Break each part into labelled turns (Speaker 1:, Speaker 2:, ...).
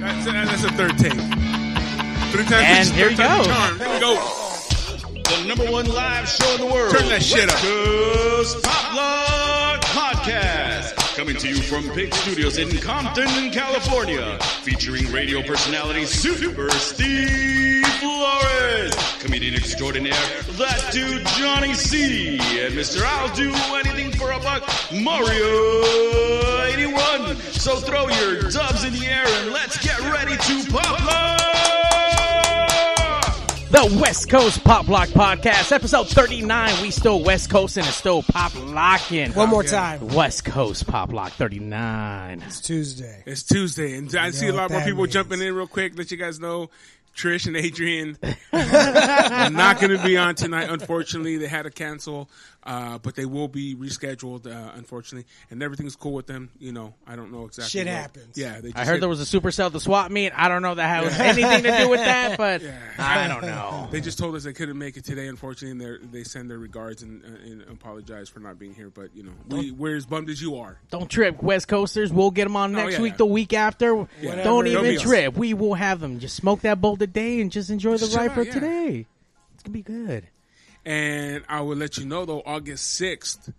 Speaker 1: That's a, that's a third take. Three times
Speaker 2: And here you
Speaker 1: third time's
Speaker 2: go.
Speaker 1: a charm. There we go.
Speaker 3: The number one live show in the world.
Speaker 1: Turn that shit up.
Speaker 3: Wesco's Pop Log Podcast. Coming to you from Big Studios in Compton, California. Featuring radio personality Super Steve Flores. Comedian extraordinaire, that dude Johnny C. And Mr. I'll do anything for a buck, Mario 81. So throw your dubs in the air and let's get ready to pop log.
Speaker 2: The West Coast Pop Lock Podcast, episode 39. We still West Coast and it's still pop locking.
Speaker 4: One more time.
Speaker 2: West Coast Pop Lock 39.
Speaker 4: It's Tuesday.
Speaker 1: It's Tuesday, and I see a
Speaker 4: know
Speaker 1: lot
Speaker 4: what
Speaker 1: more
Speaker 4: that
Speaker 1: people
Speaker 4: means.
Speaker 1: jumping in real quick. Let you guys know, Trish and Adrian are not going to be on tonight. Unfortunately, they had to cancel, uh, but they will be rescheduled. Uh, unfortunately, and everything's cool with them. You know, I don't know exactly.
Speaker 4: Shit
Speaker 1: what-
Speaker 4: happens.
Speaker 1: Yeah, they just
Speaker 2: I heard there was a supercell to swap meet. I don't know that has anything to do with that, but I don't know.
Speaker 1: They just told us they couldn't make it today, unfortunately, and they they send their regards and, uh, and apologize for not being here. But you know, we, we're as bummed as you are.
Speaker 2: Don't trip, West Coasters. We'll get them on next
Speaker 1: Oh, yeah,
Speaker 2: week,
Speaker 1: yeah.
Speaker 2: the week after.
Speaker 1: Whatever
Speaker 2: Don't
Speaker 4: it
Speaker 2: even
Speaker 1: is.
Speaker 2: trip. We will have them. Just smoke that bowl today and just enjoy the
Speaker 1: Just chill
Speaker 2: ride
Speaker 1: out,
Speaker 2: for
Speaker 1: yeah.
Speaker 2: today. It's gonna be good.
Speaker 1: And I will let you know though, August sixth,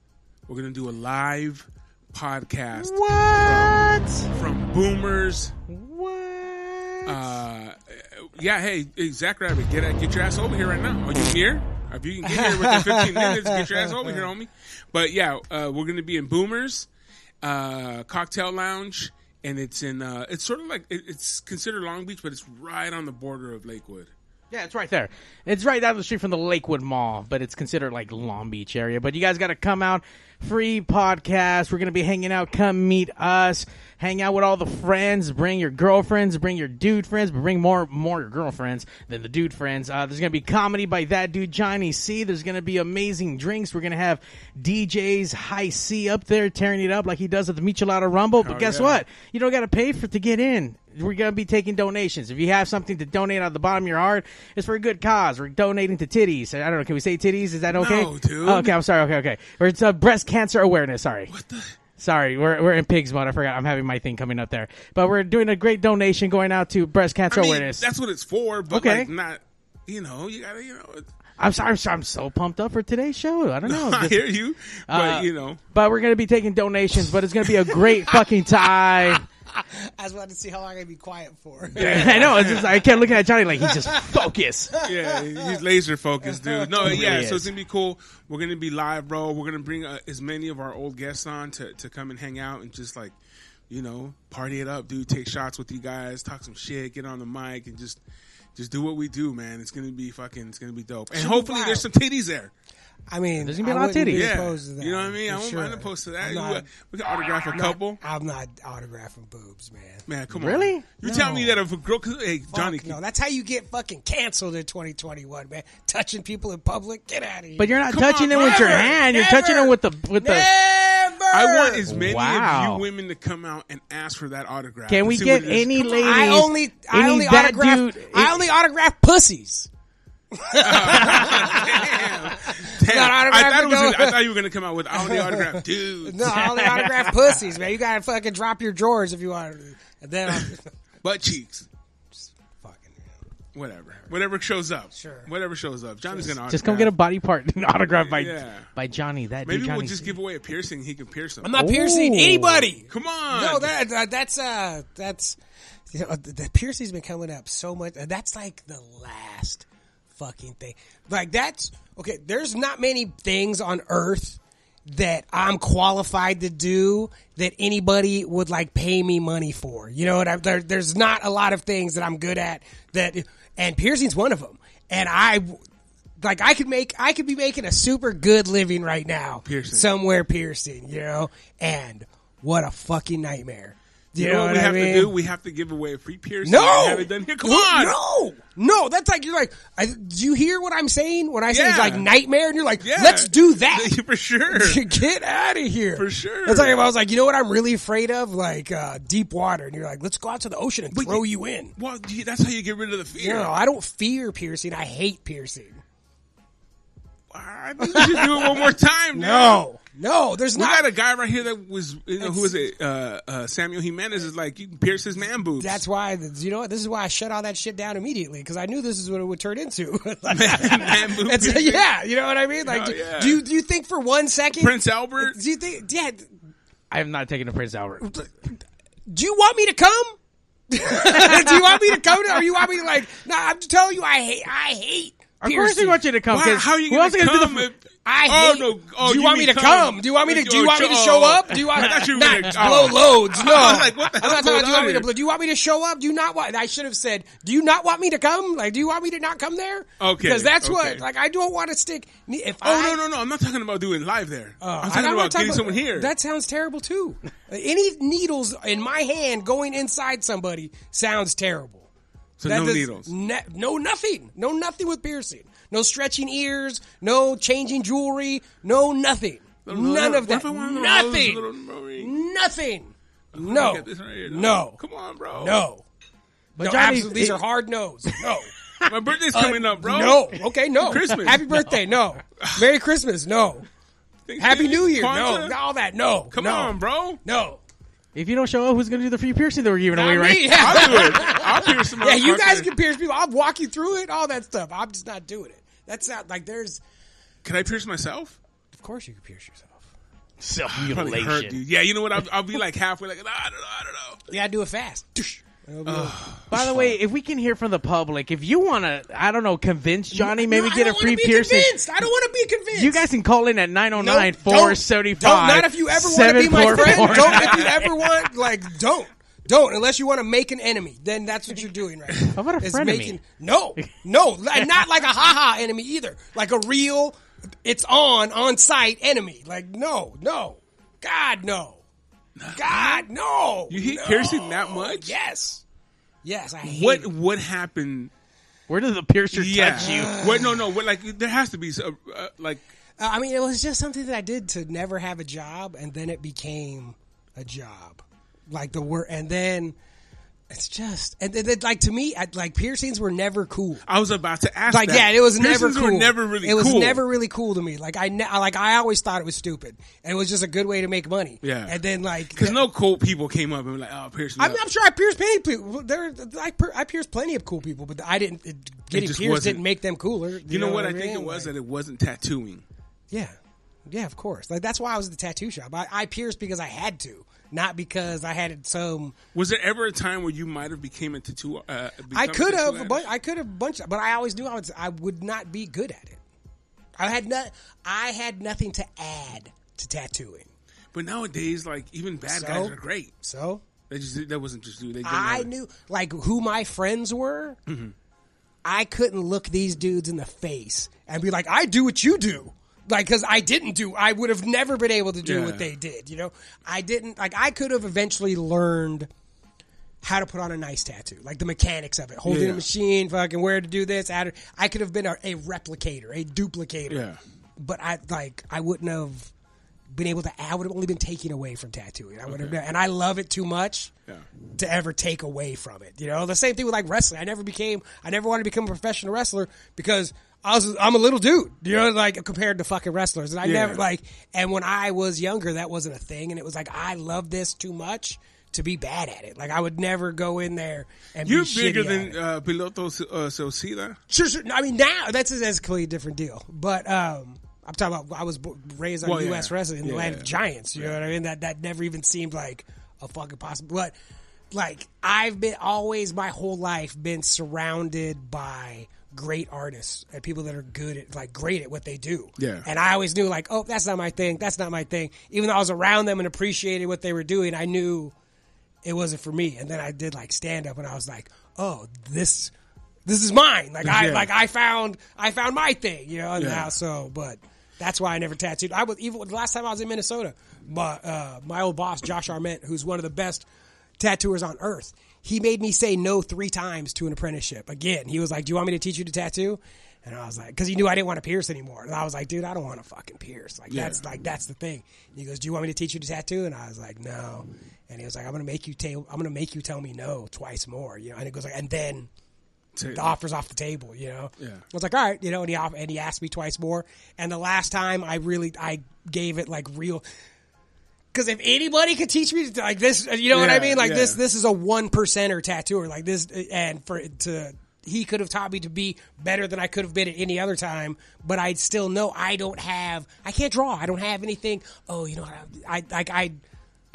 Speaker 1: we're gonna do a live podcast
Speaker 2: What?
Speaker 1: from Boomers.
Speaker 2: What?
Speaker 1: Uh, yeah, hey, hey, Zach Rabbit, get uh, get your ass over here right now. Are you here? If you can get here within 15 minutes, get your ass over here, homie. But yeah, uh, we're gonna be in Boomers uh, Cocktail Lounge, and it's in uh, it's sort of like it, it's considered Long Beach, but it's right on the border of Lakewood.
Speaker 2: Yeah, it's right there. It's right down the street from the Lakewood Mall, but it's considered like Long Beach area. But you guys got to come out. Free podcast. We're going to be hanging out. Come meet us. Hang out with all the friends. Bring your girlfriends. Bring your dude friends. But bring more more girlfriends than the dude friends. Uh, there's going to be comedy by that dude Johnny C. There's going to be amazing drinks. We're going to have DJs High C up there tearing it up like he does at the Michelada Rumble. But guess
Speaker 1: yeah.
Speaker 2: what? You don't got to pay for to get in. We're gonna be taking donations. If you have something to donate out of the bottom of your heart, it's for a good cause. We're donating to titties. I don't know. Can we say titties? Is that okay?
Speaker 1: dude.
Speaker 2: Oh, okay, I'm sorry. Okay, okay. Or it's uh, breast cancer awareness. Sorry. What the? Sorry, we're, we're in pigs mode. I forgot. I'm having my thing coming up there. But we're doing a great donation going out to breast cancer
Speaker 1: I mean,
Speaker 2: awareness.
Speaker 1: that's what it's for, but
Speaker 2: Okay.
Speaker 1: like not, you know, you gotta, you know, it-
Speaker 2: I'm sorry. I'm, sorry, I'm so pumped up for today's show. I don't know.
Speaker 1: I
Speaker 2: This-
Speaker 1: hear you, but
Speaker 2: Uh,
Speaker 1: you know,
Speaker 2: But we're gonna be taking donations. But it's gonna be a great fucking time.
Speaker 4: I was about to see how long I'm going to be quiet for.
Speaker 2: I know. It's just I kept looking at Johnny like he just focus.
Speaker 1: yeah, he's laser focused, dude. No,
Speaker 2: He
Speaker 1: yeah,
Speaker 2: really
Speaker 1: so it's
Speaker 2: is.
Speaker 1: gonna be cool. We're gonna be live, bro. We're gonna bring uh, as many of our old guests on to to come and hang out and just like, you know, party it up, dude. Take shots with you guys, talk some shit, get on the mic, and just just do what we do, man. It's gonna be fucking, it's gonna be dope. And
Speaker 4: Should be
Speaker 1: hopefully,
Speaker 4: wild.
Speaker 1: there's some titties there.
Speaker 4: I mean,
Speaker 2: There's gonna be a
Speaker 4: I
Speaker 2: lot of
Speaker 4: wouldn't
Speaker 2: titties.
Speaker 4: Be
Speaker 1: Yeah,
Speaker 4: opposed to that,
Speaker 1: you know what I mean. I
Speaker 4: for
Speaker 1: won't
Speaker 4: sure.
Speaker 1: mind opposed to that.
Speaker 4: I'm
Speaker 1: You, uh,
Speaker 4: not,
Speaker 1: we can autograph a
Speaker 4: I'm
Speaker 1: couple.
Speaker 4: Not, I'm not autographing boobs, man.
Speaker 1: Man, come on.
Speaker 2: Really?
Speaker 1: You tell me that if a girl, hey Johnny,
Speaker 4: Fuck no, that's how you get fucking canceled in 2021, man. Touching people in public, get out of here.
Speaker 2: But you're not
Speaker 1: Come
Speaker 2: touching
Speaker 1: on,
Speaker 2: it with your
Speaker 1: never,
Speaker 2: hand. You're
Speaker 4: never,
Speaker 2: touching it with the with the.
Speaker 4: never.
Speaker 1: I want as many of
Speaker 2: Wow.
Speaker 1: you women to come out and ask for that autograph.
Speaker 2: Can
Speaker 1: and
Speaker 2: we
Speaker 1: see
Speaker 2: get
Speaker 1: what it is.
Speaker 2: any
Speaker 1: Come on.
Speaker 2: ladies?
Speaker 4: I only, I
Speaker 2: any
Speaker 4: only
Speaker 2: that
Speaker 4: autograph,
Speaker 2: dude-
Speaker 4: I only autograph pussies.
Speaker 1: Damn. Damn. I, thought
Speaker 4: Not
Speaker 1: it was
Speaker 4: autographed,
Speaker 1: I thought you were going to come out with I only autograph dudes.
Speaker 4: No, I only autograph pussies, man. You gotta fucking drop your drawers if you want. to. And then I'm
Speaker 1: Butt cheeks.
Speaker 4: fucking.
Speaker 1: Whatever. Whatever shows up.
Speaker 4: Sure.
Speaker 1: Whatever shows up. Johnny's going to
Speaker 2: Just come get a
Speaker 1: autograph.
Speaker 2: body part and autograph by
Speaker 1: Yeah.
Speaker 2: by Johnny. That
Speaker 1: Maybe
Speaker 2: dude, Johnny
Speaker 1: we'll just
Speaker 2: C.
Speaker 1: give away a piercing. He can pierce them.
Speaker 4: I'm not piercing
Speaker 2: Ooh.
Speaker 4: anybody.
Speaker 1: come on.
Speaker 4: No, that, that that's uh that's you know, the, the piercing's been coming up so much. and That's like the last fucking thing. Like that's okay. There's not many things on earth that I'm qualified to do that anybody would like pay me money for. You know what? I'm, there, there's not a lot of things that I'm good at that, and piercing's one of them. And I like I could make I could be making a super good living right now.
Speaker 1: Piercing.
Speaker 4: Somewhere piercing, you know? And what a fucking nightmare. You,
Speaker 1: you
Speaker 4: know,
Speaker 1: know what we
Speaker 4: I
Speaker 1: have to
Speaker 4: mean?
Speaker 1: do? We have to give away a free piercing.
Speaker 4: no,
Speaker 1: We have it done here. Come on.
Speaker 4: no, no. That's like you're like. I, do you hear what I'm saying? When I say it's
Speaker 1: Yeah.
Speaker 4: like nightmare, and you're like,
Speaker 1: Yeah.
Speaker 4: let's do that.
Speaker 1: For sure.
Speaker 4: Get out of here.
Speaker 1: For sure.
Speaker 4: That's like if I was like, you know what I'm really afraid of? Like uh, deep water. And you're like, let's go out to the ocean and throw you in.
Speaker 1: Well, gee, that's how you get rid of the
Speaker 4: You
Speaker 1: fear.
Speaker 4: know, I don't fear piercing. I hate piercing.
Speaker 1: I think we should do it one more time. dude.
Speaker 4: No. No, there's
Speaker 1: We
Speaker 4: not.
Speaker 1: got a guy right here that was, you know, who
Speaker 4: It's-
Speaker 1: is it? Uh, uh, Samuel Jimenez is like, you can pierce his man boobs.
Speaker 4: That's why, you know what? This is why I shut all that shit down immediately because I knew this is what it would turn into.
Speaker 1: Man boob
Speaker 4: It's-
Speaker 1: piercing?
Speaker 4: yeah, you know what I mean? Like,
Speaker 1: Oh,
Speaker 4: do,
Speaker 1: yeah.
Speaker 4: do you, do you think for one second?
Speaker 1: Prince Albert.
Speaker 4: Do you think, yeah,
Speaker 2: I am not taking a Prince Albert.
Speaker 4: do you want me to come? do you want me to come? Or you want me to, like, no, I'm just telling you, I hate, I hate.
Speaker 2: Of course, we want you to come.
Speaker 1: Why,
Speaker 2: 'cause
Speaker 1: how are you
Speaker 2: who
Speaker 1: going
Speaker 2: else
Speaker 1: to
Speaker 2: is gonna do
Speaker 1: come?
Speaker 2: the-
Speaker 1: if-
Speaker 4: I
Speaker 1: oh,
Speaker 4: hate-
Speaker 1: no. Oh,
Speaker 4: do you, want me
Speaker 1: mean oh,
Speaker 4: to come? Do you want me to? Do you want me to show up? Do you want
Speaker 1: I thought you were
Speaker 4: not
Speaker 1: gonna-
Speaker 4: blow
Speaker 1: oh.
Speaker 4: loads? No.
Speaker 1: I was like, what the
Speaker 4: I'm not
Speaker 1: hell's
Speaker 4: talking
Speaker 1: going
Speaker 4: about, do you want
Speaker 1: on
Speaker 4: me to
Speaker 1: here?
Speaker 4: blow? Do you want me to show up? Do you not want? I should have said, do you not want me to come? Like, do you want me to not come there?
Speaker 1: Okay,
Speaker 4: Because that's
Speaker 1: okay.
Speaker 4: what. Like, I don't want to stick.
Speaker 1: Oh,
Speaker 4: If I,
Speaker 1: no, no, no. I'm not talking about doing live there. I'm
Speaker 4: Oh, I
Speaker 1: talking
Speaker 4: don't wanna
Speaker 1: about
Speaker 4: talk
Speaker 1: getting someone here.
Speaker 4: That sounds terrible too. Any needles in my hand going inside somebody sounds terrible.
Speaker 1: so
Speaker 4: That
Speaker 1: no
Speaker 4: does-
Speaker 1: needles.
Speaker 4: ne- no nothing. No nothing with piercing. No stretching ears. No changing jewelry. No nothing. None
Speaker 1: What
Speaker 4: of that.
Speaker 1: if I want one of those
Speaker 4: Nothing.
Speaker 1: little Marie?
Speaker 4: nothing.
Speaker 1: I
Speaker 4: No.
Speaker 1: got this right here.
Speaker 4: No.
Speaker 1: Come on, bro.
Speaker 4: No. But no,
Speaker 2: Johnny,
Speaker 4: absolutely. These
Speaker 2: it-
Speaker 4: are hard no's. No.
Speaker 1: My birthday's coming up, bro.
Speaker 4: Uh, No. Okay, no.
Speaker 1: Oh. Christmas.
Speaker 4: Happy birthday. No. Merry Christmas. No. Happy
Speaker 1: Thanksgiving,
Speaker 4: New Year.
Speaker 1: Kwanzaa.
Speaker 4: No. All that. No.
Speaker 1: Come
Speaker 4: No.
Speaker 1: on, bro.
Speaker 4: No.
Speaker 2: If you don't show up, who's going to do the free piercing that we're giving
Speaker 4: Not
Speaker 2: away, right?
Speaker 4: me. Yeah.
Speaker 1: I'll do it. I'll pierce some
Speaker 4: Yeah, you
Speaker 1: motherfucker.
Speaker 4: guys can pierce people. I'll walk you through it, all that stuff. I'm just not doing it. That's not like there's.
Speaker 1: Can I pierce myself?
Speaker 4: Of course, you can pierce yourself.
Speaker 1: Probably hurt, dude. Yeah, you know what? I'll, I'll be like halfway, like, I don't know, I don't know.
Speaker 4: Yeah, I do it fast. It'll be over.
Speaker 2: By the way, if we can hear from the public, if you want to, I don't know, convince Johnny, maybe
Speaker 4: No, I
Speaker 2: get a
Speaker 4: don't wanna
Speaker 2: free
Speaker 4: be
Speaker 2: piercing.
Speaker 4: Convinced. I don't want to be convinced.
Speaker 2: You guys can call in at 909 475.
Speaker 4: Don't, not if you ever want to be my friend. Don't if you
Speaker 2: 7449.
Speaker 4: ever want like don't. Don't unless you want to make an enemy, then that's what you're doing right now. How
Speaker 2: about a
Speaker 4: is
Speaker 2: frenemy?
Speaker 4: making no, no, li- not like a haha enemy either. Like a real, it's on on site enemy. Like no, no, God no, God no.
Speaker 1: You hate
Speaker 4: no.
Speaker 1: piercing that much?
Speaker 4: Yes, yes. I hate
Speaker 1: What
Speaker 4: it.
Speaker 1: what happened?
Speaker 2: Where does the piercer
Speaker 1: Yeah.
Speaker 2: touch you?
Speaker 1: What? No, no. What? Like there has to be some, uh, like
Speaker 4: Uh, I mean, it was just something that I did to never have a job, and then it became a job. Like the word, and then it's just, and then, then, like to me, I, like piercings were never cool.
Speaker 1: I was about to ask.
Speaker 4: Like
Speaker 1: that.
Speaker 4: yeah, it was
Speaker 1: Piercings
Speaker 4: never cool.
Speaker 1: Were never really.
Speaker 4: it was
Speaker 1: cool.
Speaker 4: never really cool to me. Like I, ne- I- like I always thought it was stupid, and it was just a good way to make money.
Speaker 1: Yeah.
Speaker 4: and then like
Speaker 1: because no cool people came up and were like, "Oh, Pierce."
Speaker 4: I'm, I'm sure I pierced plenty of people. There, I, per- I pierced plenty of cool people, but I didn't. It, getting
Speaker 1: just
Speaker 4: pierced
Speaker 1: wasn't-
Speaker 4: didn't make them cooler. You,
Speaker 1: you know, what? I think
Speaker 4: mean?
Speaker 1: it was
Speaker 4: Like-
Speaker 1: that it wasn't tattooing.
Speaker 4: Yeah. Yeah, of course. Like that's why I was at the tattoo shop. I, I pierced because I had to, not because I had some.
Speaker 1: Was there ever a time where you might have became a tattoo? Uh, become
Speaker 4: I
Speaker 1: a
Speaker 4: could
Speaker 1: tattoo
Speaker 4: have, a
Speaker 1: artist?
Speaker 4: bunch, I could have bunch, but I always knew I would. I would not be good at it. I had not. I had nothing to add to tattooing.
Speaker 1: But nowadays, like even bad
Speaker 4: So?
Speaker 1: guys are great.
Speaker 4: So
Speaker 1: They just that wasn't just dude. They didn't
Speaker 4: I
Speaker 1: have-
Speaker 4: knew like who my friends were.
Speaker 1: Mm-hmm.
Speaker 4: I couldn't look these dudes in the face and be like, "I do what you do." Like, because I didn't do, I would have never been able to do
Speaker 1: Yeah.
Speaker 4: what they did. You know, I didn't. Like, I could have eventually learned how to put on a nice tattoo, like the mechanics of it, holding
Speaker 1: Yeah.
Speaker 4: a machine, fucking where to do this. Add, I could have been a, a replicator, a duplicator.
Speaker 1: Yeah.
Speaker 4: But I like, I wouldn't have been able to. I would have only been taking away from tattooing. I would have, and I love it too much
Speaker 1: Yeah.
Speaker 4: to ever take away from it. You know, the same thing with like wrestling. I never became, I never wanted to become a professional wrestler because I was, I'm a little dude. You know, like compared to fucking wrestlers, and I
Speaker 1: Yeah.
Speaker 4: never like. And when I was younger, that wasn't a thing, and it was like I love this too much to be bad at it. Like I would never go in there and
Speaker 1: You're
Speaker 4: be
Speaker 1: bigger
Speaker 4: shitty at it.
Speaker 1: than uh, Piloto uh, Sauceda.
Speaker 4: Sure, sure. No, I mean, now that's a, that's a completely different deal. But um, I'm talking about I was bo- raised on
Speaker 1: Well, yeah.
Speaker 4: U.S. wrestling in
Speaker 1: Yeah,
Speaker 4: the land
Speaker 1: yeah.
Speaker 4: of giants. You know what I mean? That that never even seemed like a fucking possible. But like I've been always my whole life been surrounded by great artists and people that are good at like great at what they do.
Speaker 1: Yeah.
Speaker 4: And I always knew like, oh, that's not my thing. That's not my thing. Even though I was around them and appreciated what they were doing, I knew it wasn't for me. And then I did like stand up and I was like, oh, this this is mine. Like I
Speaker 1: Yeah.
Speaker 4: like I found I found my thing, you know, and
Speaker 1: Yeah.
Speaker 4: now so but that's why I never tattooed. I was even the last time I was in Minnesota, my uh, my old boss Josh Arment, who's one of the best tattooers on earth, he made me say no three times to an apprenticeship. Again, he was like, "Do you want me to teach you to tattoo?" And I was like, because he knew I didn't want to pierce anymore. And I was like, dude, I don't want to fucking pierce. Like
Speaker 1: Yeah.
Speaker 4: that's like that's the thing. And he goes, "Do you want me to teach you to tattoo?" And I was like, "No." And he was like, "I'm gonna make you tell I'm gonna make you tell me no twice more." You know, and it goes like, and then
Speaker 1: Table.
Speaker 4: the offers off the table. You know,
Speaker 1: Yeah.
Speaker 4: I was like, all right, you know, and he off- and he asked me twice more. And the last time, I really I gave it like real. Because if anybody could teach me to, like this, you know what
Speaker 1: Yeah,
Speaker 4: I mean? Like
Speaker 1: yeah.
Speaker 4: this, this is a one percenter tattooer. Like this, and for it to he could have taught me to be better than I could have been at any other time. But I still know I don't have. I can't draw. I don't have anything. Oh, you know what? I, I like I.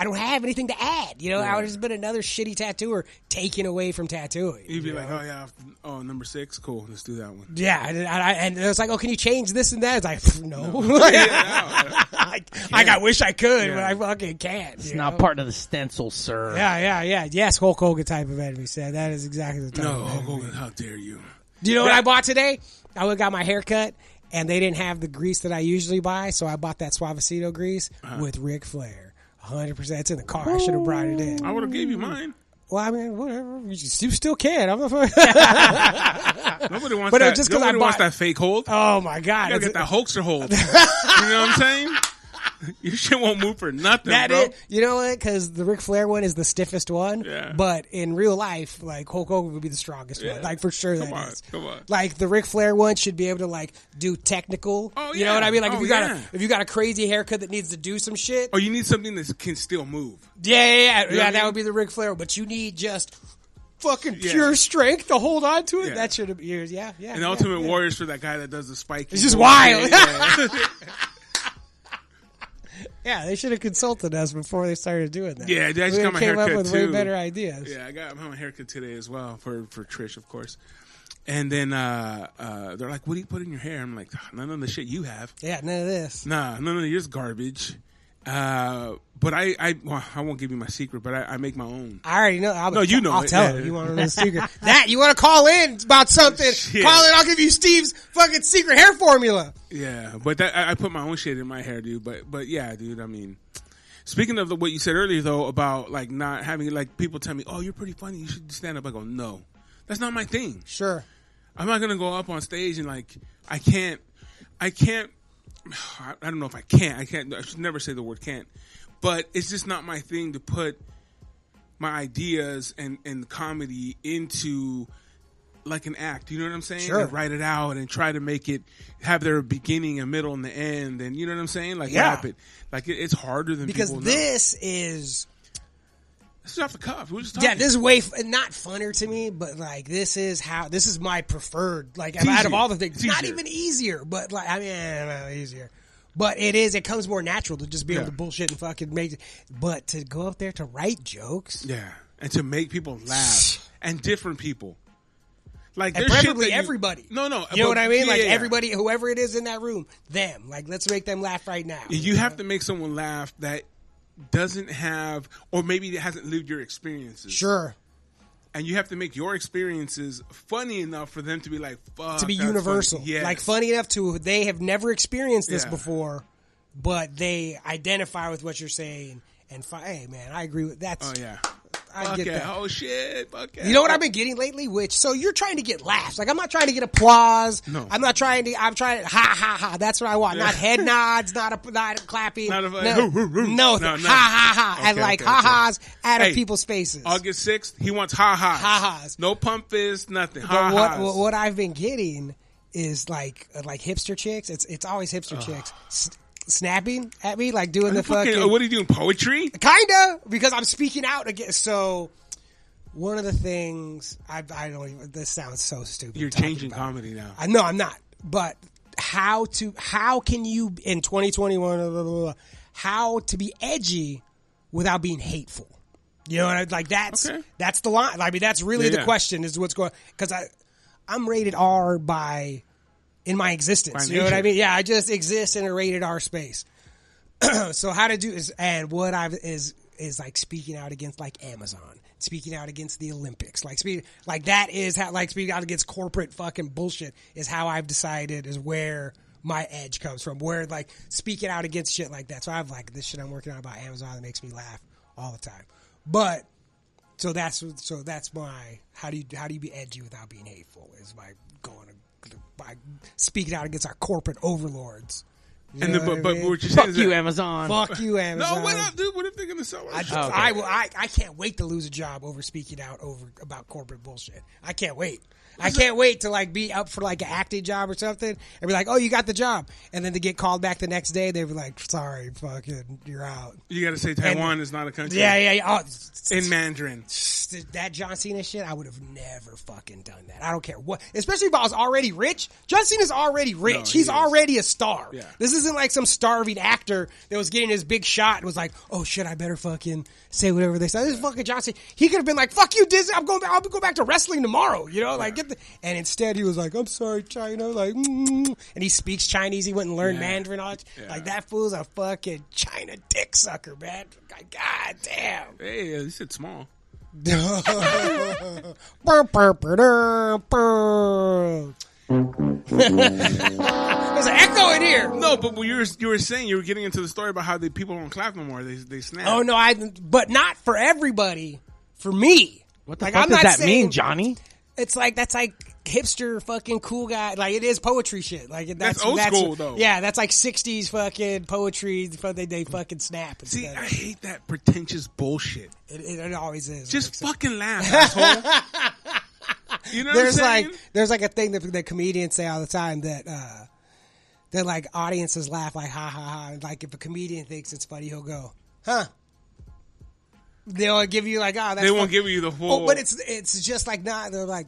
Speaker 4: I don't have anything to add. You know, I would have just been another shitty tattooer taken away from tattooing.
Speaker 1: You'd be like, oh yeah, oh number six, cool. Let's do that one.
Speaker 4: Yeah, and, and I, and it was like, oh, can you change this and that? It's like, pff, no. I, like, I wish I could, but
Speaker 1: Yeah.
Speaker 4: I fucking can't.
Speaker 2: It's not part of the stencil, sir.
Speaker 4: Yeah, yeah, yeah. Yes, Hulk Hogan type of enemy said that is exactly the type.
Speaker 1: No,
Speaker 4: of
Speaker 1: Hulk
Speaker 4: enemy.
Speaker 1: Hogan, how dare you?
Speaker 4: Do you know what I bought today? I went and got my hair cut, and they didn't have the grease that I usually buy, so I bought that Suavecito grease
Speaker 1: Uh-huh.
Speaker 4: with Ric Flair. 100. percent It's in the car. I should have brought it in.
Speaker 1: I would have gave
Speaker 4: Mm.
Speaker 1: you mine.
Speaker 4: Well, I mean, whatever. You just- you still can. I'm not.
Speaker 1: Nobody wants
Speaker 4: But, uh,
Speaker 1: that.
Speaker 4: just 'cause I
Speaker 1: nobody wants
Speaker 4: bought-
Speaker 1: that fake hold.
Speaker 4: oh my god!
Speaker 1: gotta
Speaker 4: It's-
Speaker 1: get that hoaxer hold. you know what I'm saying? Your shit won't move for nothing,
Speaker 4: That
Speaker 1: bro.
Speaker 4: is, you know what? Because the Ric Flair one is the stiffest one.
Speaker 1: Yeah.
Speaker 4: But in real life, like Hulk Hogan would be the strongest one. Like for sure, that
Speaker 1: Come on,
Speaker 4: is.
Speaker 1: come on.
Speaker 4: Like the Ric Flair one should be able to like do technical.
Speaker 1: Oh,
Speaker 4: You
Speaker 1: yeah.
Speaker 4: know what I mean? Like
Speaker 1: Oh,
Speaker 4: if you got
Speaker 1: yeah.
Speaker 4: a if you got a crazy haircut that needs to do some shit.
Speaker 1: Oh, you need something that can still move.
Speaker 4: Yeah, yeah, yeah.
Speaker 1: know
Speaker 4: yeah
Speaker 1: what I
Speaker 4: that
Speaker 1: mean?
Speaker 4: would be the Ric Flair. one, But you need just fucking
Speaker 1: Yeah.
Speaker 4: pure strength to hold on to it.
Speaker 1: Yeah.
Speaker 4: That should have been yours. Yeah, yeah.
Speaker 1: And
Speaker 4: yeah,
Speaker 1: Ultimate
Speaker 4: yeah.
Speaker 1: Warriors for that guy that does the spike.
Speaker 4: It's just wild. Yeah, they should have consulted us before they started doing that.
Speaker 1: Yeah, I just
Speaker 4: we
Speaker 1: got my
Speaker 4: came up
Speaker 1: haircut,
Speaker 4: with
Speaker 1: too.
Speaker 4: way better ideas.
Speaker 1: Yeah, I got I'm having a haircut today as well for for Trish, of course. And then uh, uh, they're like, "What do you put in your hair?" I'm like, "Ah, "None of the shit you have.
Speaker 4: yeah none of this.
Speaker 1: Nah, none of yours garbage." Uh, but I, I, well, I won't give you my secret, but I, I make my own.
Speaker 4: I already know. I'll,
Speaker 1: No, you know
Speaker 4: I'll
Speaker 1: it,
Speaker 4: tell
Speaker 1: yeah.
Speaker 4: her. You want to know the secret? that you want to call in about something?
Speaker 1: Shit.
Speaker 4: Call in. I'll give you Steve's fucking secret hair formula.
Speaker 1: Yeah, but that, I, I put my own shit in my hair, dude. But but yeah, dude. I mean, speaking of the, what you said earlier though about like not having like people tell me, "Oh, you're pretty funny. You should stand up." I go, "No, that's not my thing.
Speaker 4: Sure.
Speaker 1: I'm not gonna go up on stage and like I can't, I can't. I I don't know if I can't. I can't. I should never say the word can't, but it's just not my thing to put my ideas and and comedy into like an act. You know what I'm saying?
Speaker 4: Sure.
Speaker 1: And write it out and try to make it have their beginning, a middle, and the end. And you know what I'm saying? Like
Speaker 4: Yeah.
Speaker 1: wrap it. Like it, it's harder than
Speaker 4: Because
Speaker 1: people know.
Speaker 4: this is
Speaker 1: This is off the cuff. We're just talking.
Speaker 4: yeah, this is way f- not funner to me, but like this is how this is my preferred. Like out of
Speaker 1: easier.
Speaker 4: all the things,
Speaker 1: It's
Speaker 4: not
Speaker 1: easier.
Speaker 4: even easier, but like I mean eh, eh, easier. But it is. It comes more natural to just be
Speaker 1: Yeah.
Speaker 4: able to bullshit and fucking make. it. But to go up there to write jokes,
Speaker 1: Yeah, and to make people laugh and different people. Like
Speaker 4: And
Speaker 1: there's shit
Speaker 4: preferably
Speaker 1: that you-
Speaker 4: everybody.
Speaker 1: no, no,
Speaker 4: You know
Speaker 1: but-
Speaker 4: what I mean?
Speaker 1: yeah,
Speaker 4: like
Speaker 1: yeah.
Speaker 4: everybody, whoever it is in that room, them. Like let's make them laugh right now.
Speaker 1: You have to make someone laugh that doesn't have, or maybe that hasn't lived your experiences.
Speaker 4: sure
Speaker 1: and you have to make your experiences funny enough for them to be like, "Fuck,"
Speaker 4: to be
Speaker 1: that's funny."
Speaker 4: universal.
Speaker 1: Yes.
Speaker 4: Like funny enough to they have never experienced this
Speaker 1: Yeah.
Speaker 4: before, but they identify with what you're saying. And fi- hey, man, I agree with that's.
Speaker 1: Oh yeah,
Speaker 4: I
Speaker 1: fuck
Speaker 4: get
Speaker 1: yeah.
Speaker 4: that.
Speaker 1: Oh shit, fuck yeah.
Speaker 4: You know what I've been getting lately? Which so you're trying to get laughs. Like I'm not trying to get applause.
Speaker 1: No.
Speaker 4: I'm not trying to. I'm trying to ha ha ha. That's what I want. Not head nods. Not a not clapping.
Speaker 1: Not a-
Speaker 4: no,
Speaker 1: hoo, hoo, hoo.
Speaker 4: no,
Speaker 1: No, no.
Speaker 4: ha ha ha. and
Speaker 1: Okay,
Speaker 4: like
Speaker 1: okay,
Speaker 4: ha ha's out
Speaker 1: Hey,
Speaker 4: of people's faces.
Speaker 1: August sixth, he wants ha ha
Speaker 4: Ha-has.
Speaker 1: no pump fist, nothing. Ha
Speaker 4: But what,
Speaker 1: ha.
Speaker 4: what what I've been getting is like uh, like hipster chicks. It's it's always hipster chicks s- snapping at me, like doing the
Speaker 1: fucking, uh,
Speaker 4: fucking,
Speaker 1: what are you doing? Poetry?
Speaker 4: kinda because I'm speaking out again. So one of the things I I don't even. This sounds so stupid.
Speaker 1: You're
Speaker 4: talking
Speaker 1: changing
Speaker 4: about it.
Speaker 1: comedy now.
Speaker 4: I no, I'm not. But how to how can you in 2021 blah, blah, blah, blah, how to be edgy without being hateful? You know, what I, like that's
Speaker 1: Okay.
Speaker 4: that's the line. I mean, that's really
Speaker 1: Yeah,
Speaker 4: the
Speaker 1: yeah.
Speaker 4: question is what's going because I I'm rated R by in my existence.
Speaker 1: By
Speaker 4: you know what I
Speaker 1: nature.
Speaker 4: mean? Yeah, I just exist in a rated R space. so how to do is and what I've is is like speaking out against like Amazon, speaking out against the Olympics, like speak like that is how like speaking out against corporate fucking bullshit is how I've decided is where my edge comes from. Where like speaking out against shit like that. So I've like this shit I'm working on about Amazon that makes me laugh all the time. But so that's so that's my how do you how do you be edgy without being hateful is by going to, by speaking out against our corporate overlords
Speaker 1: and the,
Speaker 4: know what
Speaker 1: but,
Speaker 4: I
Speaker 1: but
Speaker 4: mean?
Speaker 1: what you're saying
Speaker 2: Fuck
Speaker 1: is
Speaker 2: you,
Speaker 1: that-
Speaker 2: Amazon.
Speaker 4: Fuck you,
Speaker 1: No,
Speaker 4: Amazon.
Speaker 1: what up, dude? What if they're gonna sell
Speaker 4: I
Speaker 1: us?
Speaker 4: just,
Speaker 2: Oh, okay.
Speaker 4: I will, I, I can't wait to lose a job over speaking out over about corporate bullshit. I can't wait. I can't wait to like be up for like an acting job or something and be like, oh, you got the job, and then to get called back the next day, they were like, sorry, fucking, you're out.
Speaker 1: You gotta say Taiwan is not a country.
Speaker 4: Yeah, yeah, yeah. Oh,
Speaker 1: In Mandarin.
Speaker 4: that John Cena shit, I would have never fucking done that. I don't care what, especially if I was already rich. John Cena's already rich.
Speaker 1: No, he
Speaker 4: He's
Speaker 1: is.
Speaker 4: already a star.
Speaker 1: Yeah.
Speaker 4: This isn't like some starving actor that was getting his big shot and was like, "Oh shit, I better fucking say whatever they say." This is fucking John Cena. He could have been like, "Fuck you, Disney. I'm going. I'll go back to wrestling tomorrow." You know, like get the. And instead, he was like, "I'm sorry, China." Like, mm and he speaks Chinese. He wouldn't learn
Speaker 1: Yeah.
Speaker 4: Mandarin. All that.
Speaker 1: Yeah.
Speaker 4: Like that fool's a fucking China dick sucker, man. God damn.
Speaker 1: Hey, uh, you said small.
Speaker 4: Burr, burr, burr, burr, burr. There's an echo in here.
Speaker 1: No, but what you were you were saying you were getting into the story about how the people don't clap no more. They they snap.
Speaker 4: Oh no, I. But not for everybody. For me,
Speaker 2: What the
Speaker 4: Like,
Speaker 2: fuck
Speaker 4: I'm
Speaker 2: does
Speaker 4: not
Speaker 2: that
Speaker 4: saying-
Speaker 2: mean, Johnny?
Speaker 4: It's like that's like hipster fucking cool guy. Like it is poetry shit. Like that's,
Speaker 1: That's old school, though.
Speaker 4: Yeah, that's like '60s fucking poetry. But they they fucking snap. and
Speaker 1: See,
Speaker 4: stuff.
Speaker 1: I hate that pretentious bullshit.
Speaker 4: it, it, it always is.
Speaker 1: Just fucking laugh, asshole. You know
Speaker 4: there's
Speaker 1: what I'm saying?
Speaker 4: like there's like a thing that that comedians say all the time that uh that like audiences laugh like ha ha ha and like if a comedian thinks it's funny he'll go huh they'll give you like oh that's
Speaker 1: they won't
Speaker 4: fu-
Speaker 1: give you the
Speaker 4: Oh,
Speaker 1: full.
Speaker 4: but it's it's just like not they're like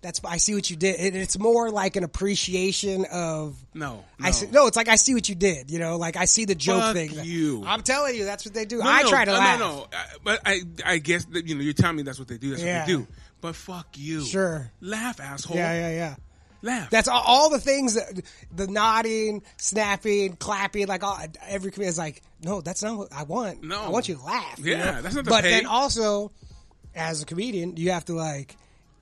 Speaker 4: that's I see what you did it, it's more like an appreciation of
Speaker 1: no.
Speaker 4: I see, no, it's like I see what you did. You know, like I see the joke
Speaker 1: Fuck
Speaker 4: thing.
Speaker 1: you.
Speaker 4: I'm telling you, that's what they do.
Speaker 1: No,
Speaker 4: I
Speaker 1: no,
Speaker 4: try to
Speaker 1: no,
Speaker 4: laugh.
Speaker 1: No, no, I- but I I guess that you know you're telling me that's what they do. That's
Speaker 4: Yeah.
Speaker 1: what they do. But fuck you.
Speaker 4: Sure.
Speaker 1: Laugh, asshole.
Speaker 4: Yeah, yeah, yeah.
Speaker 1: Laugh.
Speaker 4: That's all, all the things that the nodding, snapping, clapping, like all every comedian is like, no, that's not what I want.
Speaker 1: No.
Speaker 4: I want you to laugh. you
Speaker 1: Yeah,
Speaker 4: know?
Speaker 1: that's not the
Speaker 4: But
Speaker 1: pay.
Speaker 4: then also, as a comedian, you have to like,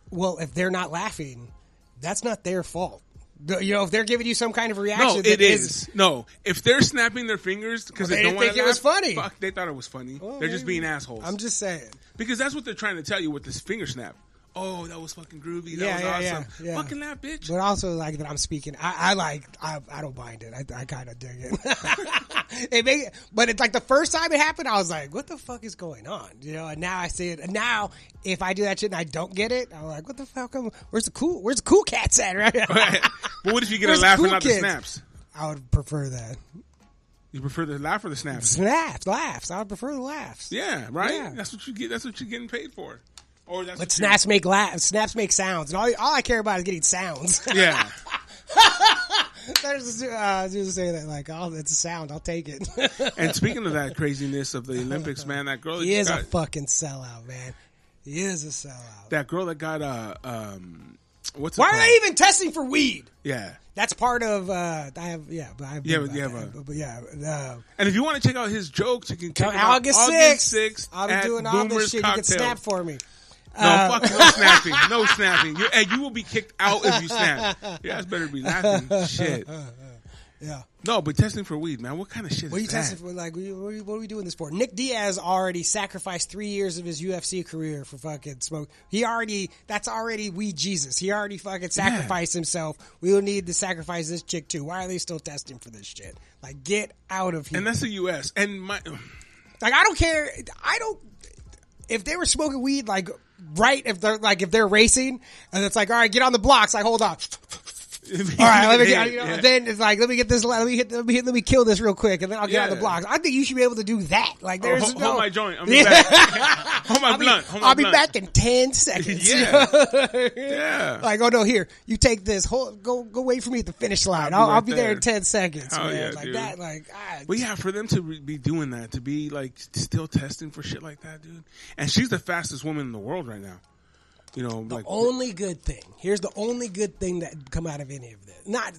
Speaker 4: well, if they're not laughing, that's not their fault. The- You know, if they're giving you some kind of
Speaker 1: no,
Speaker 4: reaction,
Speaker 1: it
Speaker 4: that
Speaker 1: is. No, if they're snapping their fingers because
Speaker 4: Well,
Speaker 1: they,
Speaker 4: they
Speaker 1: don't
Speaker 4: didn't
Speaker 1: wanna
Speaker 4: think it was
Speaker 1: laugh,
Speaker 4: funny.
Speaker 1: Fuck, they thought it was funny.
Speaker 4: Well,
Speaker 1: they're just
Speaker 4: maybe.
Speaker 1: being assholes.
Speaker 4: I'm just saying.
Speaker 1: because that's what they're trying to tell you with this finger snap. Oh, that was fucking groovy. That
Speaker 4: Yeah,
Speaker 1: was
Speaker 4: yeah, yeah,
Speaker 1: awesome.
Speaker 4: yeah.
Speaker 1: Fucking laugh, bitch.
Speaker 4: But also, like that, I'm speaking. I, I like. I, I don't mind it. I, I kind of dig it. it make, but it's like the first time it happened, I was like, "What the fuck is going on?" You know. And now I see it. And now, if I do that shit and I don't get it, I'm like, "What the fuck? am- Where's the cool? Where's the cool cats at?" Right?
Speaker 1: but what if you get a
Speaker 4: Where's
Speaker 1: laugh
Speaker 4: cool
Speaker 1: and not
Speaker 4: kids?
Speaker 1: the snaps?
Speaker 4: I would prefer that
Speaker 1: You prefer the laugh or the snaps?
Speaker 4: snaps, laughs. I would prefer the laughs.
Speaker 1: Yeah, right.
Speaker 4: Yeah.
Speaker 1: That's what you get. That's what you're getting paid for. Or that's
Speaker 4: But
Speaker 1: what you're-
Speaker 4: snaps make laughs. Snaps make sounds, and all, all I care about is getting sounds.
Speaker 1: Yeah,
Speaker 4: There's a zoo- uh, just say that like, oh, it's a sound. I'll take it.
Speaker 1: and speaking of that craziness of the Olympics, man, that girl that
Speaker 4: He is a
Speaker 1: got,
Speaker 4: fucking sellout, man. He is a sellout.
Speaker 1: that girl that got uh um what's it
Speaker 4: Why are
Speaker 1: called?
Speaker 4: they even testing for weed?
Speaker 1: yeah.
Speaker 4: That's part of uh, I have yeah, but I have
Speaker 1: Yeah,
Speaker 4: been
Speaker 1: but you
Speaker 4: about
Speaker 1: have
Speaker 4: that,
Speaker 1: a-
Speaker 4: but yeah. Uh,
Speaker 1: And if you want to check out his jokes, you can check
Speaker 4: on
Speaker 1: him out
Speaker 4: August
Speaker 1: August
Speaker 4: 6th, I'll be
Speaker 1: at
Speaker 4: doing all this
Speaker 1: Boomer's
Speaker 4: shit. You
Speaker 1: Cocktail.
Speaker 4: can snap for uh, me.
Speaker 1: No, fuck no snapping, no snapping. You, and you will be kicked out if you snap. Your ass better be laughing. Shit.
Speaker 4: Yeah.
Speaker 1: No, but testing for weed, man. What kind of shit is
Speaker 4: What are you
Speaker 1: that?
Speaker 4: testing for? Like, what are you- what are we doing this for? Nick Diaz already sacrificed three years of his UFC career for fucking smoke. He already, that's already we Jesus. He already fucking sacrificed himself. We will need to sacrifice this chick too. Why are they still testing for this shit? Like, get out of here.
Speaker 1: And that's the U.S. And my
Speaker 4: Like I don't care. I don't. If they were smoking weed, like right, if they're like if they're racing, and it's like, all right, get on the blocks. Like hold on. All right, let me get. uh, You know, Then it's like, let me get this. Let me hit. Let me hit. Let me kill this real quick, and then I'll get on the
Speaker 1: Yeah.
Speaker 4: blocks. I think you should be able to do that. Like
Speaker 1: Hold,
Speaker 4: there's
Speaker 1: Oh, hold
Speaker 4: no.
Speaker 1: my joint. I'm back. hold my
Speaker 4: I'll be,
Speaker 1: blunt. Hold my
Speaker 4: I'll be
Speaker 1: blunt.
Speaker 4: back in ten seconds.
Speaker 1: Yeah. yeah.
Speaker 4: Like, oh no, here you take this. Hold, go, go wait for me at the finish line. I'll,
Speaker 1: right
Speaker 4: I'll be there.
Speaker 1: there.
Speaker 4: in ten seconds.
Speaker 1: Hell
Speaker 4: man.
Speaker 1: yeah,
Speaker 4: like
Speaker 1: dude.
Speaker 4: that. Like, I,
Speaker 1: But yeah, for them to re- be doing that, to be like still testing for shit like that, dude. And she's the fastest woman in the world right now. You know, like
Speaker 4: only good thing. Here's the only good thing that come out of any of this. Not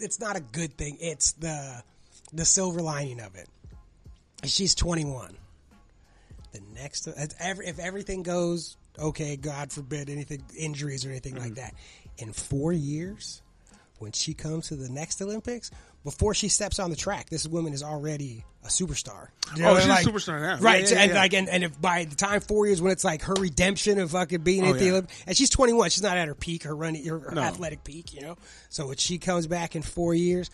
Speaker 4: it's not a good thing. It's the the silver lining of it. She's 21. The next if every- if everything goes okay, God forbid anything injuries or anything
Speaker 1: Mm.
Speaker 4: like that. In 4 years when she comes to the next Olympics, before she steps on the track, this woman is already a superstar. You
Speaker 1: Oh, she's a superstar now.
Speaker 4: Right.
Speaker 1: Yeah, yeah,
Speaker 4: and
Speaker 1: yeah.
Speaker 4: like and, and if by the time four years when it's like her redemption of fucking being
Speaker 1: Oh,
Speaker 4: at the
Speaker 1: yeah.
Speaker 4: Olympics, and she's 21, she's not at her peak, her running, her, her
Speaker 1: No.
Speaker 4: athletic peak, you know. So when she comes back in four years,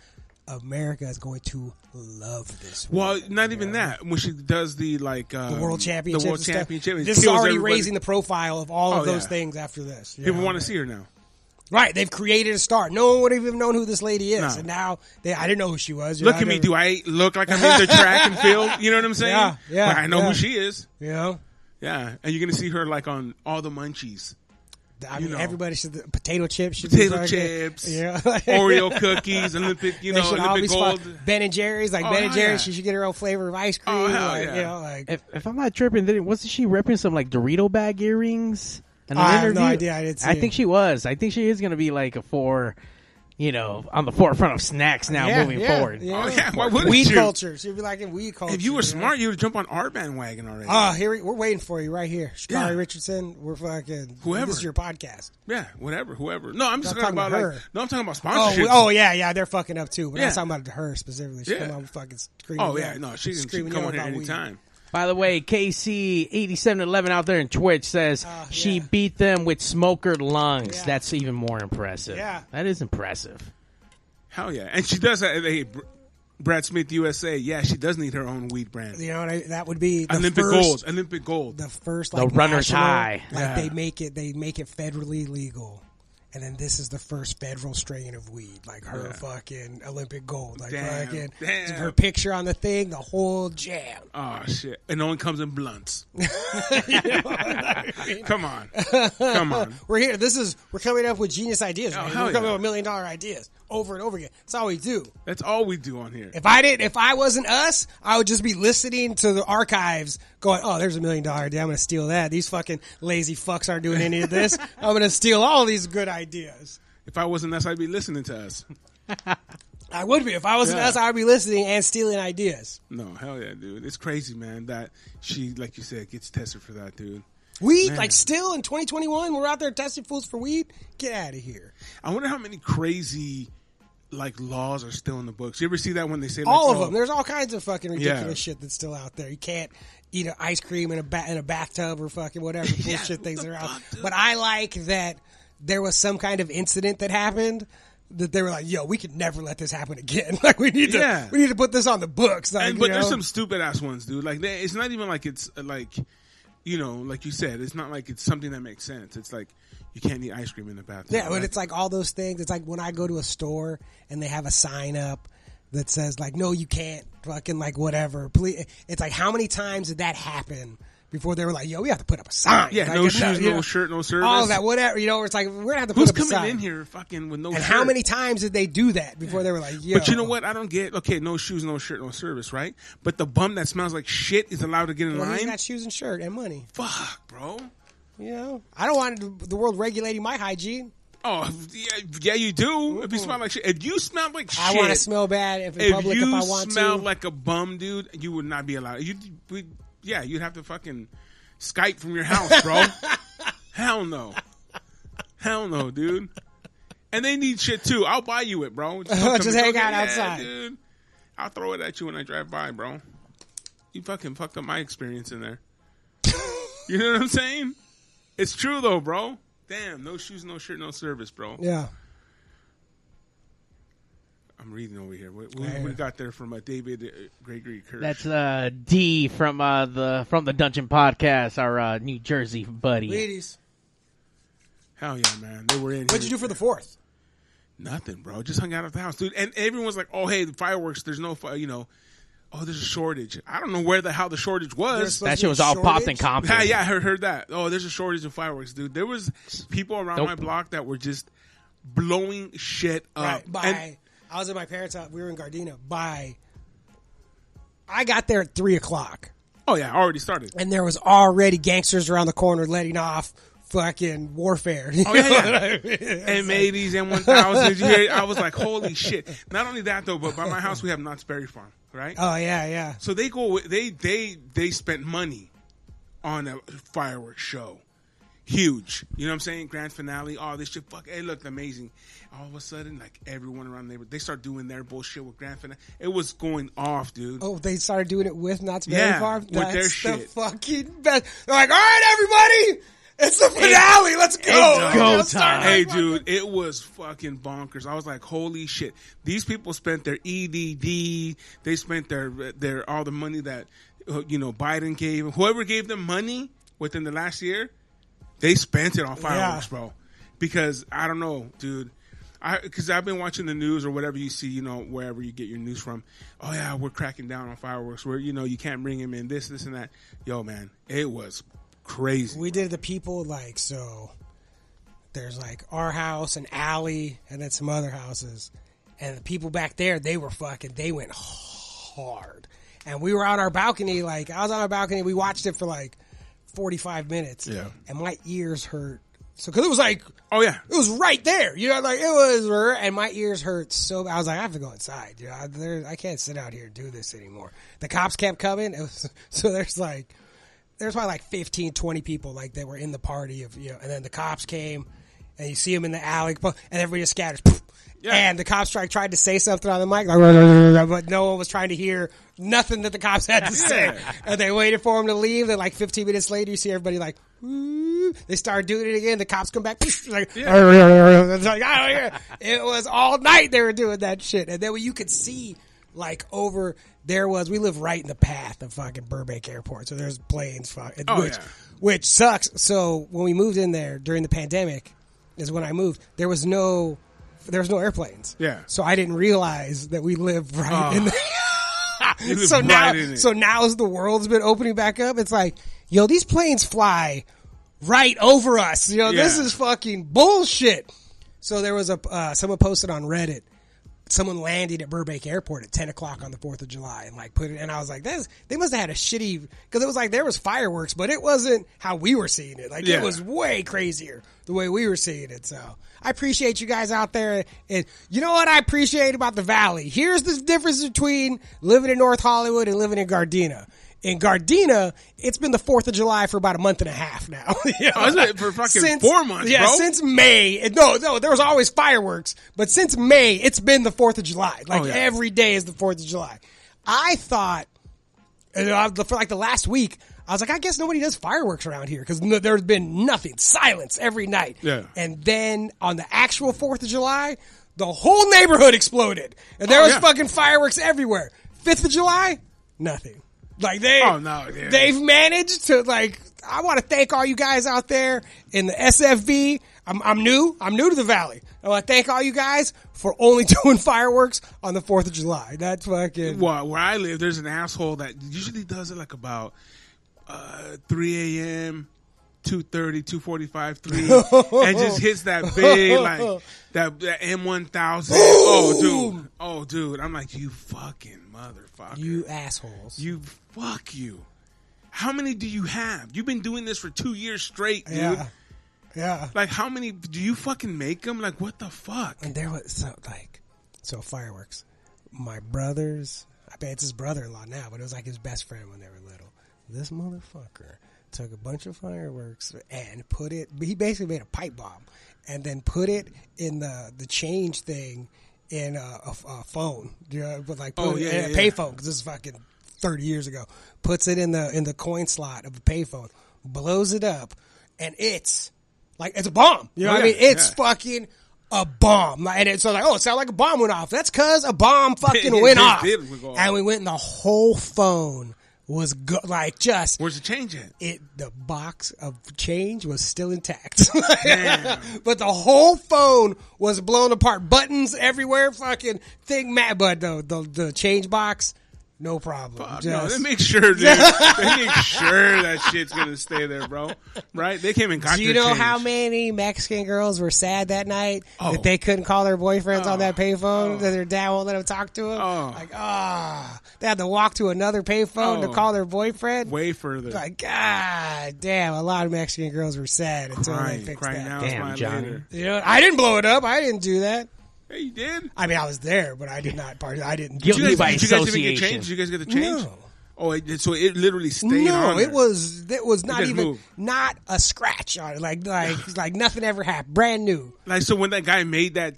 Speaker 4: America is going to love this.
Speaker 1: Well,
Speaker 4: woman,
Speaker 1: not
Speaker 4: you
Speaker 1: even
Speaker 4: know?
Speaker 1: that. When she does the like uh,
Speaker 4: The world championship.
Speaker 1: the world championship, it
Speaker 4: This is
Speaker 1: kills
Speaker 4: already
Speaker 1: everybody.
Speaker 4: raising the profile of all
Speaker 1: Oh,
Speaker 4: of those
Speaker 1: yeah.
Speaker 4: things after this. you
Speaker 1: People
Speaker 4: know?
Speaker 1: want to see her now.
Speaker 4: Right, they've created a star. No one would have even known who this lady is,
Speaker 1: No.
Speaker 4: and now they, I didn't know who she was. you
Speaker 1: Look
Speaker 4: know,
Speaker 1: at me.
Speaker 4: never-
Speaker 1: Do I look like I'm into track and field? You know what I'm saying?
Speaker 4: Yeah, yeah,
Speaker 1: Like, I know
Speaker 4: yeah.
Speaker 1: who she is.
Speaker 4: You know,
Speaker 1: Yeah, and you're gonna see her like on all the munchies,
Speaker 4: I
Speaker 1: You
Speaker 4: mean,
Speaker 1: know.
Speaker 4: everybody should potato chips, should be
Speaker 1: potato
Speaker 4: fucking-
Speaker 1: chips,
Speaker 4: yeah,
Speaker 1: Oreo cookies, Olympic, you
Speaker 4: They
Speaker 1: know,
Speaker 4: should
Speaker 1: Olympic
Speaker 4: always
Speaker 1: gold.
Speaker 4: fuck Ben and Jerry's, like
Speaker 1: Oh,
Speaker 4: Ben and
Speaker 1: hell
Speaker 4: Jerry's,
Speaker 1: yeah.
Speaker 4: she should get her own flavor of ice cream.
Speaker 1: Oh, hell
Speaker 4: like,
Speaker 1: yeah.
Speaker 4: You know, like
Speaker 2: If, if I'm not tripping, then wasn't she repping some like Dorito bag earrings? And
Speaker 4: I have no idea. I didn't see
Speaker 2: I
Speaker 4: it.
Speaker 2: think she was. I think she is going to be like a four, you know, on the forefront of snacks now
Speaker 4: Yeah,
Speaker 2: moving
Speaker 4: yeah,
Speaker 2: forward.
Speaker 4: yeah.
Speaker 1: Oh yeah, why wouldn't
Speaker 4: weed
Speaker 1: you?
Speaker 4: culture. She'd be like in weed culture.
Speaker 1: If you were
Speaker 4: know?
Speaker 1: smart, you would jump on our bandwagon already.
Speaker 4: Oh, here we, we're waiting for you right here, Shakari
Speaker 1: Yeah.
Speaker 4: Richardson. We're fucking
Speaker 1: Whoever.
Speaker 4: This is your podcast.
Speaker 1: yeah, whatever, whoever. No, I'm just
Speaker 4: Not
Speaker 1: talking,
Speaker 4: talking
Speaker 1: about
Speaker 4: about
Speaker 1: like.
Speaker 4: her.
Speaker 1: No, I'm talking about
Speaker 4: Oh,
Speaker 1: sponsorships.
Speaker 4: we- oh yeah, yeah, they're fucking up too. But
Speaker 1: Yeah.
Speaker 4: I'm talking about her specifically. She
Speaker 1: Yeah.
Speaker 4: come on fucking screaming.
Speaker 1: Oh, yeah,
Speaker 4: yelling-
Speaker 1: no, she can she can
Speaker 4: screaming
Speaker 1: come on
Speaker 4: yelling
Speaker 1: here
Speaker 4: about weed.
Speaker 1: anytime.
Speaker 2: By the way, KC eighty seven eleven out there in Twitch says she beat them with smoker lungs.
Speaker 4: Oh, Yeah.
Speaker 2: That's even more impressive.
Speaker 4: Yeah.
Speaker 2: that is impressive.
Speaker 1: Hell yeah, and she does that. Hey, Br- Brad Smith USA. Yeah, she does need her own weed brand.
Speaker 4: You know, what I, that would be the
Speaker 1: Olympic
Speaker 4: first,
Speaker 1: gold, Olympic gold.
Speaker 4: The first like
Speaker 2: runner's
Speaker 4: national-
Speaker 2: high.
Speaker 4: Like
Speaker 1: Yeah.
Speaker 4: they make it, they make it federally legal. And then this is the first federal strain of weed, like her fucking Olympic gold, like
Speaker 1: Damn,
Speaker 4: fucking
Speaker 1: damn.
Speaker 4: her picture on the thing, the whole jam.
Speaker 1: Oh shit! And no one comes in blunts. Come on, come on.
Speaker 4: We're here. This is we're coming up with genius ideas. Right?
Speaker 1: Oh, hell
Speaker 4: We're coming
Speaker 1: yeah.
Speaker 4: up with million dollar ideas over and over again. That's all we do.
Speaker 1: That's all we do on here.
Speaker 4: If I didn't, if I wasn't us, I would just be listening to the archives, going, "Oh, there's a million dollar idea. I'm going to steal that. These fucking lazy fucks aren't doing any of this. I'm going to steal all these good ideas."
Speaker 1: If I wasn't us, I'd be listening to us.
Speaker 4: I would be if I wasn't
Speaker 1: Yeah.
Speaker 4: us. I'd be listening and stealing ideas.
Speaker 1: No, hell yeah, dude. It's crazy, man. That she, like you said, gets tested for that, dude.
Speaker 4: Weed,
Speaker 1: Man.
Speaker 4: like still in 2021, we're out there testing fools for weed. Get out of here.
Speaker 1: I wonder how many crazy like laws are still in the books. You ever see that when they say like,
Speaker 4: All of
Speaker 1: oh,
Speaker 4: them. There's all kinds of fucking ridiculous
Speaker 1: Yeah.
Speaker 4: shit that's still out there. You can't eat an ice cream in a ba- in a bathtub or fucking whatever bullshit
Speaker 1: what
Speaker 4: things
Speaker 1: the
Speaker 4: are out.
Speaker 1: fuck, dude?
Speaker 4: but I like that there was some kind of incident that happened that they were like, "Yo, we could never let this happen again. like we need to
Speaker 1: Yeah.
Speaker 4: we need to put this on the books." Like,
Speaker 1: And, but
Speaker 4: you
Speaker 1: there's
Speaker 4: know?
Speaker 1: some stupid ass ones, dude. Like they, it's not even like it's uh, like you know, like you said, it's not like it's something that makes sense. It's like you can't eat ice cream in the bathroom.
Speaker 4: Yeah, but it's like all those things. It's like when I go to a store and they have a sign up that says like, "No, you can't," fucking like whatever. Please, it's like how many times did that happen before they were like, "Yo, we have to put up a sign."
Speaker 1: yeah,
Speaker 4: like,
Speaker 1: no
Speaker 4: it's
Speaker 1: shoes,
Speaker 4: you
Speaker 1: no
Speaker 4: know,
Speaker 1: shirt, no service.
Speaker 4: all that, whatever. You know, where it's like we're gonna have to
Speaker 1: Who's
Speaker 4: put up a
Speaker 1: coming
Speaker 4: sign.
Speaker 1: in here fucking with no
Speaker 4: And
Speaker 1: shirt?
Speaker 4: how many times did they do that before they were like, "Yo"?
Speaker 1: But you know what? I don't get. Okay, no shoes, no shirt, no service, right? But the bum that smells like shit is allowed to get in
Speaker 4: Well, he's
Speaker 1: line.
Speaker 4: got shoes and shirt and money.
Speaker 1: Fuck, bro.
Speaker 4: You know, I don't want the world regulating my hygiene.
Speaker 1: Oh, yeah, yeah you do. If you smell like shit, if you smell like shit,
Speaker 4: I want to smell bad if in
Speaker 1: If
Speaker 4: public
Speaker 1: you
Speaker 4: if I want
Speaker 1: smell
Speaker 4: to.
Speaker 1: like a bum, dude, you would not be allowed. You, we, yeah, you'd have to fucking Skype from your house, bro. Hell no. Hell no, dude. And they need shit too. I'll buy you it, bro. Just, come-
Speaker 4: Just
Speaker 1: come
Speaker 4: hang
Speaker 1: get-
Speaker 4: out
Speaker 1: yeah,
Speaker 4: outside.
Speaker 1: dude. I'll throw it at you when I drive by, bro. You fucking fucked up my experience in there. you know what I'm saying? It's true though, bro. Damn, no shoes, no shirt, no service, bro.
Speaker 4: yeah.
Speaker 1: I'm reading over here. What, what, what we got there from uh, David uh, Gregory Kirsch?
Speaker 2: That's uh, D from uh, the from the Dungeon Podcast, our uh, New Jersey buddy.
Speaker 4: Ladies,
Speaker 1: Hell yeah, man. They were in.
Speaker 4: what'd you do for the fourth?
Speaker 1: Nothing, bro. Just hung out at the house, dude. And everyone's like, "Oh, hey, the fireworks. There's no, fi- you know, oh, there's a shortage. I don't know where the how the shortage was.
Speaker 4: There's-
Speaker 2: That shit was all popped in
Speaker 4: Shortage?
Speaker 2: Compton.
Speaker 1: yeah, yeah, I heard, heard that. Oh, there's a shortage of fireworks, dude. There was people around
Speaker 2: Nope.
Speaker 1: my block that were just blowing shit up.
Speaker 4: right, by
Speaker 1: Um, And-
Speaker 4: I was at my parents' house. We were in Gardena. By I got there at three o'clock,
Speaker 1: oh yeah, I already started.
Speaker 4: and there was already gangsters around the corner letting off fucking warfare.
Speaker 1: Oh yeah, yeah. M80s and 1000s. You hear- I was like, holy shit. Not only that though, but by my house we have Knott's Berry Farm, right?
Speaker 4: oh yeah, yeah.
Speaker 1: So they go. They they they spent money on a fireworks show, huge. You know what I'm saying? Grand finale. All this shit. Fuck. It looked amazing. All of a sudden, like everyone around the neighborhood, they start doing their bullshit with grand finale. It was going off, dude.
Speaker 4: Oh, they started doing it with Knott's Berry
Speaker 1: Yeah,
Speaker 4: Farm.
Speaker 1: with their
Speaker 4: That's the
Speaker 1: shit.
Speaker 4: fucking best. They're like, all right, everybody. It's the finale. Let's go.
Speaker 2: go
Speaker 4: Let's
Speaker 2: time.
Speaker 1: Hey, dude, it was fucking bonkers. I was like, holy shit! These people spent their EDD. They spent their their all the money that uh, you know Biden gave. Whoever gave them money within the last year, they spent it on fireworks, bro. Because I don't know, dude. I because I've been watching the news or whatever you see, you know, wherever you get your news from. Oh yeah, we're cracking down on fireworks. Where you know you can't bring him in. This, this, and that. Yo, man, it was crazy.
Speaker 4: We did the people like so. There's like our house, an alley, and then some other houses, and the people back there they were fucking. They went hard, and we were on our balcony. Like I was on our balcony. We watched it for like 45 minutes.
Speaker 1: Yeah.
Speaker 4: and my ears hurt. So because it was like
Speaker 1: oh yeah,
Speaker 4: it was right there. You know, like it was, and my ears hurt so. I was like, I have to go inside. You know, I, there, I can't sit out here and do this anymore. The cops kept coming, it was, so there's like, there's probably like 15, 20 people like that were in the party of you know, and then the cops came, and you see them in the alley, and everybody just scatters. And the cops tried, tried to say something on the mic, like, but no one was trying to hear nothing that the cops had to say. And they waited for him to leave. Then, like 15 minutes later, you see everybody like, "Ooh." they start doing it again. The cops come back, like, it's like, I don't hear. It was all night they were doing that shit. And then when you could see, like, over there was, we live right in the path of fucking Burbank Airport. So there's planes, fuck,
Speaker 1: Oh,
Speaker 4: which,
Speaker 1: yeah.
Speaker 4: which sucks. So when we moved in there during the pandemic, is when I moved, there was no. There was no airplanes,
Speaker 1: Yeah.
Speaker 4: So I didn't realize that we live right in
Speaker 1: You
Speaker 4: the.
Speaker 1: live
Speaker 4: so
Speaker 1: right
Speaker 4: now,
Speaker 1: in it.
Speaker 4: so now as the world's been opening back up, it's like, yo, these planes fly right over us. You know, this
Speaker 1: Yeah.
Speaker 4: is fucking bullshit. So there was a uh, someone posted on Reddit. Someone landed at Burbank Airport at ten o'clock on the Fourth of July, and like put it. And I was like, "That's they must have had a shitty because it was like there was fireworks, but it wasn't how we were seeing it. Like
Speaker 1: Yeah.
Speaker 4: it was way crazier the way we were seeing it." So I appreciate you guys out there, and you know what I appreciate about the Valley. Here's the difference between living in North Hollywood and living in Gardena. In Gardena, it's been the Fourth of July for about a month and a half now. You know?
Speaker 1: Has Oh, it for fucking four months,
Speaker 4: Yeah,
Speaker 1: bro?
Speaker 4: since May. it- No, no, there was always fireworks, but since May, it's been the Fourth of July. Like
Speaker 1: Oh, yeah.
Speaker 4: every day is the Fourth of July. I thought, and I, for like the last week, I was like, I guess nobody does fireworks around here because no, there's been nothing, silence every night.
Speaker 1: Yeah.
Speaker 4: And then on the actual Fourth of July, the whole neighborhood exploded, and there was
Speaker 1: Oh, yeah.
Speaker 4: fucking fireworks everywhere. Fifth of July, nothing. Like they,
Speaker 1: Oh, no, yeah.
Speaker 4: they've managed to like. I want to thank all you guys out there in the SFV. I'm, I'm new. I'm new to the valley. I want to thank all you guys for only doing fireworks on the Fourth of July. That's fucking.
Speaker 1: well, where I live, there's an asshole that usually does it like about uh, 3 a.m., 2.30, 2.45, 3, and just hits that big, like, that, that M1000. Oh, dude. Oh, dude. I'm like, you fucking motherfucker.
Speaker 4: You assholes.
Speaker 1: You fuck you. How many do you have? You've been doing this for two years straight, dude.
Speaker 4: yeah. Yeah.
Speaker 1: Like, how many do you fucking make them? Like, what the fuck?
Speaker 4: And there was so like so fireworks. My brothers, I bet it's his brother-in-law now, but it was like his best friend when they were little. This motherfucker took a bunch of fireworks and put it. He basically made a pipe bomb and then put it in the the change thing in a, a, a phone. You know, but like put
Speaker 1: Oh,
Speaker 4: it
Speaker 1: yeah,
Speaker 4: in
Speaker 1: yeah,
Speaker 4: a
Speaker 1: yeah.
Speaker 4: payphone because this is fucking thirty years ago. Puts it in the in the coin slot of the payphone, blows it up, and it's like it's a bomb. You know
Speaker 1: Oh,
Speaker 4: what
Speaker 1: yeah,
Speaker 4: I mean? It's
Speaker 1: yeah.
Speaker 4: fucking a bomb. Like, And it's so like, oh, it sounded like a bomb went off. That's cause a bomb fucking
Speaker 1: It
Speaker 4: went
Speaker 1: did-
Speaker 4: off.
Speaker 1: did go off.
Speaker 4: And we went and the whole phone was go- like just
Speaker 1: Where's the change at?
Speaker 4: it the box of change was still intact. but the whole phone was blown apart. Buttons everywhere, fucking thing mad but the the, the change box, no problem.
Speaker 1: Fuck, No,
Speaker 4: Just-
Speaker 1: they make sure, dude. they make sure that shit's gonna stay there, bro. Right? They came and got
Speaker 4: Do you
Speaker 1: your
Speaker 4: know
Speaker 1: change.
Speaker 4: how many Mexican girls were sad that night
Speaker 1: Oh.
Speaker 4: that they couldn't call their boyfriends on that payphone
Speaker 1: Oh.
Speaker 4: that their dad won't let them talk to them?
Speaker 1: Oh.
Speaker 4: Like, ah, they had to walk to another payphone to
Speaker 1: Oh.
Speaker 4: call their boyfriend.
Speaker 1: Way further.
Speaker 4: Like, god damn, a lot of Mexican girls were sad until they
Speaker 1: crying,
Speaker 4: fixed
Speaker 1: crying
Speaker 4: that.
Speaker 1: now
Speaker 2: Damn,
Speaker 1: is mine
Speaker 2: Johnny.
Speaker 1: later.
Speaker 4: You know, I didn't blow it up. I didn't do that.
Speaker 1: Hey, you did?
Speaker 4: I mean, I was there, but I did not part. I didn't.
Speaker 2: Guilty
Speaker 1: Did you
Speaker 2: by
Speaker 1: guys, did you guys even get
Speaker 2: association.
Speaker 1: change? Did you guys get the change?
Speaker 4: No.
Speaker 1: Oh, it, did- so it literally stayed on
Speaker 4: No,
Speaker 1: there.
Speaker 4: it was it was not
Speaker 1: didn't
Speaker 4: even
Speaker 1: move.
Speaker 4: not a scratch on it. Like like like nothing ever happened. Brand new.
Speaker 1: Like, so when that guy made that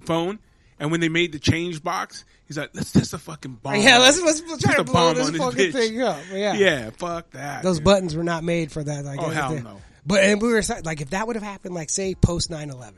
Speaker 1: phone, and when they made the change box, he's like, let's test the fucking bomb.
Speaker 4: Yeah, let's let's
Speaker 1: Um, Put
Speaker 4: try to
Speaker 1: the
Speaker 4: blow
Speaker 1: bomb
Speaker 4: this
Speaker 1: on
Speaker 4: fucking
Speaker 1: bitch.
Speaker 4: thing up. Yeah.
Speaker 1: Yeah, fuck that.
Speaker 4: Those
Speaker 1: dude.
Speaker 4: buttons were not made for that. Like,
Speaker 1: Oh,
Speaker 4: they-
Speaker 1: hell
Speaker 4: they-
Speaker 1: no.
Speaker 4: But and we were excited- like, if that would have happened, like say post 9-11,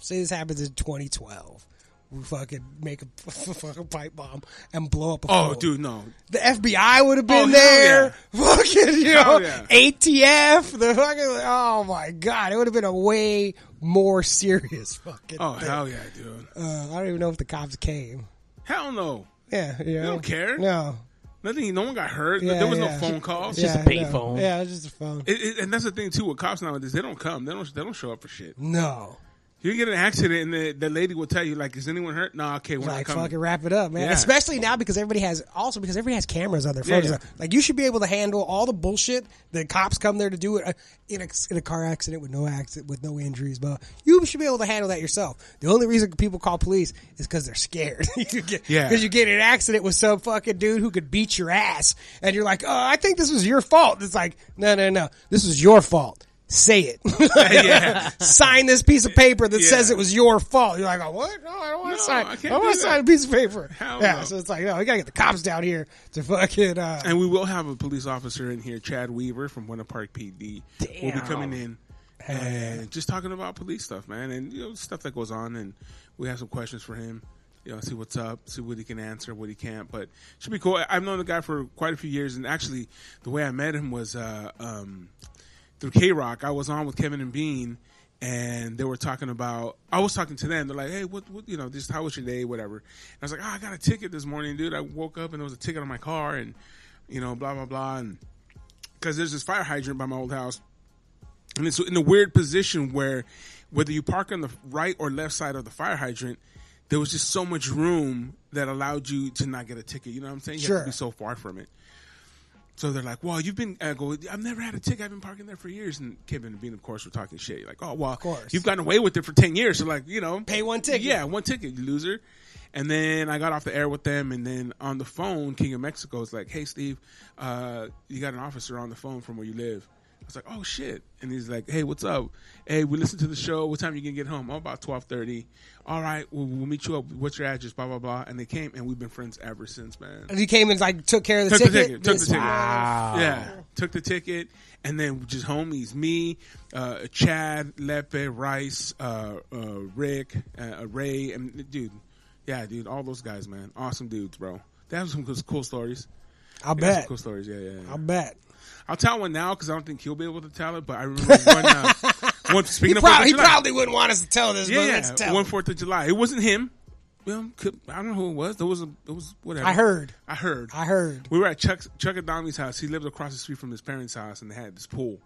Speaker 4: say this happens in twenty twelve, we fucking make a fucking pipe bomb and blow up. a
Speaker 1: Oh,
Speaker 4: phone.
Speaker 1: dude, no.
Speaker 4: The FBI would have
Speaker 1: hell
Speaker 4: been there. Fucking, you know,
Speaker 1: Hell yeah.
Speaker 4: ATF. The fucking, oh my god, it would have been a way more serious fucking.
Speaker 1: Oh,
Speaker 4: thing.
Speaker 1: hell yeah, dude.
Speaker 4: Uh, I don't even know if the cops came.
Speaker 1: Hell no.
Speaker 4: Yeah, you know?
Speaker 1: don't care?
Speaker 4: No,
Speaker 1: Nothing. No one got hurt.
Speaker 4: Yeah,
Speaker 1: there was no
Speaker 4: yeah.
Speaker 1: phone calls.
Speaker 2: just
Speaker 4: Yeah,
Speaker 2: a pay
Speaker 4: no.
Speaker 2: phone.
Speaker 4: Yeah, it's just a phone.
Speaker 1: It, it, and that's the thing too with cops nowadays. They don't come. They don't. They don't show up for shit.
Speaker 4: no,
Speaker 1: You get in an accident, and the, the lady will tell you like, "Is anyone hurt?" Nah, okay, we're
Speaker 4: like
Speaker 1: not coming.
Speaker 4: fucking wrap it up, man.
Speaker 1: Yeah.
Speaker 4: Especially now because everybody has also because everybody has cameras on their phones.
Speaker 1: yeah.
Speaker 4: Like you should be able to handle all the bullshit that cops come there to do it uh, in a, in a car accident with no accident with no injuries, but you should be able to handle that yourself. The only reason people call police is because they're scared. you get,
Speaker 1: Yeah.
Speaker 4: because you get in an accident with some fucking dude who could beat your ass, and you're like, oh, I think this was your fault. It's like, no, no, no, this was your fault. Say it.
Speaker 1: Yeah.
Speaker 4: Sign this piece of paper that
Speaker 1: Yeah.
Speaker 4: says it was your fault. You're like, oh, what? No, I don't want
Speaker 1: No,
Speaker 4: to sign.
Speaker 1: I
Speaker 4: I,
Speaker 1: can't
Speaker 4: don't want
Speaker 1: do
Speaker 4: to
Speaker 1: that.
Speaker 4: sign a piece of paper.
Speaker 1: Hell
Speaker 4: yeah,
Speaker 1: no.
Speaker 4: so it's like, no, we gotta get the cops down here to fucking. Uh,
Speaker 1: And we will have a police officer in here, Chad Weaver from Winter Park PD, will be
Speaker 2: Damn.
Speaker 1: coming in and just talking about police stuff, man, and you know stuff that goes on. And we have some questions for him. You know, see what's up, see what he can answer, what he can't. But should be cool. I- I've known the guy for quite a few years, and actually, the way I met him was uh, um, through K Rock. I was on with Kevin and Bean. And they were talking about. I was talking to them. They're like, "Hey, what, what you know? Just how was your day? Whatever." And I was like, "Oh, I got a ticket this morning, dude. I woke up and there was a ticket on my car, and you know, blah blah blah." And because there's this fire hydrant by my old house, and it's in a weird position where whether you park on the right or left side of the fire hydrant, there was just so much room that allowed you to not get a ticket. You know what I'm saying? You have
Speaker 4: Sure.
Speaker 1: to be so far from it. So they're like, "Well, you've been." I go, "I've never had a ticket. I've been parking there for years." And Kevin and Bean, of course, were talking shit. Like, "Oh, well, of
Speaker 4: course.
Speaker 1: you've gotten away with it for ten years." So like, you know,
Speaker 4: Pay one ticket.
Speaker 1: Yeah, one ticket, you loser. And then I got off the air with them, and then on the phone, King of Mexico is like, "Hey, Steve, uh, you got an officer on the phone from where you live." I was like, "Oh shit!" And he's like, "Hey, what's up? Hey, we listened to the show. What time you gonna get home? Oh, about twelve thirty. All right, we'll, we'll meet you up. What's your address? Blah blah blah." And they came, and we've been friends ever since, man.
Speaker 4: and he came and like took care of the
Speaker 1: Took the
Speaker 4: ticket.
Speaker 1: ticket. Took the
Speaker 4: This-
Speaker 1: ticket.
Speaker 2: Wow.
Speaker 1: Yeah, took the ticket, and then just homies, me, uh, Chad, Lepe, Rice, uh, uh, Rick, uh, Ray, and dude, yeah, dude, all those guys, man, awesome dudes, bro. They have some cool, cool stories.
Speaker 4: I'll
Speaker 1: They have some
Speaker 4: bet.
Speaker 1: cool stories. Yeah, yeah. yeah.
Speaker 4: I'll bet.
Speaker 1: I'll tell one now because I don't think he'll be able to tell it. But I remember one. Uh, one
Speaker 4: He,
Speaker 1: speaking of
Speaker 4: prob-
Speaker 1: Fourth of
Speaker 4: he
Speaker 1: July.
Speaker 4: probably wouldn't want us to tell this, but
Speaker 1: yeah,
Speaker 4: let's
Speaker 1: yeah.
Speaker 4: tell.
Speaker 1: One
Speaker 4: him.
Speaker 1: Fourth of July. It wasn't him. Well, could- I don't know who it was. There was a. It was whatever.
Speaker 4: I heard.
Speaker 1: I heard.
Speaker 4: I heard.
Speaker 1: We were at Chuck's, Chuck Adami's house. He lived across the street from his parents' house, and they had this pool.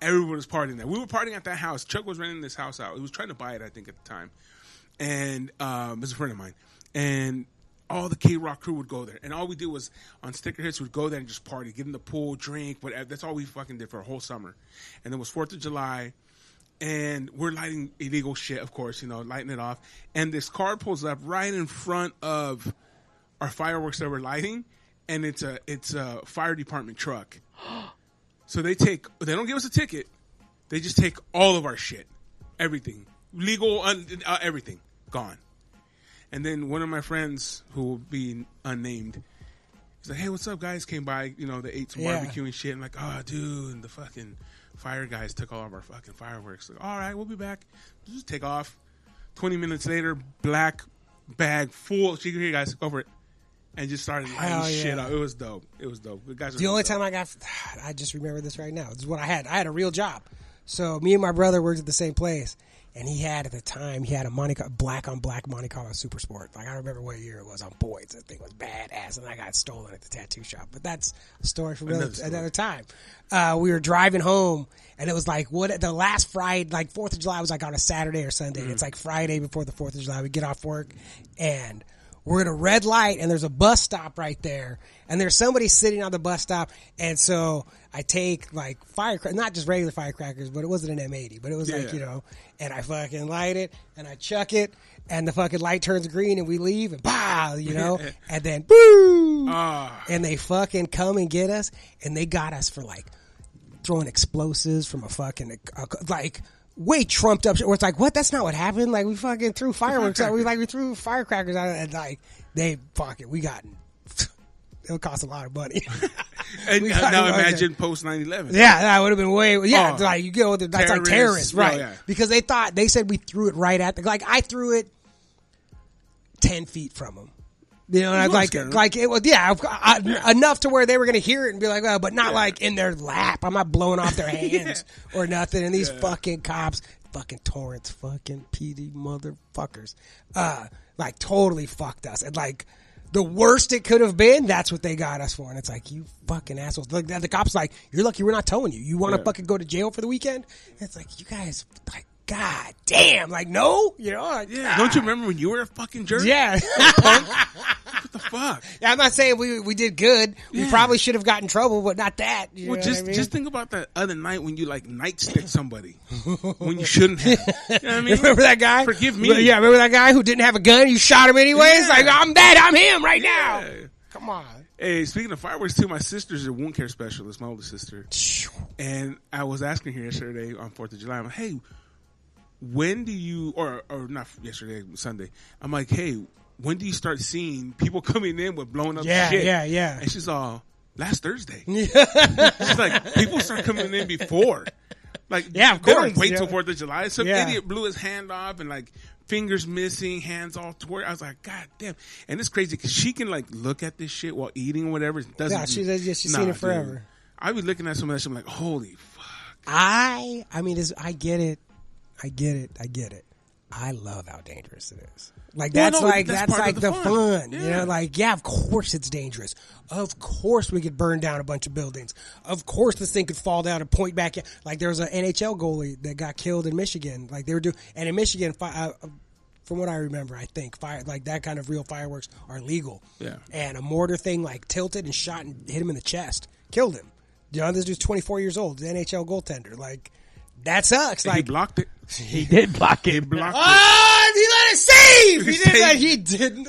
Speaker 1: Everyone was partying there. We were partying at that house. Chuck was renting this house out. He was trying to buy it, I think, at the time. And um, it was a friend of mine. And all the K Rock crew would go there. And all we did was on sticker hits, we'd go there and just party, get in the pool, drink, whatever. That's all we fucking did for a whole summer. And it was 4th of July and we're lighting illegal shit, of course, you know, lighting it off. And this car pulls up right in front of our fireworks that we're lighting, and it's a it's a fire department truck. So they take they don't give us a ticket, they just take all of our shit, everything, legal, un, uh, everything, gone. And then one of my friends who will be unnamed. He's like, hey, what's up, guys? Came by, you know, they ate some
Speaker 4: Yeah.
Speaker 1: barbecue and shit. And like, oh, dude, and the fucking fire guys took all of our fucking fireworks. Like, all right, we'll be back. Just take off. 20 minutes later, black bag full. She here, guys, go for it. And just started lighting
Speaker 4: Hell yeah.
Speaker 1: shit up. It was dope. It was dope. The, guys
Speaker 4: The only time I got, I just remember this right now. This is what I had. I had a real job. So me and my brother worked at the same place, and he had at the time he had a Monte Car- black on black Monte Carlo Super Sport. Like I remember what year it was on Boyd's. That thing was badass, and I got stolen at the tattoo shop. But that's a story for another,
Speaker 1: Another story.
Speaker 4: another time. Uh, we were driving home, and it was like what the last Friday, like Fourth of July was like on a Saturday or Sunday. It's like Friday before the Fourth of July. We get off work, and we're at a red light, and there's a bus stop right there, and there's somebody sitting on the bus stop, and so I take like firecrackers, not just regular firecrackers, but it wasn't an M80, but it was like
Speaker 1: Yeah.
Speaker 4: you know, and I fucking light it, and I chuck it, and the fucking light turns green, and we leave, and bah, you know, and then boom
Speaker 1: Ah.
Speaker 4: and they fucking come and get us, and they got us for like throwing explosives from a fucking uh, like way trumped up shit. Where it's like, what? That's not what happened. Like we fucking threw fireworks out. We like we threw firecrackers out, and like they fucking we got. It would cost a lot of money.
Speaker 1: And,
Speaker 4: We
Speaker 1: uh,
Speaker 4: got-
Speaker 1: now
Speaker 4: okay.
Speaker 1: imagine post 9-11.
Speaker 4: Yeah, that would have been way. Yeah,
Speaker 1: Oh.
Speaker 4: like you go. That's like
Speaker 1: Terrorists.
Speaker 4: terrorists, right?
Speaker 1: Yeah, yeah.
Speaker 4: Because they thought they said we threw it right at the like I threw it ten feet from them. You know, and I,
Speaker 1: You
Speaker 4: like
Speaker 1: upscared 'em.
Speaker 4: like it was yeah, I've- I,
Speaker 1: Yeah.
Speaker 4: enough to where they were going to hear it and be like, oh, but not like in their lap. I'm not blowing off their hands or nothing. And these fucking cops, fucking torrents, fucking PD motherfuckers, uh, like totally fucked us and like. The worst it could have been, that's what they got us for. And it's like, you fucking assholes. Like, the cop's like, you're lucky we're not towing you. You want to
Speaker 1: Yeah.
Speaker 4: fucking go to jail for the weekend? And it's like, you guys, like, god damn. Like, no, you know? Like,
Speaker 1: Yeah. Don't you remember when you were a fucking jerk?
Speaker 4: Yeah.
Speaker 1: What the fuck?
Speaker 4: Yeah, I'm not saying we we did good. We probably should have gotten in trouble, but not that. You
Speaker 1: Well,
Speaker 4: know
Speaker 1: just
Speaker 4: what I mean?
Speaker 1: just think about that other night when you like nightstick somebody when you shouldn't have. You know what I mean?
Speaker 4: remember that guy?
Speaker 1: Forgive me.
Speaker 4: Yeah, remember that guy who didn't have a gun? You shot him anyways.
Speaker 1: Yeah.
Speaker 4: Like I'm that. I'm him right now.
Speaker 1: Yeah.
Speaker 4: Come on.
Speaker 1: Hey, speaking of fireworks, too, my sister's a wound care specialist, my older sister, and I was asking her yesterday on Fourth of July, I'm like, "Hey, when do you or or not yesterday, Sunday?" I'm like, "Hey, when do you start seeing people coming in with blowing up
Speaker 4: Yeah,
Speaker 1: shit?"
Speaker 4: yeah, yeah.
Speaker 1: And she's all, "Last Thursday." she's like, "People start coming in before." Like,
Speaker 4: Yeah, of
Speaker 1: they
Speaker 4: course,
Speaker 1: don't wait
Speaker 4: yeah.
Speaker 1: till Fourth of July. Some
Speaker 4: Yeah.
Speaker 1: idiot blew his hand off and like fingers missing, hands all tore. I was like, God damn! And it's crazy because she can like look at this shit while eating or whatever. It doesn't.
Speaker 4: Yeah,
Speaker 1: do-
Speaker 4: she does- yeah, she's seen it
Speaker 1: dude.
Speaker 4: forever.
Speaker 1: I be looking at some of that shit. I'm like, holy fuck!
Speaker 4: I I mean, it's, I get it. I get it. I get it. I love how dangerous it is. Like
Speaker 1: Well,
Speaker 4: that's
Speaker 1: no,
Speaker 4: like
Speaker 1: that's
Speaker 4: that's,
Speaker 1: part
Speaker 4: like
Speaker 1: of
Speaker 4: the,
Speaker 1: the fun.
Speaker 4: fun. You
Speaker 1: Yeah.
Speaker 4: know, like yeah, of course it's dangerous. Of course we could burn down a bunch of buildings. Of course this thing could fall down and point back. at- Like there was an NHL goalie that got killed in Michigan. Like they were doing, and in Michigan, fi- uh, from what I remember, I think fire like that kind of real fireworks are legal.
Speaker 1: Yeah.
Speaker 4: And a mortar thing like tilted and shot and hit him in the chest, killed him. You know, this dude's 24 years old, the NHL goaltender. Like that sucks.
Speaker 1: he
Speaker 4: Like
Speaker 1: blocked it.
Speaker 2: He did block it.
Speaker 1: Blocked it.
Speaker 4: Oh, he let it save. He didn't.
Speaker 1: Save.
Speaker 4: He didn't.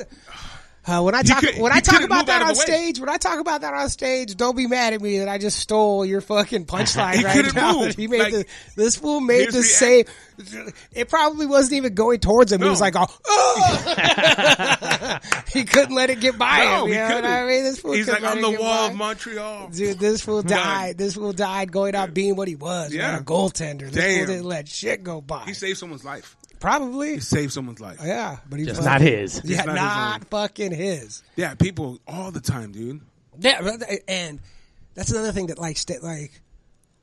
Speaker 4: Uh, when I talk
Speaker 1: could-
Speaker 4: when
Speaker 1: he
Speaker 4: I talk
Speaker 1: couldn't
Speaker 4: about
Speaker 1: move out
Speaker 4: that on
Speaker 1: of the way.
Speaker 4: stage, when I talk about that on stage, don't be mad at me that I just stole your fucking punchline.
Speaker 1: He
Speaker 4: right
Speaker 1: couldn't
Speaker 4: now.
Speaker 1: move.
Speaker 4: He made
Speaker 1: Like,
Speaker 4: the, this fool made
Speaker 1: his
Speaker 4: the
Speaker 1: react-
Speaker 4: save. It probably wasn't even going towards him. He
Speaker 1: No.
Speaker 4: was like, oh, "Oh!" he couldn't let it get by
Speaker 1: No,
Speaker 4: him. You
Speaker 1: he
Speaker 4: know
Speaker 1: couldn't.
Speaker 4: what I mean? This fool
Speaker 1: He's
Speaker 4: couldn't
Speaker 1: like
Speaker 4: let
Speaker 1: on the
Speaker 4: it get
Speaker 1: wall
Speaker 4: by.
Speaker 1: of Montreal.
Speaker 4: Dude, this fool died. This fool died going out being what he was,
Speaker 1: Yeah.
Speaker 4: man, a goaltender. This
Speaker 1: Damn.
Speaker 4: fool didn't let shit go by.
Speaker 1: He saved someone's life.
Speaker 4: Probably.
Speaker 1: He saved someone's life.
Speaker 4: Yeah, but he's
Speaker 2: Just not his.
Speaker 4: Yeah,
Speaker 1: It's not
Speaker 4: not,
Speaker 1: his
Speaker 4: fucking his.
Speaker 1: Yeah, people all the time, dude.
Speaker 4: Yeah, but- and that's another thing that like sta- like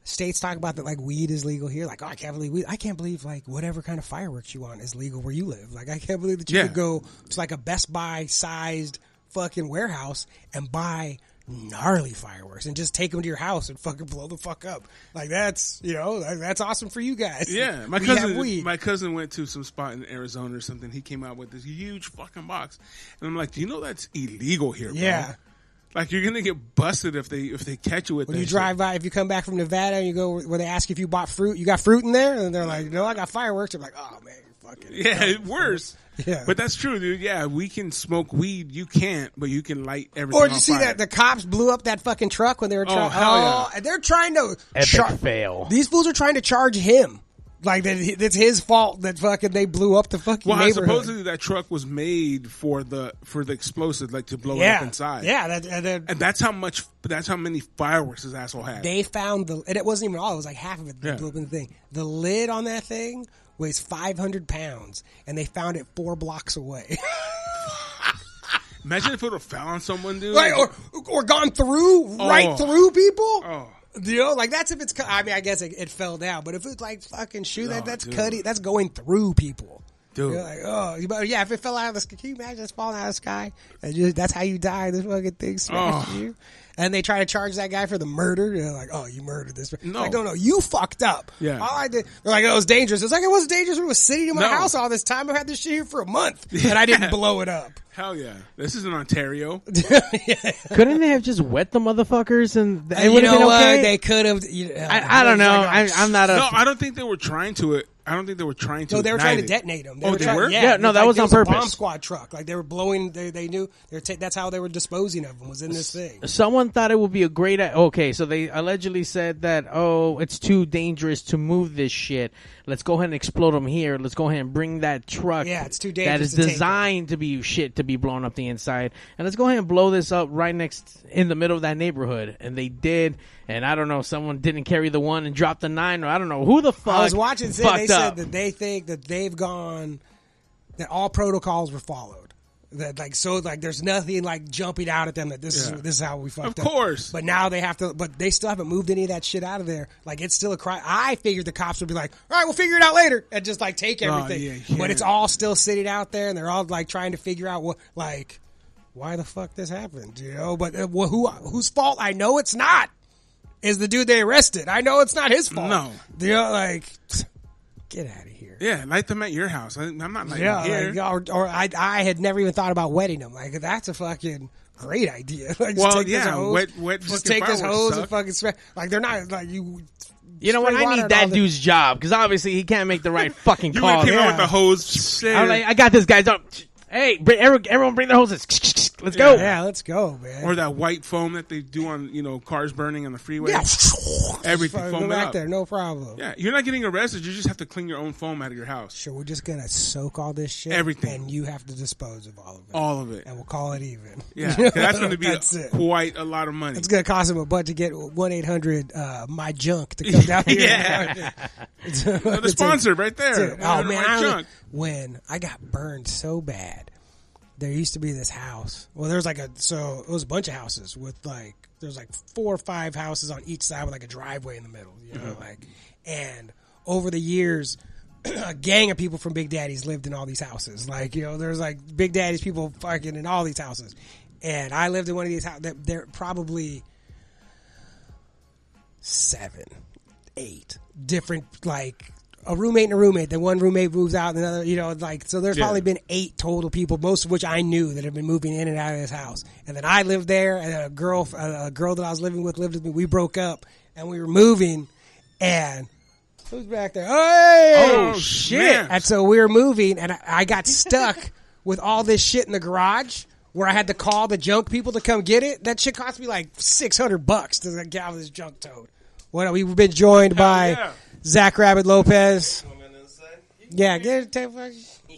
Speaker 4: states talk about that like weed is legal here. Like, oh, I can't believe weed. I can't believe like whatever kind of fireworks you want is legal where you live. Like, I can't believe that you
Speaker 1: Yeah.
Speaker 4: could go to like a Best Buy sized fucking warehouse and buy gnarly fireworks and just take them to your house and fucking blow the fuck up. Like that's you know like, that's awesome for you guys.
Speaker 1: Yeah, my
Speaker 4: We have
Speaker 1: cousin.
Speaker 4: weed.
Speaker 1: My cousin went to some spot in Arizona or something. He came out with this huge fucking box, and I'm like, "Do you know that's illegal here?" Bro?
Speaker 4: Yeah.
Speaker 1: like you're gonna get busted if they if they catch you with
Speaker 4: When
Speaker 1: that
Speaker 4: you drive by, if you come back from Nevada and you go where they ask if you bought fruit, you got fruit in there, and they're like, "No, I got fireworks." I'm like, "Oh man, you're fucking."
Speaker 1: Shit. Yeah, it worse.
Speaker 4: Yeah.
Speaker 1: but that's true, dude. Yeah, we can smoke weed. You can't, but you can light everything.
Speaker 4: Or did
Speaker 1: on
Speaker 4: you see
Speaker 1: fire. Oh,
Speaker 4: that the cops blew up that fucking truck when they were trying?
Speaker 1: hell yeah.
Speaker 4: and they're trying to
Speaker 2: Epic
Speaker 4: char-
Speaker 2: fail.
Speaker 4: These fools are trying to charge him. Like that, it's his fault that fucking they blew up the fucking
Speaker 1: Well,
Speaker 4: neighborhood.
Speaker 1: supposedly that truck was made for the for the explosive, like to blow it
Speaker 4: yeah,
Speaker 1: up inside.
Speaker 4: yeah. That, and then
Speaker 1: and that's how much. That's how many fireworks this asshole had.
Speaker 4: they found the, and it wasn't even all. It was like half of it.
Speaker 1: Yeah.
Speaker 4: Blew up in the thing. The lid on that thing weighs 500 pounds, and they found it four blocks away.
Speaker 1: Imagine if it would have found someone, dude.
Speaker 4: right or or gone through
Speaker 1: Oh.
Speaker 4: right through people.
Speaker 1: Oh.
Speaker 4: You know, like that's if it's. cu- I mean, I guess it, it fell down, but if it's like fucking shoe,
Speaker 1: No,
Speaker 4: that that's
Speaker 1: dude.
Speaker 4: cutting. That's going through people.
Speaker 1: Dude.
Speaker 4: You're like, oh, you- but yeah. If it fell out of the sky, can you imagine it's falling out of the sky? And you, that's how you die. This fucking thing smashed
Speaker 1: Oh.
Speaker 4: you. And they try to charge that guy for the murder. They're like, oh, you murdered this. person.
Speaker 1: No.
Speaker 4: like, no, no, you fucked up.
Speaker 1: Yeah.
Speaker 4: all I did. They're like, oh, it was dangerous. It's like it wasn't dangerous. It was sitting in my
Speaker 1: No.
Speaker 4: house all this time. I've had this shit here for a month, and I didn't blow it up.
Speaker 1: Hell yeah! This is in Ontario.
Speaker 2: Couldn't they have just wet the motherfuckers and th- it
Speaker 4: you
Speaker 2: would have
Speaker 4: know
Speaker 2: been
Speaker 4: what?
Speaker 2: okay?
Speaker 4: They could have.
Speaker 2: I, I don't know. I, I'm not a.
Speaker 1: No, I don't think they were trying to. It I don't think they were trying to.
Speaker 4: No, they were
Speaker 1: ignite
Speaker 4: trying to
Speaker 1: it.
Speaker 4: detonate them.
Speaker 1: oh,
Speaker 4: were
Speaker 1: they
Speaker 4: trying-
Speaker 1: were.
Speaker 4: Yeah,
Speaker 2: Yeah, no, that
Speaker 4: like,
Speaker 2: was
Speaker 4: there
Speaker 2: on
Speaker 4: a bomb
Speaker 2: purpose.
Speaker 4: squad truck. Like they were blowing. They, they knew. They were ta- that's how they were disposing of them. Was in this thing.
Speaker 2: Someone thought it would be a great. i- Okay, so they allegedly said that, oh, it's too dangerous to move this shit. Let's go ahead and explode them here. Let's go ahead and bring that truck.
Speaker 4: Yeah, it's too
Speaker 2: That
Speaker 4: dangerous
Speaker 2: is
Speaker 4: to take 'em.
Speaker 2: designed to be shit to be blown up the inside, and let's go ahead and blow this up right next in the middle of that neighborhood. And they did. And I don't know, someone didn't carry the one and dropped the nine, or I don't know who the fuck.
Speaker 4: I was watching. Said, they
Speaker 2: fucked
Speaker 4: said
Speaker 2: up.
Speaker 4: that they think that they've gone. That all protocols were followed. That like so like there's nothing like jumping out at them that this
Speaker 1: Yeah.
Speaker 4: is this is how we fucked up.
Speaker 1: course.
Speaker 4: But now they have to. But they still haven't moved any of that shit out of there. Like it's still a crime. I figured the cops would be like, all right, we'll figure it out later, and just like take
Speaker 1: Oh, yeah,
Speaker 4: everything.
Speaker 1: you
Speaker 4: but
Speaker 1: can't.
Speaker 4: it's all still sitting out there, and they're all like trying to figure out what like why the fuck this happened, you know? But uh, well, who whose fault? I know it's not. Is the dude they arrested? I know it's not his fault.
Speaker 1: No.
Speaker 4: you know, like get out of here.
Speaker 1: Yeah, light them at your house. I, I'm not lighting
Speaker 4: Yeah,
Speaker 1: them here.
Speaker 4: like, or, or I, I had never even thought about wetting them. Like that's a fucking great idea. Like, just
Speaker 1: Well,
Speaker 4: take this
Speaker 1: yeah,
Speaker 4: hose,
Speaker 1: wet- wet
Speaker 4: Just
Speaker 1: fucking
Speaker 4: take this
Speaker 1: fireworks
Speaker 4: hose and
Speaker 1: suck.
Speaker 4: fucking spray. Like they're not like you.
Speaker 2: You know what?
Speaker 4: spray
Speaker 2: I
Speaker 4: water
Speaker 2: need
Speaker 4: and all
Speaker 2: that dude's job because obviously he can't make the right fucking
Speaker 1: You
Speaker 2: call.
Speaker 1: would have came out
Speaker 4: yeah.
Speaker 1: with the hose.
Speaker 2: I was like, I got this, guys. Up. Hey, br- everyone, everyone bring their hoses. Let's go.
Speaker 4: Yeah, let's go, man.
Speaker 1: or that white foam that they do on you know cars burning on the freeway.
Speaker 4: yeah,
Speaker 1: Everything,
Speaker 4: Fuck,
Speaker 1: foam
Speaker 4: go
Speaker 1: it
Speaker 4: back
Speaker 1: up.
Speaker 4: there, no problem.
Speaker 1: Yeah, you're not getting arrested. You just have to clean your own foam out of your house.
Speaker 4: Sure, we're just gonna soak all this shit,
Speaker 1: Everything.
Speaker 4: and you have to dispose of all of it,
Speaker 1: All of it.
Speaker 4: and we'll call it even.
Speaker 1: Yeah, 'cause that's going to be
Speaker 4: That's it.
Speaker 1: quite a lot of money.
Speaker 4: It's gonna cost him a bunch to get one eight hundred uh, my junk to come down here.
Speaker 1: Yeah. the sponsor right there.
Speaker 4: Dude, oh man,
Speaker 1: My
Speaker 4: I
Speaker 1: junk.
Speaker 4: when I got burned so bad, there used to be this house. Well, there was like a so it was a bunch of houses with like there's like four or five houses on each side with like a driveway in the middle. You know,
Speaker 1: Mm-hmm.
Speaker 4: like and over the years. A gang of people from Big Daddy's lived in all these houses. Like you know, there's like Big Daddy's people fucking in all these houses, and I lived in one of these houses. That they're probably seven, eight different like a roommate and a roommate. Then one roommate moves out, and another, you know, like so. There's
Speaker 1: Yeah.
Speaker 4: probably been eight total people, most of which I knew that have been moving in and out of this house. And then I lived there, and a girl, a a girl that I was living with, lived with me. We broke up, and we were moving, and. Who's back there? Hey!
Speaker 1: Oh, shit.
Speaker 4: And so we were moving, and I, I got stuck with all this shit in the garage where I had to call the junk people to come get it. That shit cost me like six hundred bucks to get out of this junk toad. What we've been joined by
Speaker 1: yeah.
Speaker 4: Zach Rabbit Lopez. Yeah, get it. Take,
Speaker 1: Yeah,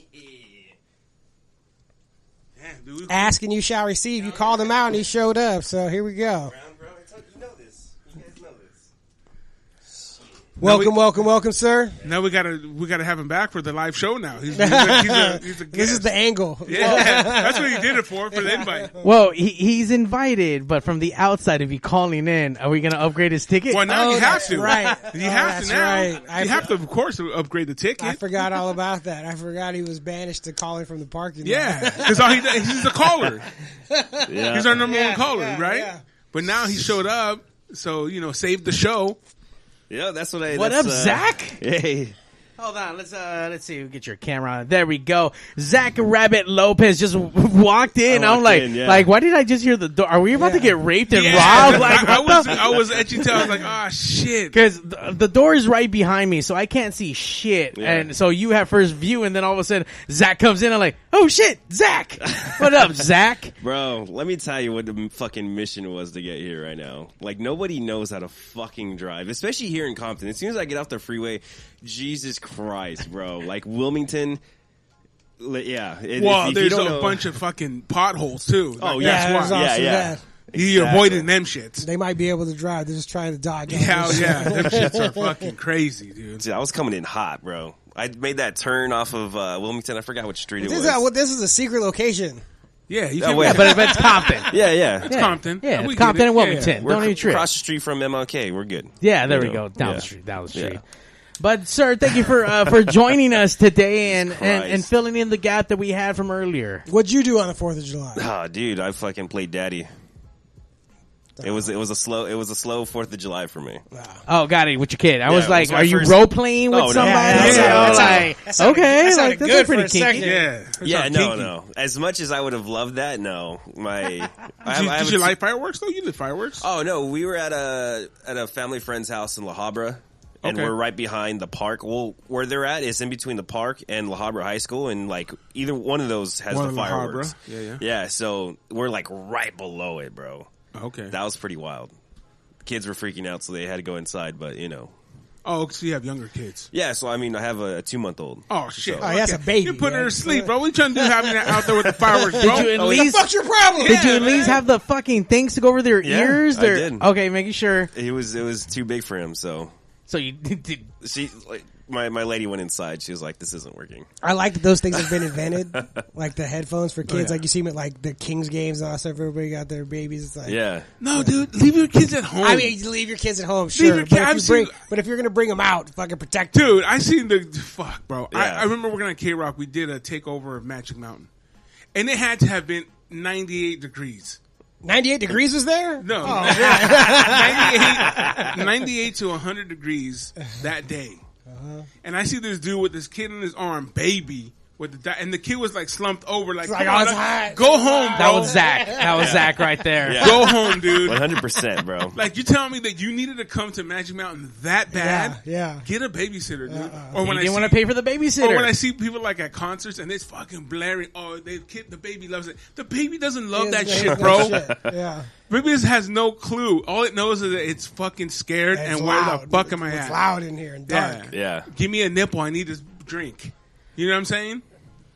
Speaker 1: dude, we-
Speaker 4: asking you shall receive. You called him out, and he showed up. So here we go. Welcome, welcome, welcome, sir.
Speaker 1: now we gotta we gotta have him back for the live show. Now he's, he's, a, he's, a, he's a
Speaker 4: This is
Speaker 1: guest.
Speaker 4: the angle.
Speaker 1: yeah, that's what he did it for for the invite.
Speaker 2: Well, he, he's invited, but from the outside, if he's calling in, are we going to upgrade his ticket?
Speaker 1: Well, now
Speaker 4: Oh,
Speaker 1: you have
Speaker 4: that's
Speaker 1: to.
Speaker 4: right.
Speaker 1: You
Speaker 4: Oh,
Speaker 1: have
Speaker 4: that's
Speaker 1: to now.
Speaker 4: right. I
Speaker 1: you have to, of course, upgrade the ticket.
Speaker 4: I forgot all about that. I forgot he was banished to calling from the parking lot.
Speaker 1: Yeah, because all he does, he's a caller.
Speaker 3: Yeah.
Speaker 1: He's our number
Speaker 4: Yeah,
Speaker 1: one caller,
Speaker 4: yeah,
Speaker 1: right?
Speaker 4: yeah.
Speaker 1: But now he showed up, so you know, saved the show.
Speaker 3: Yeah, that's what I.
Speaker 2: what up,
Speaker 3: that's, uh,
Speaker 2: Zach?
Speaker 3: Hey,
Speaker 2: Hold on, let's uh, let's see. Get your camera on. There we go. Zach Rabbit Lopez just walked in.
Speaker 3: I
Speaker 2: I'm
Speaker 3: walked
Speaker 2: like,
Speaker 3: in, yeah.
Speaker 2: like, why did I just hear the door? Are we about to
Speaker 4: Yeah.
Speaker 2: get raped and
Speaker 1: Yeah.
Speaker 2: robbed? Like,
Speaker 1: I, I
Speaker 2: what
Speaker 1: was,
Speaker 2: the-
Speaker 1: I was at you tell. I was like, oh shit.
Speaker 2: Because the, the door is right behind me, so I can't see shit.
Speaker 3: Yeah.
Speaker 2: And so you have first view, and then all of a sudden, Zach comes in. I'm like, oh shit, Zach! What up, Zach?
Speaker 3: bro. Let me tell you what the m- fucking mission was to get here right now. Like nobody knows how to fucking drive, especially here in Compton. As soon as I get off the freeway, Jesus Christ, bro. Like Wilmington. li- Yeah. it-
Speaker 1: Well,
Speaker 3: if you
Speaker 1: there's a
Speaker 3: don't know-
Speaker 1: bunch of fucking potholes too.
Speaker 3: Oh,
Speaker 1: Like,
Speaker 3: yeah.
Speaker 1: that's
Speaker 4: there's
Speaker 1: why
Speaker 3: Yeah,
Speaker 4: also
Speaker 3: yeah.
Speaker 4: that.
Speaker 1: you
Speaker 3: Exactly.
Speaker 1: avoiding them shits.
Speaker 4: They might be able to drive. They're just trying to dodge. all
Speaker 1: Hell
Speaker 4: this
Speaker 1: yeah,
Speaker 4: shit.
Speaker 1: them shits are fucking crazy, dude.
Speaker 3: Dude, I was coming in hot, bro. I made that turn off of uh, Wilmington. I forgot which street it
Speaker 4: This
Speaker 3: was.
Speaker 4: is, a, well, this is a secret location.
Speaker 1: Yeah, you
Speaker 3: No,
Speaker 1: can
Speaker 3: wait.
Speaker 2: Yeah, but, but it's Compton.
Speaker 3: yeah, yeah.
Speaker 2: Yeah.
Speaker 1: Compton.
Speaker 2: Yeah,
Speaker 1: We
Speaker 2: it's
Speaker 1: get
Speaker 2: Compton
Speaker 1: it.
Speaker 2: and
Speaker 1: Yeah.
Speaker 2: Wilmington.
Speaker 3: We're
Speaker 2: Don't even
Speaker 3: ac-
Speaker 2: trip.
Speaker 3: across the street from MLK. We're good.
Speaker 2: yeah, there we
Speaker 3: You
Speaker 2: go.
Speaker 3: know,
Speaker 2: Down
Speaker 3: yeah.
Speaker 2: the street. Down the
Speaker 3: Yeah.
Speaker 2: street. But sir, thank you for uh, for joining us today and, and, and
Speaker 3: Christ.
Speaker 2: filling in the gap that we had from earlier.
Speaker 4: What'd you do on the Fourth of July?
Speaker 3: Ah, dude, I fucking played daddy. It was it was a slow it was a slow Fourth of July for me.
Speaker 2: Oh, got it with your kid. I was
Speaker 3: it
Speaker 2: like,
Speaker 3: was my
Speaker 2: are you
Speaker 3: first-
Speaker 2: role playing with
Speaker 3: Oh, no.
Speaker 2: somebody?
Speaker 3: Yeah, yeah,
Speaker 2: You know,
Speaker 3: yeah.
Speaker 2: like,
Speaker 4: That sounded-
Speaker 2: okay,
Speaker 4: that sounded
Speaker 2: like that's
Speaker 4: good for a
Speaker 2: pretty
Speaker 4: second.
Speaker 2: kinky.
Speaker 1: Yeah, that's
Speaker 3: yeah,
Speaker 1: all
Speaker 3: no,
Speaker 1: kinky.
Speaker 3: no. As much as I would have loved that, no. My I,
Speaker 1: Did,
Speaker 3: I
Speaker 1: you- did
Speaker 3: have a Uh,
Speaker 1: you
Speaker 3: t-
Speaker 1: like fireworks though? You did fireworks.
Speaker 3: Oh no, we were at a at a family friend's house in La Habra,
Speaker 5: and
Speaker 1: Okay.
Speaker 5: we're right behind the park. Well, where they're at is in between the park and La Habra High School, and like either one of those has
Speaker 1: One
Speaker 5: the
Speaker 1: in La Habra.
Speaker 5: fireworks.
Speaker 1: Yeah, yeah.
Speaker 5: So we're like right below it, bro.
Speaker 1: Okay.
Speaker 5: That was pretty wild. Kids were freaking out, so they had to go inside. But you know,
Speaker 1: oh, because you have younger kids.
Speaker 5: yeah. So I mean, I have a, a two month old.
Speaker 1: Oh shit!
Speaker 4: Oh, that's a baby,
Speaker 1: You put her
Speaker 4: man.
Speaker 1: to sleep, bro. We trying to do having her out there with the fireworks, bro.
Speaker 2: you at
Speaker 1: Oh,
Speaker 2: least-
Speaker 4: What's your problem?
Speaker 2: Did you at least have the fucking things to go over their
Speaker 5: Yeah,
Speaker 2: ears?
Speaker 5: I
Speaker 2: They're-
Speaker 5: did.
Speaker 2: Okay, making sure.
Speaker 5: It was it was too big for him. So
Speaker 2: So you did.
Speaker 5: she like my my lady went inside. She was like, "This isn't working."
Speaker 4: I like that those things have been invented, like the headphones for kids.
Speaker 1: Oh, yeah.
Speaker 4: Like you see them at like the Kings games and all that stuff. Everybody got their babies. It's like,
Speaker 5: Yeah.
Speaker 1: No, dude, leave your kids at home.
Speaker 4: I mean, you leave your kids at home, sure.
Speaker 1: your
Speaker 4: but,
Speaker 1: kid-
Speaker 4: if
Speaker 1: I've
Speaker 4: you bring,
Speaker 1: seen-
Speaker 4: but if you're gonna bring them out, fucking protect them.
Speaker 1: dude, I seen the fuck, bro. I,
Speaker 5: Yeah.
Speaker 1: I remember working on K Rock. We did a takeover of Magic Mountain, and it had to have been 98 degrees.
Speaker 4: 98 degrees was there?
Speaker 1: No, 98, 98 to 100 degrees that day. And I see this dude with this kid in his arm, baby, with the di- and the kid was like slumped over, like,
Speaker 4: like,
Speaker 1: "Come
Speaker 4: "Oh,
Speaker 1: on,
Speaker 4: it's
Speaker 1: like,
Speaker 4: hot."
Speaker 1: go home, bro.
Speaker 2: That was Zach. That was Zach right there.
Speaker 5: Yeah.
Speaker 1: Go home, dude.
Speaker 5: One hundred percent, bro.
Speaker 1: Like you telling me that you needed to come to Magic Mountain that bad?
Speaker 4: Yeah, Uh, yeah.
Speaker 1: Get a babysitter, dude. Or
Speaker 2: You
Speaker 1: Oh, when I
Speaker 2: didn't want to
Speaker 1: see-
Speaker 2: pay for the babysitter.
Speaker 1: or when I see people like at concerts and it's fucking blaring, oh, they kid, the baby loves it. The baby doesn't love that
Speaker 4: Kids,
Speaker 1: shit,
Speaker 4: that
Speaker 1: bro.
Speaker 4: shit. Yeah.
Speaker 1: Baby just has no clue. All it knows is that it's fucking scared
Speaker 4: It's
Speaker 1: and where the
Speaker 4: loud.
Speaker 1: fuck am I
Speaker 4: It's
Speaker 1: at?
Speaker 4: loud in here and dark.
Speaker 1: Yeah.
Speaker 5: Yeah.
Speaker 1: Give me a nipple. I need this drink. You know what I'm saying?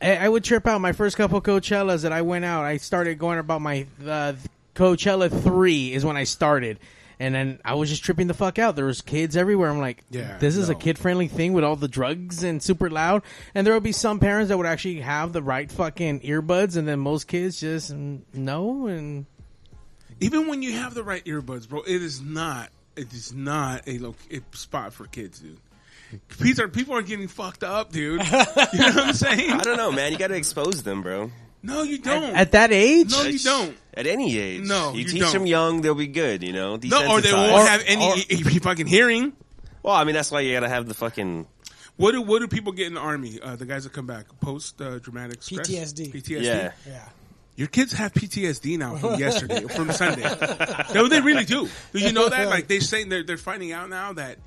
Speaker 2: I, I would trip out. My first couple Coachellas that I went out, I started going about my uh, Coachella three is when I started, and then I was just tripping the fuck out. There was kids everywhere. I'm like,
Speaker 1: Yeah,
Speaker 2: this is a
Speaker 1: no.
Speaker 2: kid friendly thing with all the drugs and super loud. And there would be some parents that would actually have the right fucking earbuds, and then most kids just mm, no. And
Speaker 1: Even when you have the right earbuds, bro, it is not. It is not a, lo- a spot for kids, dude. These are people are getting fucked up, dude. You know what I'm saying?
Speaker 5: I don't know, man. You got to expose them, bro.
Speaker 1: No, you don't.
Speaker 2: at that age,
Speaker 1: no, you don't.
Speaker 5: At any age,
Speaker 1: No,
Speaker 5: you,
Speaker 1: you
Speaker 5: teach
Speaker 1: don't.
Speaker 5: them young, they'll be good. You know,
Speaker 1: No, or they won't
Speaker 5: Desensitized.
Speaker 1: have any
Speaker 2: or-
Speaker 1: e- e- fucking hearing.
Speaker 5: Well, I mean, that's why you got to have the fucking
Speaker 1: What do what do people get in the army? Uh, the guys that come back post uh, dramatic stress,
Speaker 4: PTSD.
Speaker 1: PTSD.
Speaker 5: yeah.
Speaker 4: Yeah.
Speaker 1: Your kids have PTSD now from yesterday, from Sunday. No, they really do. Do you know that? Like they saying they're they're finding out now that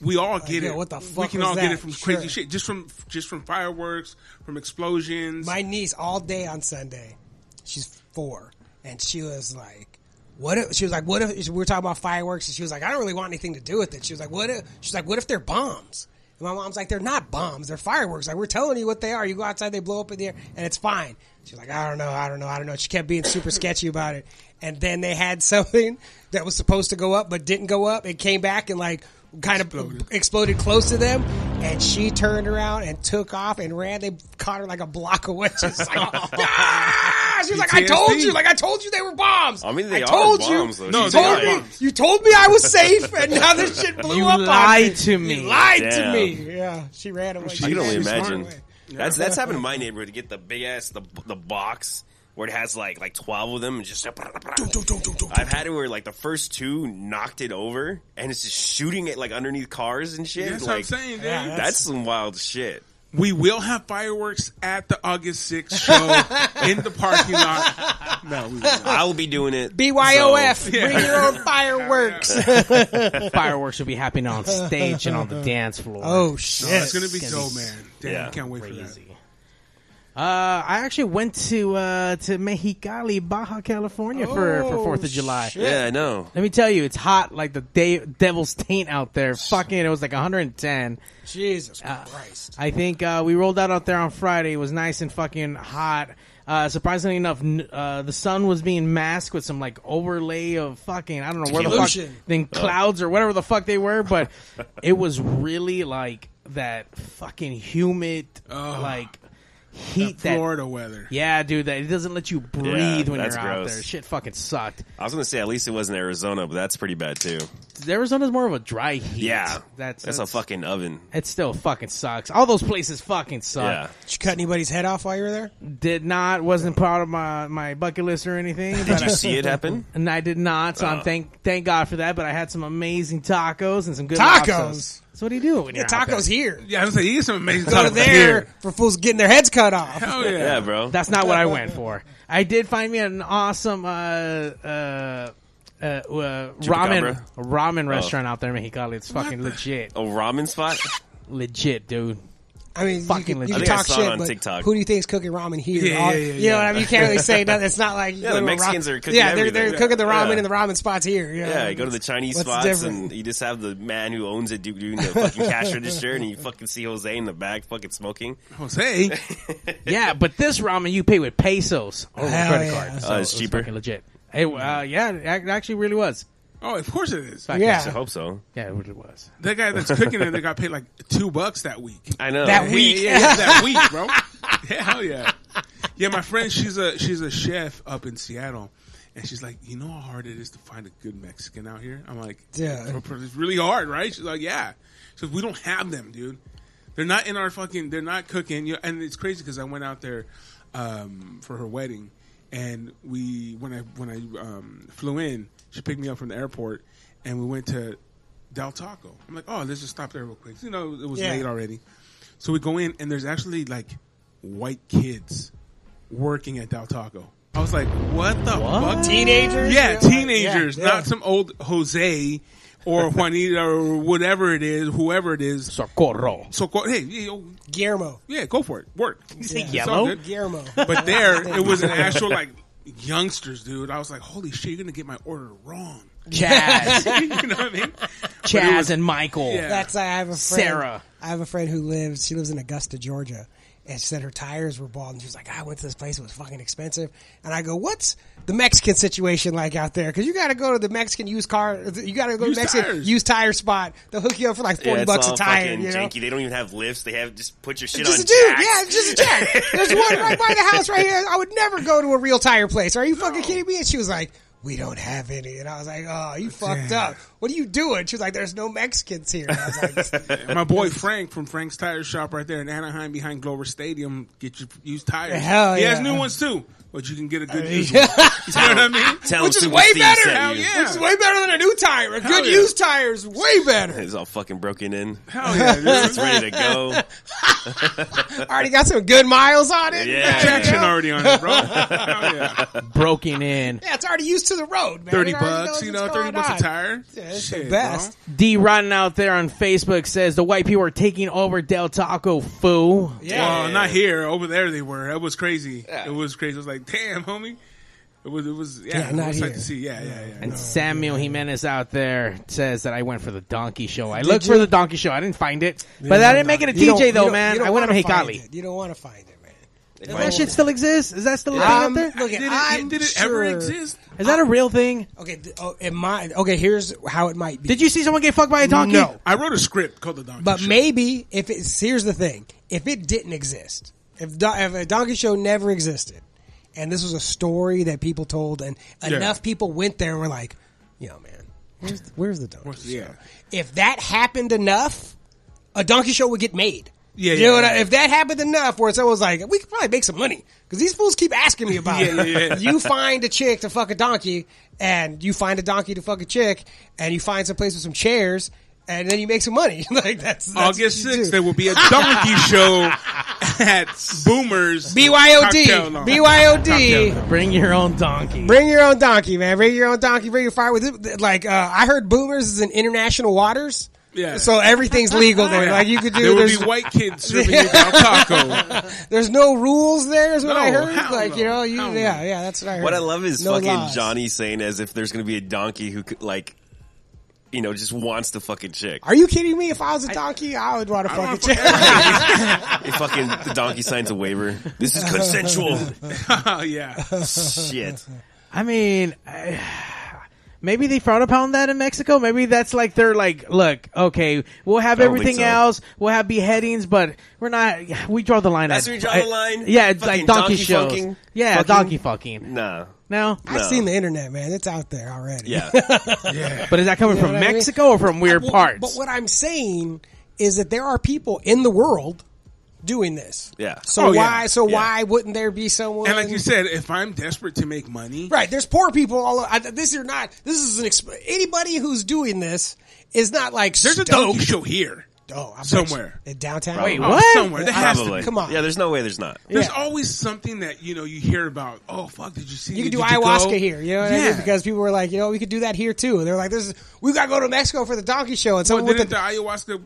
Speaker 1: we all get
Speaker 4: yeah,
Speaker 1: it.
Speaker 4: what the
Speaker 1: we
Speaker 4: fuck
Speaker 1: can
Speaker 4: was
Speaker 1: all get
Speaker 4: that?
Speaker 1: it from crazy
Speaker 4: Sure.
Speaker 1: shit, just from just from fireworks, from explosions.
Speaker 4: My niece all day on Sunday, she's four, and she was like, "What if?" She was like, "What if?" We were talking about fireworks, and she was like, "I don't really want anything to do with it." She was like, "What if?" She's like, "What if they're bombs?" And my mom's like, "They're not bombs. They're fireworks. Like we're telling you what they are. You go outside, they blow up in the air, and it's fine." She's like, "I don't know. I don't know. I don't know." She kept being super sketchy about it, and then they had something that was supposed to go up but didn't go up. It came back and like kind of
Speaker 1: Exploded.
Speaker 4: exploded close to them, and she turned around and took off and ran. They caught her like a block away. She's like, ah! she was like, "I told
Speaker 1: PTSD.
Speaker 4: you, like I told you, they were bombs.
Speaker 5: I mean, they are
Speaker 4: told
Speaker 5: bombs,
Speaker 4: you,
Speaker 5: though.
Speaker 1: No,
Speaker 4: you
Speaker 1: they
Speaker 4: told
Speaker 1: are
Speaker 4: me,
Speaker 1: bombs.
Speaker 4: you told me I was safe, and now this shit blew
Speaker 2: You
Speaker 4: up. on
Speaker 2: lied
Speaker 4: me.
Speaker 2: to me.
Speaker 4: You lied
Speaker 5: Damn.
Speaker 4: to me. Yeah, she ran away.
Speaker 1: She
Speaker 5: I
Speaker 4: She
Speaker 5: can only
Speaker 4: ran
Speaker 1: She's smart.
Speaker 5: imagine.
Speaker 4: away.
Speaker 5: That's that's happened in my neighborhood. You get the big ass the the box where it has like like twelve of them and just. I've had it where like the first two knocked it over and it's just shooting it like underneath cars and shit.
Speaker 1: That's
Speaker 5: like,
Speaker 1: what I'm saying, dude.
Speaker 4: Yeah,
Speaker 5: That's some wild shit.
Speaker 1: We will have fireworks at the August 6th show in the parking lot. No, we will not.
Speaker 5: I will be doing it.
Speaker 4: BYOF,
Speaker 5: so-
Speaker 4: bring your own fireworks.
Speaker 2: fireworks would be happening on stage and on the dance floor.
Speaker 4: oh shit!
Speaker 1: Oh, it's gonna be dope, man. Damn,
Speaker 5: Yeah.
Speaker 1: I can't wait for that.
Speaker 2: crazy. Uh, I actually went to uh, to Mexicali, Baja California for for
Speaker 4: Oh,
Speaker 2: Fourth of July.
Speaker 5: yeah, I know.
Speaker 2: Let me tell you, it's hot like the day, devil's taint out there. Fucking, it was like 110.
Speaker 4: Jesus Christ!
Speaker 2: I think uh, we rolled out out there on Friday. It was nice and fucking hot. Uh, surprisingly enough, n- uh, the sun was being masked with some like overlay of fucking I don't know where the fuck
Speaker 4: Pollution.
Speaker 2: then
Speaker 5: Uh.
Speaker 2: clouds or whatever the fuck they were, but it was really like that fucking humid like heat that,
Speaker 1: Florida weather.
Speaker 2: yeah, dude, that it doesn't let you breathe when
Speaker 5: that's
Speaker 2: you're out
Speaker 5: gross.
Speaker 2: there. Shit fucking sucked.
Speaker 5: I was gonna say at least it wasn't Arizona, but that's pretty bad too.
Speaker 2: Arizona's more of a dry heat.
Speaker 5: Yeah,
Speaker 2: that's
Speaker 5: that's a fucking oven.
Speaker 2: It still fucking sucks. All those places fucking suck.
Speaker 5: Yeah.
Speaker 4: Did you cut anybody's head off while you were there?
Speaker 2: Did not wasn't part of my my bucket list or anything.
Speaker 5: Did
Speaker 2: But
Speaker 5: you see it happen?
Speaker 2: and I did not, so
Speaker 4: Uh.
Speaker 2: I'm
Speaker 5: Oh.
Speaker 2: thank thank God for that. But I had some amazing tacos and some good
Speaker 4: Tacos?
Speaker 2: lobsters. So what do you do when
Speaker 4: Yeah,
Speaker 2: you're out there?
Speaker 4: tacos here.
Speaker 1: Yeah, I was like, he is some amazing
Speaker 4: Go to
Speaker 1: stuff
Speaker 4: there for fools getting their heads cut off.
Speaker 1: Oh yeah.
Speaker 5: Yeah, bro.
Speaker 2: That's not what I went for. I did find me an awesome uh, uh, uh, uh, ramen
Speaker 5: Chupacabra?
Speaker 4: Oh.
Speaker 2: ramen restaurant out there in Mexicali. It's fucking legit,
Speaker 5: A ramen spot?
Speaker 2: legit, dude.
Speaker 4: I mean,
Speaker 2: Fucking
Speaker 4: you can, you
Speaker 2: legit. I
Speaker 4: can
Speaker 2: think
Speaker 5: I
Speaker 4: talk
Speaker 5: saw it
Speaker 4: shit,
Speaker 5: on
Speaker 4: but
Speaker 5: TikTok.
Speaker 4: who do you think is cooking ramen here?
Speaker 1: Yeah,
Speaker 4: All-
Speaker 1: yeah, yeah,
Speaker 4: you know what I
Speaker 1: yeah.
Speaker 4: mean? You can't really say nothing. It's not like
Speaker 5: Yeah, the Mexicans are cooking
Speaker 4: Yeah, they're,
Speaker 5: everything.
Speaker 4: they're cooking the ramen
Speaker 5: Yeah.
Speaker 4: and the ramen spots here. Yeah,
Speaker 5: Yeah, you go to the Chinese
Speaker 4: Um, What's
Speaker 5: spots
Speaker 4: different?
Speaker 5: and you just have the man who owns it do- doing the fucking cash register and you fucking see Jose in the back fucking smoking.
Speaker 1: Jose.
Speaker 2: Yeah, but this ramen you pay with pesos or with
Speaker 4: Hell
Speaker 2: credit
Speaker 4: yeah.
Speaker 2: card. So
Speaker 4: Oh,
Speaker 5: it's
Speaker 2: it was
Speaker 5: cheaper?
Speaker 2: fucking legit. Hey, uh, yeah, it ac- actually really was.
Speaker 1: Oh, of course it is.
Speaker 2: Fucking-
Speaker 5: I
Speaker 4: yeah.
Speaker 5: hope so.
Speaker 2: yeah, it really was.
Speaker 1: That guy that's cooking it, they got paid like two bucks that week.
Speaker 5: I know.
Speaker 4: That
Speaker 1: Yeah,
Speaker 4: week.
Speaker 1: yeah, yeah, that week, bro. Hell yeah. Yeah, my friend, she's a she's a chef up in Seattle, and she's like, you know how hard it is to find a good Mexican out here. I'm like,
Speaker 4: Yeah.
Speaker 1: it's really hard, right? She's like, yeah. She goes, we don't have them, dude. They're not in our fucking. They're not cooking. You and it's crazy because I went out there um, for her wedding, and we when I when I um, flew in, she picked me up from the airport, and we went to Del Taco. I'm like, oh, let's just stop there real quick. You know, it was
Speaker 4: Yeah.
Speaker 1: late already. So we go in, and there's actually like white kids working at Del Taco. I was like, what the fuck?
Speaker 4: Teenagers?
Speaker 1: Yeah,
Speaker 4: like,
Speaker 1: teenagers,
Speaker 4: yeah, yeah.
Speaker 1: not some old Jose or Juanita or whatever it is, whoever it is.
Speaker 2: Socorro.
Speaker 1: So, go- hey, yeah, yo,
Speaker 4: Guillermo.
Speaker 1: yeah, go for it. Work. You
Speaker 2: say yellow?
Speaker 4: Guillermo.
Speaker 1: But there, it was an actual, like, youngsters, dude. I was like, holy shit, you're going to get my order wrong.
Speaker 2: Chaz,
Speaker 1: you know what I mean?
Speaker 2: Chaz,
Speaker 1: was-
Speaker 2: and Michael.
Speaker 1: Yeah.
Speaker 4: That's I have a friend.
Speaker 2: Sarah.
Speaker 4: I have a friend who lives. She lives in Augusta, Georgia, and she said her tires were bald. And she was like, "I went to this place. It was fucking expensive." And I go, "What's the Mexican situation like out there? Because you got to go to the Mexican used car. You got to go to
Speaker 1: Used
Speaker 4: Mexican
Speaker 1: tires.
Speaker 4: used tire spot. They'll hook you up for like
Speaker 5: Yeah,
Speaker 4: forty
Speaker 5: it's
Speaker 4: bucks
Speaker 5: all
Speaker 4: a tire.
Speaker 5: fucking
Speaker 4: You know?
Speaker 5: janky. They don't even have lifts. They have just put your shit
Speaker 4: Just
Speaker 5: on
Speaker 4: a dude,
Speaker 5: jacks.
Speaker 4: yeah, just a jack. There's one right by the house right here. I would never go to a real tire place. Are you fucking kidding me? And she was like, "We don't have any." And I was like, "Oh, you fucked up. What are you doing?" She was like, "There's no Mexicans here." And I was like,
Speaker 1: My boy Frank from Frank's Tire Shop right there in Anaheim behind Glover Stadium. Get your used tires.
Speaker 4: Hell
Speaker 1: He has
Speaker 4: yeah. Uh,
Speaker 1: new ones too, but you can get a good used one. You know what I mean?
Speaker 5: Tell
Speaker 4: Which
Speaker 5: them
Speaker 4: is
Speaker 5: Super
Speaker 4: way
Speaker 5: Steve
Speaker 4: better.
Speaker 5: sent
Speaker 1: Hell
Speaker 5: you.
Speaker 1: yeah.
Speaker 4: Which is way better than a new tire. A good
Speaker 1: yeah.
Speaker 4: used tire is way better.
Speaker 5: It's all fucking broken in.
Speaker 1: Hell yeah, dude.
Speaker 5: It's ready to go.
Speaker 4: Already got some good miles on it.
Speaker 5: Yeah.
Speaker 1: Traction already on it, bro. Hell yeah.
Speaker 2: broken in.
Speaker 4: Yeah, it's already used to the road,
Speaker 1: 30
Speaker 4: man. It already
Speaker 1: bucks,
Speaker 4: knows
Speaker 1: you
Speaker 4: what's
Speaker 1: know, 30
Speaker 4: going
Speaker 1: bucks
Speaker 4: on.
Speaker 1: a tire.
Speaker 4: Yeah, it's the
Speaker 1: Shit,
Speaker 4: best.
Speaker 1: bro.
Speaker 2: D Rotten out there on Facebook says the white people are taking over Del Taco. Foo.
Speaker 4: Yeah.
Speaker 1: Well, not here. Over there they were. That was crazy. It was crazy. I was like, damn, homie. It was, it was, yeah,
Speaker 4: Yeah,
Speaker 1: it
Speaker 4: not
Speaker 1: was like
Speaker 4: here.
Speaker 1: to see. Yeah, yeah, yeah.
Speaker 2: And
Speaker 1: No.
Speaker 2: Samuel Jimenez out there says that I went for the donkey show. I looked for
Speaker 4: you?
Speaker 2: the donkey show. I didn't find it, but I didn't make it a
Speaker 4: You don't- you
Speaker 2: TJ though,
Speaker 4: don't-
Speaker 2: man.
Speaker 4: you don't
Speaker 2: I went to
Speaker 4: wanna find
Speaker 2: Mexicali.
Speaker 4: it. You don't want to find it, man.
Speaker 2: Does that shit still exist? Is that still a thing out
Speaker 4: Um,
Speaker 2: there?
Speaker 4: look,
Speaker 1: Did it,
Speaker 4: I'm
Speaker 1: did it
Speaker 4: sure-
Speaker 1: ever exist?
Speaker 2: Is that a real thing?
Speaker 4: Okay, th- oh, it might. Okay, here's how it might be.
Speaker 2: Did you see someone get fucked by a donkey?
Speaker 4: No.
Speaker 1: I wrote a script called The Donkey
Speaker 4: But
Speaker 1: Show.
Speaker 4: maybe if it's here's the thing: if it didn't exist, if Do- if a donkey show never existed, and this was a story that people told, and
Speaker 1: Yeah.
Speaker 4: enough people went there and were like, "Yo, man, where's the, where's the donkey
Speaker 1: Where's-
Speaker 4: show?"
Speaker 1: yeah.
Speaker 4: If that happened enough, a donkey show would get made.
Speaker 1: Yeah,
Speaker 4: you
Speaker 1: yeah,
Speaker 4: know what
Speaker 1: yeah.
Speaker 4: I- if that happened enough, where someone was like, "We could probably make some money," because these fools keep asking me about
Speaker 1: Yeah,
Speaker 4: it.
Speaker 1: yeah, yeah.
Speaker 4: You find a chick to fuck a donkey, and you find a donkey to fuck a chick, and you find some place with some chairs, and then you make some money. like that's, that's
Speaker 1: August
Speaker 4: what you
Speaker 1: 6th,
Speaker 4: do.
Speaker 1: there will be a donkey show at Boomer's Cocktail
Speaker 4: BYOD,
Speaker 1: Lounge. Cocktail
Speaker 4: BYOD.
Speaker 1: Lounge.
Speaker 2: Bring your own donkey.
Speaker 4: Bring your own donkey, man. Bring your own donkey. Bring your fire with it. Like uh, I heard, Boomers is in international waters.
Speaker 1: Yeah.
Speaker 4: So everything's legal there. Like you could do.
Speaker 1: There will
Speaker 4: there's,
Speaker 1: be white kids serving you Del Taco.
Speaker 4: there's no rules there. Is what I
Speaker 1: No,
Speaker 4: heard.
Speaker 1: hell
Speaker 4: Like you
Speaker 1: no,
Speaker 4: know, you,
Speaker 1: hell
Speaker 4: yeah,
Speaker 1: no.
Speaker 4: yeah. That's what I heard.
Speaker 5: What I love is
Speaker 4: No
Speaker 5: fucking
Speaker 4: laws.
Speaker 5: Johnny saying as if there's going to be a donkey who could, like, you know, just wants the fucking chick.
Speaker 4: Are you kidding me? If I was a donkey, I would want to
Speaker 1: wanna fuck
Speaker 4: fucking check.
Speaker 5: He fucking the donkey signs a waiver. This is consensual.
Speaker 1: oh, yeah.
Speaker 5: Shit.
Speaker 2: I mean, I, maybe they frown upon that in Mexico. Maybe that's like they're like, look, okay, we'll have
Speaker 5: I don't think
Speaker 2: everything
Speaker 5: so.
Speaker 2: else. We'll have beheadings, but we're not. We draw the line.
Speaker 5: That's
Speaker 2: at-
Speaker 5: where you draw the
Speaker 2: I-
Speaker 5: line?
Speaker 2: yeah, it's like
Speaker 5: Fucking
Speaker 2: donkey,
Speaker 5: donkey
Speaker 2: shows.
Speaker 5: fucking?
Speaker 2: yeah,
Speaker 5: Fucking?
Speaker 2: donkey fucking.
Speaker 5: Nah.
Speaker 2: No,
Speaker 4: I've seen the internet, man. It's out there already.
Speaker 5: Yeah.
Speaker 2: but is that coming from
Speaker 4: what I mean?
Speaker 2: Mexico or from weird
Speaker 4: Well,
Speaker 2: parts?
Speaker 4: But what I'm saying is that there are people in the world doing this.
Speaker 5: Yeah.
Speaker 4: So
Speaker 1: Oh, yeah.
Speaker 4: why? So
Speaker 5: Yeah.
Speaker 4: why wouldn't there be someone?
Speaker 1: And like you said, if I'm desperate to make money,
Speaker 4: right? There's poor people. All I, this is not. This is an exp- anybody who's doing this is not like
Speaker 1: there's a
Speaker 4: stoked.
Speaker 1: donkey show here.
Speaker 4: Oh, I bet
Speaker 1: Somewhere.
Speaker 4: you. in downtown.
Speaker 5: Wait,
Speaker 4: Oh,
Speaker 2: what?
Speaker 1: Somewhere. There has to
Speaker 5: Probably.
Speaker 1: be.
Speaker 4: Come on.
Speaker 5: Yeah, there's no way there's not.
Speaker 1: There's
Speaker 4: Yeah.
Speaker 1: always something that you know you hear about. Oh fuck! Did you see?
Speaker 4: You could
Speaker 1: did
Speaker 4: do ayahuasca
Speaker 1: go?
Speaker 4: here, you know what I mean? Because people were like, you know, we could do that here too. And they're like, this is we gotta go to Mexico for the donkey show. And
Speaker 1: But
Speaker 4: someone
Speaker 1: didn't
Speaker 4: with
Speaker 1: the
Speaker 4: the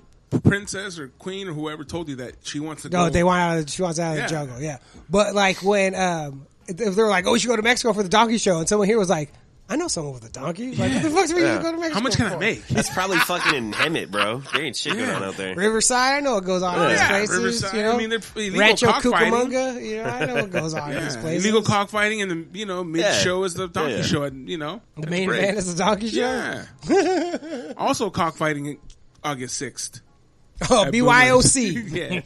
Speaker 1: ayahuasca princess or queen or whoever told you that she wants to go?
Speaker 4: no, they want out. Of, she wants out of
Speaker 1: Yeah.
Speaker 4: the jungle. Yeah, but like when um, if they were like, oh, we should go to Mexico for the donkey show, and someone here was like, I know someone with a donkey. Like, what the fuck's we
Speaker 5: Yeah.
Speaker 4: should go to Mexico?
Speaker 1: How much can I
Speaker 4: for?
Speaker 1: make?
Speaker 5: That's probably fucking in Hemet, bro. There ain't shit going on out there.
Speaker 4: Riverside, I know what goes on in these
Speaker 5: Yeah,
Speaker 4: places.
Speaker 1: Riverside,
Speaker 4: You know,
Speaker 1: I mean, they're illegal
Speaker 4: Rancho
Speaker 1: cockfighting.
Speaker 4: Cucamonga. You know, I know what goes on in these
Speaker 1: Yeah.
Speaker 4: places.
Speaker 1: Illegal cockfighting and the you know mid show is the donkey
Speaker 5: Yeah.
Speaker 1: show and you know
Speaker 4: the main event is the donkey show.
Speaker 1: yeah. also cockfighting in August sixth.
Speaker 4: Oh, BYOC.
Speaker 1: yeah,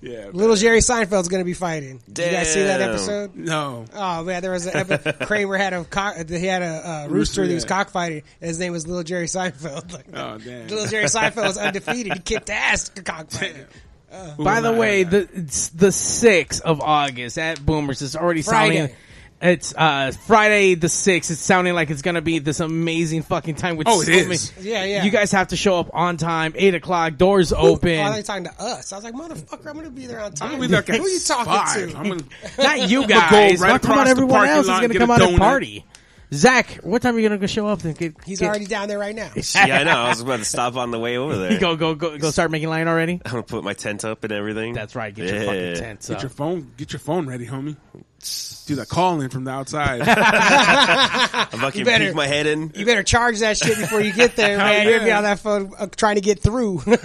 Speaker 1: yeah.
Speaker 4: Little Jerry Seinfeld's going to be fighting. Did you guys see that
Speaker 5: Damn.
Speaker 4: episode?
Speaker 1: No,
Speaker 4: Oh man, there was an epi- Kramer had a cock- he had a uh, rooster,
Speaker 1: Rooster,
Speaker 4: that was
Speaker 1: yeah.
Speaker 4: cockfighting. and His name was Little Jerry Seinfeld. Like,
Speaker 1: Oh, damn.
Speaker 4: Little Jerry Seinfeld was undefeated. He kicked ass cockfighting.
Speaker 2: Uh, By the way, the it's the sixth of August at Boomers is already sounding.
Speaker 4: Friday.
Speaker 2: It's uh, Friday the sixth. It's sounding like it's gonna be this amazing fucking time. With
Speaker 1: Oh, it
Speaker 2: so
Speaker 1: is.
Speaker 2: many-
Speaker 4: Yeah, yeah.
Speaker 2: You guys have to show up on time. Eight o'clock. Doors open.
Speaker 4: Oh, I thought you were talking to us. I was like, motherfucker, I'm going to be there on time.
Speaker 1: I'm gonna be like
Speaker 4: Who are you talking
Speaker 1: five.
Speaker 4: to?
Speaker 1: I'm gonna,
Speaker 2: Not you
Speaker 1: gonna go
Speaker 2: guys.
Speaker 1: right
Speaker 2: Not come
Speaker 1: across
Speaker 2: on,
Speaker 1: the
Speaker 2: everyone
Speaker 1: parking
Speaker 2: else is
Speaker 1: lot and
Speaker 2: going
Speaker 1: get
Speaker 2: to
Speaker 1: a
Speaker 2: come out and
Speaker 1: donut.
Speaker 2: party. Zach, what time are you going to show up and get?
Speaker 4: He's
Speaker 2: get-
Speaker 4: already down there right now.
Speaker 5: yeah, I know. I was about to stop on the way over there.
Speaker 2: go go go go. Start making line already.
Speaker 5: I'm gonna put my tent up and everything.
Speaker 2: That's right. Get your fucking tents
Speaker 1: Get
Speaker 2: up.
Speaker 1: your phone. Get your phone ready, homie. Do that call in from the outside.
Speaker 5: I'm fucking
Speaker 4: better-
Speaker 5: peek my head in.
Speaker 4: You better charge that shit before you get there, man. You're going to be
Speaker 1: yeah.
Speaker 4: on that phone uh, trying to get through.
Speaker 5: Shit,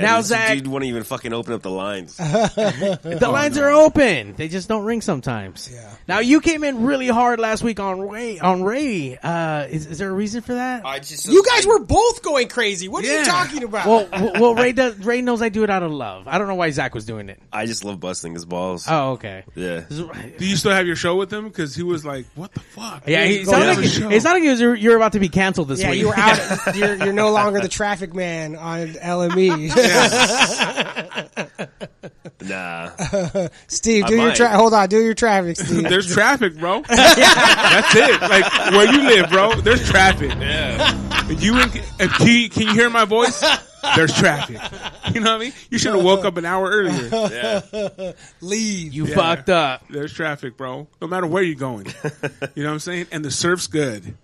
Speaker 2: Now,
Speaker 5: this
Speaker 2: Zach-
Speaker 5: dude won't even fucking open up the lines.
Speaker 2: The lines are open. They just don't ring sometimes.
Speaker 4: Yeah.
Speaker 2: Now you came in really hard last week on Ray. On Ray, uh, is, is there a reason for that?
Speaker 5: just
Speaker 4: you guys were both going crazy. What are you
Speaker 1: Yeah.
Speaker 4: talking about?
Speaker 2: well, w- well, Ray does. Ray knows I do it out of love. I don't know why Zach was doing it.
Speaker 5: I just love busting his balls.
Speaker 2: Oh, okay.
Speaker 5: Yeah.
Speaker 2: This is-
Speaker 1: Do you still have your show with him? Because he was like, "What the fuck?"
Speaker 2: Yeah, he,
Speaker 4: He's
Speaker 2: it sounded
Speaker 4: going
Speaker 2: like
Speaker 4: to
Speaker 1: the show.
Speaker 2: it sounded like it was, you're, you're about to be canceled this
Speaker 4: yeah,
Speaker 2: week.
Speaker 4: you were out. You're, you're no longer the traffic man on E. LME.
Speaker 5: Nah.
Speaker 4: Steve,
Speaker 5: I
Speaker 4: do your
Speaker 5: might.
Speaker 4: tra- hold on, do your traffic, Steve.
Speaker 1: There's traffic, bro. That's it. Like where you live, bro. There's traffic. Yeah. You and, and can, you, can you hear my voice? There's traffic. You know what I mean? You should have woke up an hour earlier.
Speaker 4: Leave.
Speaker 2: You fucked up.
Speaker 1: There's traffic, bro. No matter where you're going. You know what I'm saying? And the surf's good.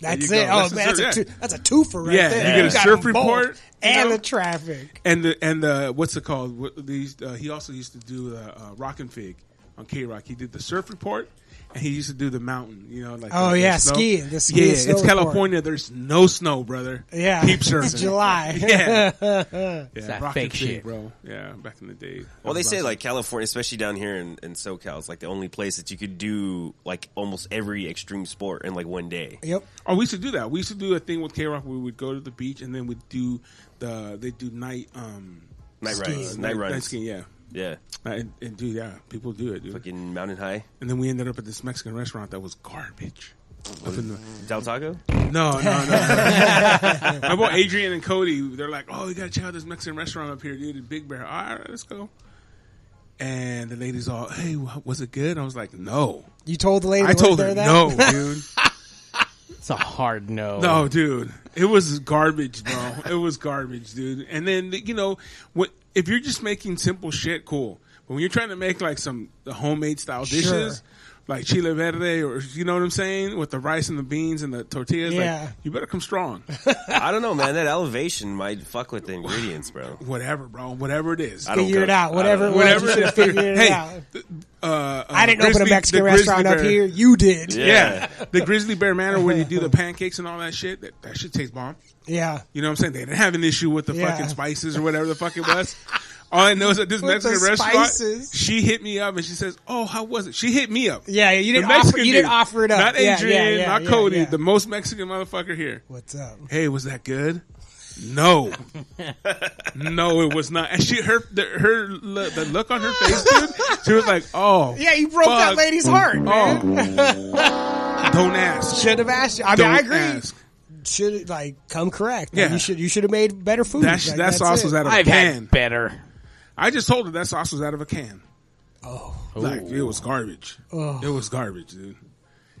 Speaker 4: that's
Speaker 1: There you
Speaker 4: it.
Speaker 1: go.
Speaker 4: Oh
Speaker 1: That's a-
Speaker 4: man, that's a,
Speaker 1: yeah.
Speaker 4: two, that's a twofer right
Speaker 1: Yeah,
Speaker 4: there.
Speaker 1: you get a
Speaker 4: got
Speaker 1: surf
Speaker 4: both.
Speaker 1: report, you
Speaker 4: and
Speaker 1: know?
Speaker 4: the traffic.
Speaker 1: And the and the what's it called? What, these uh, he also used to do the uh, rock and fig on K Rock. He did the surf report, and he used to do the mountain. You know, like
Speaker 4: Oh,
Speaker 1: the- the
Speaker 4: yeah,
Speaker 1: snow.
Speaker 4: skiing, the ski
Speaker 1: yeah,
Speaker 4: and
Speaker 1: it's
Speaker 4: snow report.
Speaker 1: California. There's no snow, brother.
Speaker 4: Yeah,
Speaker 1: keep surfing.
Speaker 4: It's July.
Speaker 1: Yeah, yeah,
Speaker 2: that
Speaker 1: rock
Speaker 2: fake
Speaker 1: and fig,
Speaker 2: shit.
Speaker 1: bro. Yeah, back in the day.
Speaker 5: Well,
Speaker 1: That
Speaker 5: they
Speaker 1: was
Speaker 5: say
Speaker 1: awesome.
Speaker 5: like California, especially down here in, in SoCal, is like the only place that you could do like almost every extreme sport in like one day.
Speaker 4: Yep.
Speaker 1: Oh, we used to do that. We used to do a thing with K Rock where we would go to the beach and then we'd do the they do night um
Speaker 5: Night
Speaker 4: Skiing.
Speaker 5: runs,
Speaker 1: night
Speaker 5: night runs,
Speaker 1: skiing, yeah.
Speaker 5: yeah,
Speaker 1: And, and dude, yeah, people do it, dude.
Speaker 5: fucking mountain high,
Speaker 1: And then we ended up at this Mexican restaurant that was garbage. Up in the-
Speaker 5: Del Taco.
Speaker 1: No, no, no. My boy Adrian and Cody, they're like, oh, we got to check out this Mexican restaurant up here, dude, in Big Bear. All right, let's go. And the lady's all, hey, wha- was it good? I was like, no.
Speaker 4: You told the lady.
Speaker 1: I
Speaker 4: that
Speaker 1: told
Speaker 4: worked
Speaker 1: her,
Speaker 4: there
Speaker 1: no,
Speaker 4: that?
Speaker 1: dude.
Speaker 2: It's a hard no.
Speaker 1: No, dude, it was garbage, bro. it was garbage, dude. And then you know, what if you're just making simple shit? Cool, but when you're trying to make like some homemade style dishes,
Speaker 4: Sure.
Speaker 1: like chile verde, or you know what I'm saying, with the rice and the beans and the tortillas,
Speaker 4: Yeah.
Speaker 1: like, you better come strong.
Speaker 5: I don't know, man. That elevation might fuck with the ingredients, bro.
Speaker 1: whatever, bro, whatever it is.
Speaker 5: I don't
Speaker 4: Figure it
Speaker 5: cook.
Speaker 4: out. Whatever.
Speaker 5: I
Speaker 4: it
Speaker 5: don't-
Speaker 4: was,
Speaker 1: Whatever
Speaker 4: you should have
Speaker 1: it is.
Speaker 4: figured it
Speaker 1: Hey,
Speaker 4: out.
Speaker 1: Uh, uh,
Speaker 4: I didn't open
Speaker 1: Grizzly-
Speaker 4: a Mexican
Speaker 1: the Grizzly
Speaker 4: restaurant up
Speaker 1: Bear-
Speaker 4: here. You did.
Speaker 5: Yeah.
Speaker 1: Yeah, the Grizzly Bear Manor where you do the pancakes and all that shit. That, that shit tastes bomb.
Speaker 4: Yeah.
Speaker 1: You know what I'm saying? They didn't have an issue with the
Speaker 4: Yeah.
Speaker 1: fucking spices or whatever the fuck it was. All I know is that this
Speaker 4: With the
Speaker 1: Mexican restaurant,
Speaker 4: spices.
Speaker 1: she hit me up and she says, "Oh, how was it?" She hit me up.
Speaker 4: Yeah, you
Speaker 1: The
Speaker 4: didn't offer,
Speaker 1: Mexican
Speaker 4: you didn't
Speaker 1: dude.
Speaker 4: offer it up.
Speaker 1: Not
Speaker 4: Yeah,
Speaker 1: Adrian,
Speaker 4: yeah, yeah,
Speaker 1: not
Speaker 4: yeah,
Speaker 1: Cody,
Speaker 4: yeah.
Speaker 1: the most Mexican motherfucker here.
Speaker 4: What's up?
Speaker 1: Hey, was that good? No, no, it was not. And she her the, her look, the look on her face, dude. She was like, "Oh,
Speaker 4: Yeah, you broke that
Speaker 1: fuck.
Speaker 4: lady's heart.
Speaker 1: Oh,
Speaker 4: Man.
Speaker 1: don't ask.
Speaker 4: Should have asked you. I mean,
Speaker 1: Don't
Speaker 4: I agree.
Speaker 1: ask.
Speaker 4: Should like come correct. Like,
Speaker 1: Yeah.
Speaker 4: you should you should have made better food.
Speaker 1: That sh-
Speaker 4: Like,
Speaker 1: that sauce
Speaker 4: it.
Speaker 1: was out of a
Speaker 2: I've
Speaker 1: can.
Speaker 2: had better.
Speaker 1: I just told her that sauce was out of a can.
Speaker 4: Oh.
Speaker 1: Like it was garbage. It was garbage, dude.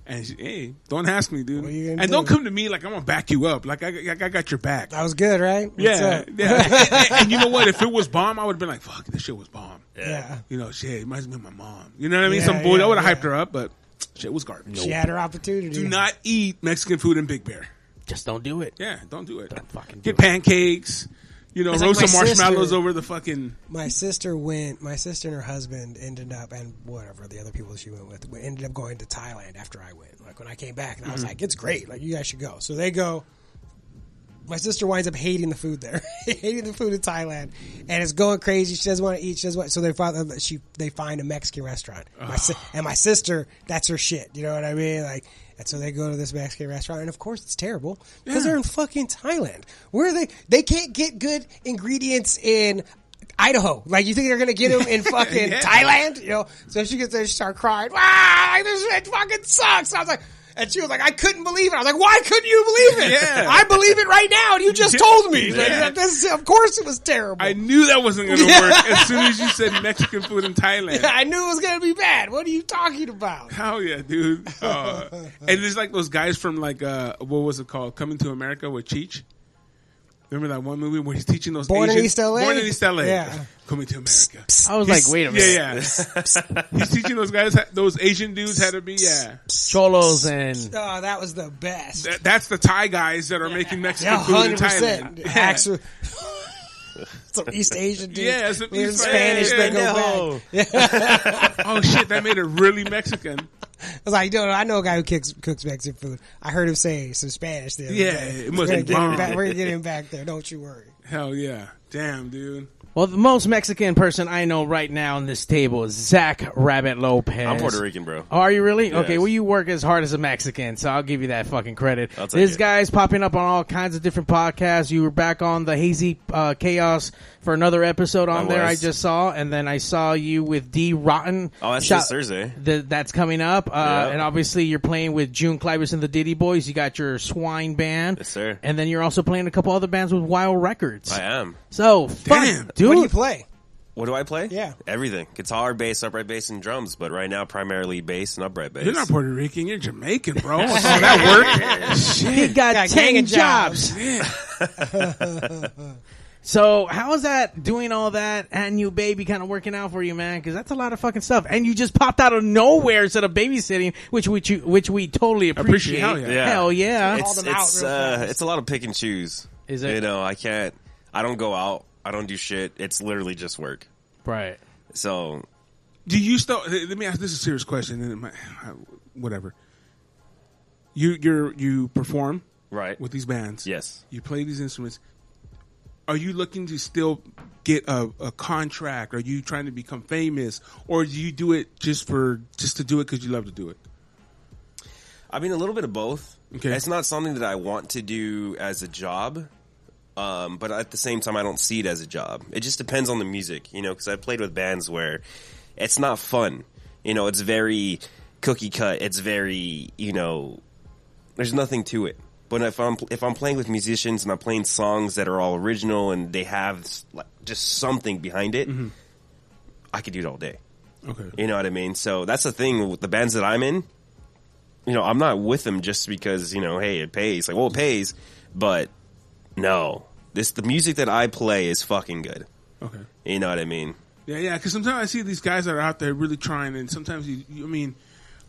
Speaker 1: And she, hey, don't ask me, dude.
Speaker 4: What are you gonna
Speaker 1: and don't
Speaker 4: do?
Speaker 1: come to me like I'm gonna back you up. Like I, I, I got your back.
Speaker 4: That was good, right? What's
Speaker 1: yeah,
Speaker 4: up?
Speaker 1: yeah. and you know what? If it was bomb, I would have been like, "Fuck, this shit was bomb."
Speaker 4: yeah.
Speaker 1: You know, shit it reminds me of my mom. You know what I mean?
Speaker 4: Yeah,
Speaker 1: Some bull.
Speaker 4: yeah,
Speaker 1: I would have
Speaker 4: yeah.
Speaker 1: hyped her up, but shit was garbage.
Speaker 4: She had her opportunity.
Speaker 1: Do not eat Mexican food in Big Bear.
Speaker 2: Just don't do it.
Speaker 1: Yeah, don't do it.
Speaker 2: fucking do
Speaker 1: Get
Speaker 2: it.
Speaker 1: pancakes. You know,
Speaker 4: It's
Speaker 1: roast
Speaker 4: like
Speaker 1: some
Speaker 4: my sister.
Speaker 1: marshmallows over the fucking.
Speaker 4: My sister went. My sister and her husband ended up, and whatever the other people she went with, we ended up going to Thailand after I went. Like when I came back, and I was
Speaker 1: Mm-hmm.
Speaker 4: like, "It's great. Like you guys should go." So they go. My sister winds up hating the food there, hating the food in Thailand, and it's going crazy. She doesn't want to eat. She doesn't want. So they find she they find a Mexican restaurant. My si- and my sister, that's her shit. You know what I mean? Like, and so they go to this Mexican restaurant, and of course it's terrible because they're in fucking Thailand. Where are they they can't get good ingredients in Idaho. Like, you think they're gonna get them in fucking
Speaker 1: Yeah.
Speaker 4: Thailand? You know? So she gets there, she started crying. Wow, like, this shit fucking sucks. I was like. And she was like, I couldn't believe it. I was like, why couldn't you believe it?
Speaker 1: Yeah.
Speaker 4: I believe it right now. And you just
Speaker 1: Yeah.
Speaker 4: told me. Like,
Speaker 1: Yeah.
Speaker 4: this, of course it was terrible.
Speaker 1: I knew that wasn't going to
Speaker 4: Yeah.
Speaker 1: work as soon as you said Mexican food in Thailand.
Speaker 4: I knew it was going to be bad. What are you talking about?
Speaker 1: Hell yeah, dude. Uh, and it's like those guys from like uh, what was it called? Coming to America with Cheech. Remember that one movie where he's teaching those
Speaker 4: Born in
Speaker 1: Asian-
Speaker 4: East LA?
Speaker 1: Born in East LA.
Speaker 4: Yeah.
Speaker 1: Coming to America.
Speaker 2: I was like, wait a minute.
Speaker 1: Yeah, yeah. he's teaching those guys, those Asian dudes how to be. Yeah,
Speaker 2: Cholos and
Speaker 4: Oh, that was the best.
Speaker 1: That- that's the Thai guys that are making Mexican
Speaker 4: Yeah,
Speaker 1: food in
Speaker 4: hundred percent.
Speaker 1: Thailand.
Speaker 4: Actual, some East Asian dudes.
Speaker 1: Yeah, some
Speaker 4: with
Speaker 1: East-
Speaker 4: Spanish.
Speaker 1: yeah,
Speaker 4: that
Speaker 1: yeah.
Speaker 4: go back.
Speaker 1: Oh shit, that made it really Mexican.
Speaker 4: I was like, dude, I know a guy who cooks, cooks Mexican food. I heard him say some Spanish the other
Speaker 1: Yeah,
Speaker 4: day.
Speaker 1: it must
Speaker 4: we're
Speaker 1: be
Speaker 4: gonna get him
Speaker 1: bomb.
Speaker 4: back- We're gonna get him back there. Don't you worry.
Speaker 1: Hell yeah, damn dude.
Speaker 2: well, the most Mexican person I know right now on this table is Zach Rabbit Lopez.
Speaker 5: I'm Puerto Rican, bro.
Speaker 4: Oh.
Speaker 2: Oh, Are you really? Okay,
Speaker 5: Yes.
Speaker 2: well, you work as hard as a Mexican, so I'll give you that fucking credit.
Speaker 5: I'll take
Speaker 2: This
Speaker 5: it.
Speaker 2: guy's popping up on all kinds of different podcasts. You were back on the Hazy uh, Chaos for another episode on
Speaker 5: I
Speaker 2: there, I
Speaker 5: was.
Speaker 2: just saw, and then I saw you with D Rotten.
Speaker 5: Oh, that's this Thursday.
Speaker 2: th- that's coming up, uh,
Speaker 5: Yeah.
Speaker 2: and obviously you're playing with June Clivus and the Diddy Boys. You got your Swine Band.
Speaker 5: Yes, sir. Oh,
Speaker 2: And then you're also playing a couple other bands with Wild Records.
Speaker 5: I am.
Speaker 2: So, fuck,
Speaker 1: Damn.
Speaker 2: dude.
Speaker 4: What do you play?
Speaker 5: What do I play?
Speaker 4: Yeah.
Speaker 5: Everything. Guitar, bass, upright bass, and drums, but right now primarily bass and upright bass.
Speaker 1: You're not Puerto Rican, you're Jamaican, bro. Oh, that worked.
Speaker 2: He got,
Speaker 4: Got gang
Speaker 2: 10
Speaker 4: of jobs.
Speaker 2: jobs. so how is that doing all that and you baby kind of working out for you, man? Because that's a lot of fucking stuff. And you just popped out of nowhere instead of babysitting, which we you, which we totally appreciate.
Speaker 1: Appreciate, hell yeah.
Speaker 2: Hell yeah.
Speaker 5: It's,
Speaker 4: Call them out
Speaker 5: it's,
Speaker 4: real
Speaker 5: uh,
Speaker 4: fast.
Speaker 5: it's a lot of pick and choose.
Speaker 2: Is it-
Speaker 5: You know, I can't. I don't go out. I don't do shit. It's literally just work.
Speaker 2: right.
Speaker 5: So
Speaker 1: Do you still? Let me ask. This is a serious question. And it might, uh, whatever. You you you perform
Speaker 5: right.
Speaker 1: with these bands.
Speaker 5: Yes.
Speaker 1: You play these instruments. Are you looking to still get a, a contract? Are you trying to become famous, or do you do it just for just to do it because you love to do it?
Speaker 5: I mean, a little bit of both.
Speaker 1: Okay.
Speaker 5: It's not something that I want to do as a job, um, but at the same time, I don't see it as a job. It just depends on the music, you know, because I've played with bands where it's not fun. You know, it's very cookie cut. It's very, you know, there's nothing to it. But if I'm if I'm playing with musicians and I'm playing songs that are all original and they have s- like, just something behind it, I could do it all day.
Speaker 1: Okay.
Speaker 5: You know what I mean? So that's the thing with the bands that I'm in. You know, I'm not with them just because you know, hey, it pays. Like, well, it pays, but no, this the music that I play is fucking good.
Speaker 1: Okay.
Speaker 5: You know what I mean?
Speaker 1: Yeah, yeah. Because sometimes I see these guys that are out there really trying, and sometimes you, you I mean,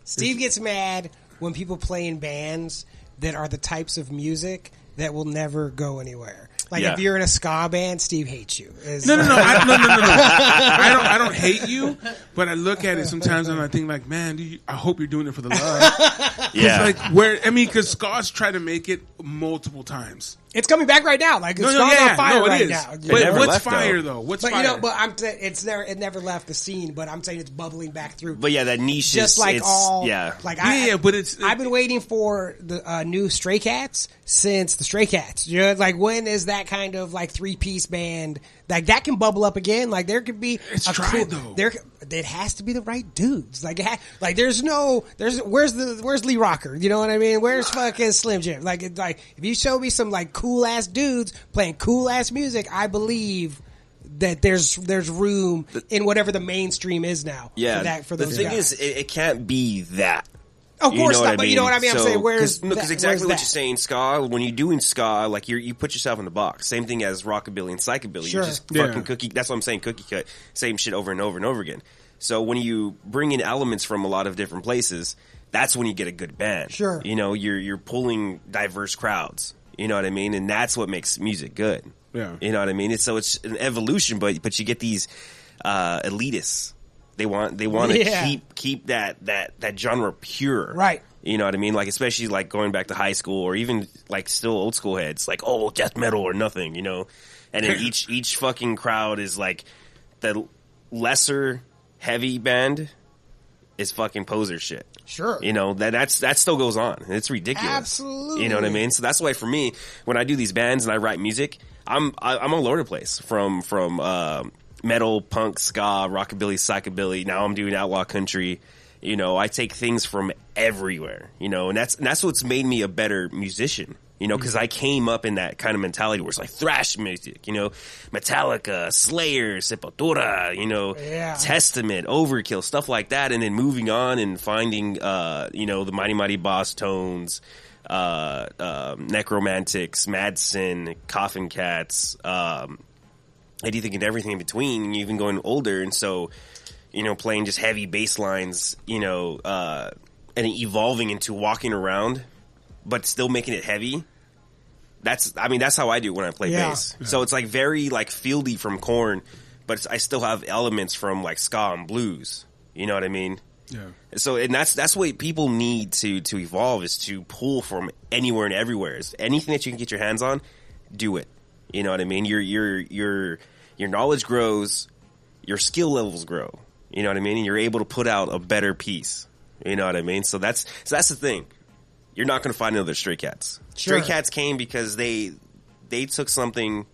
Speaker 4: Steve gets mad when people play in bands that are the types of music that will never go anywhere. Like
Speaker 5: Yeah.
Speaker 4: if you're in a ska band, Steve hates you. It's
Speaker 1: No, no, no, I, no, no, no, no. I don't. I don't hate you, but I look at it sometimes and I think like, man, do you, I hope you're doing it for the love.
Speaker 5: Yeah,
Speaker 1: like where I mean, because Scott's tried to make it multiple times.
Speaker 4: It's coming back right now. Like it's
Speaker 1: No, no,
Speaker 4: no,
Speaker 1: yeah,
Speaker 4: on fire
Speaker 1: no, it
Speaker 4: right
Speaker 1: is.
Speaker 4: now.
Speaker 1: But
Speaker 5: never
Speaker 1: what's
Speaker 5: left, though.
Speaker 1: fire though? What's
Speaker 4: But
Speaker 1: fire?
Speaker 4: you know, but I'm t- it's never it never left the scene. But I'm saying it's bubbling back through.
Speaker 5: but yeah, that niche
Speaker 4: just
Speaker 5: is
Speaker 4: like
Speaker 5: it's,
Speaker 4: all
Speaker 5: yeah,
Speaker 4: like
Speaker 1: yeah,
Speaker 4: I,
Speaker 1: yeah, but it's
Speaker 4: I've been waiting for the uh, new Stray Cats since the Stray Cats. You know, like when is that kind of like three piece band like that can bubble up again? Like there could be
Speaker 1: It's
Speaker 4: a
Speaker 1: tried, though.
Speaker 4: There, it has to be the right dudes. Like, it ha- like there's no there's where's the where's Lee Rocker? You know what I mean? Where's fucking Slim Jim? Like, it, like if you show me some like cool ass dudes playing cool ass music, I believe. That there's there's room in whatever the mainstream is now.
Speaker 5: yeah.
Speaker 4: for that for
Speaker 5: the
Speaker 4: those
Speaker 5: thing
Speaker 4: guys.
Speaker 5: is, it, it can't be that.
Speaker 4: Of
Speaker 5: You know
Speaker 4: course
Speaker 5: what
Speaker 4: not,
Speaker 5: I
Speaker 4: but you know
Speaker 5: mean?
Speaker 4: what I mean? I'm
Speaker 5: So-
Speaker 4: saying, where's
Speaker 5: no, 'cause
Speaker 4: that-
Speaker 5: exactly
Speaker 4: where's
Speaker 5: what
Speaker 4: that?
Speaker 5: you're saying, ska. When you're doing ska, like you you put yourself in the box. Same thing as rockabilly and psychobilly.
Speaker 4: Sure.
Speaker 5: You're just
Speaker 1: Yeah.
Speaker 5: fucking cookie. That's what I'm saying. Cookie cut, same shit over and over and over again. So when you bring in elements from a lot of different places, that's when you get a good band.
Speaker 4: Sure.
Speaker 5: you know you're you're pulling diverse crowds. You know what I mean? And that's what makes music good.
Speaker 1: Yeah.
Speaker 5: you know what I mean. It's, so it's an evolution, but but you get these uh, elitists. They want they want to
Speaker 4: Yeah.
Speaker 5: keep keep that that that genre pure.
Speaker 4: Right.
Speaker 5: You know what I mean? Like especially like going back to high school or even like still old school heads, like oh death metal or nothing, you know. And then each each fucking crowd is like the lesser heavy band is fucking poser shit.
Speaker 4: Sure.
Speaker 5: You know that that's that still goes on. It's ridiculous.
Speaker 4: Absolutely.
Speaker 5: You know what I mean? So that's why for me, when I do these bands and I write music, I'm I, I'm all over the place from from uh, metal, punk, ska, rockabilly, psychobilly. Now I'm doing outlaw country. You know, I take things from everywhere. You know, and that's and that's what's made me a better musician. You know, because I came up in that kind of mentality where it's like thrash music. You know, Metallica, Slayer, Sepultura. You know,
Speaker 4: Yeah.
Speaker 5: Testament, Overkill, stuff like that, and then moving on and finding, uh, you know, the Mighty Mighty Boss Tones, uh, um, Necromantics, Madsen, Coffin Cats, um, anything and everything in between, and even going older, and so, you know, playing just heavy bass lines, you know, uh, and evolving into walking around, but still making it heavy. That's, I mean, that's how I do when I play
Speaker 4: Yeah.
Speaker 5: bass. So it's like very like fieldy from corn, but it's, I still have elements from like ska and blues. You know what I mean?
Speaker 1: Yeah.
Speaker 5: So and that's that's what people need to to evolve is to pull from anywhere and everywhere. Is anything that you can get your hands on, do it. You know what I mean? Your your your your knowledge grows, your skill levels grow. You know what I mean? And you're able to put out a better piece. You know what I mean? So that's so that's the thing. You're not going to find another stray cats.
Speaker 4: Sure.
Speaker 5: Stray cats came because they they took something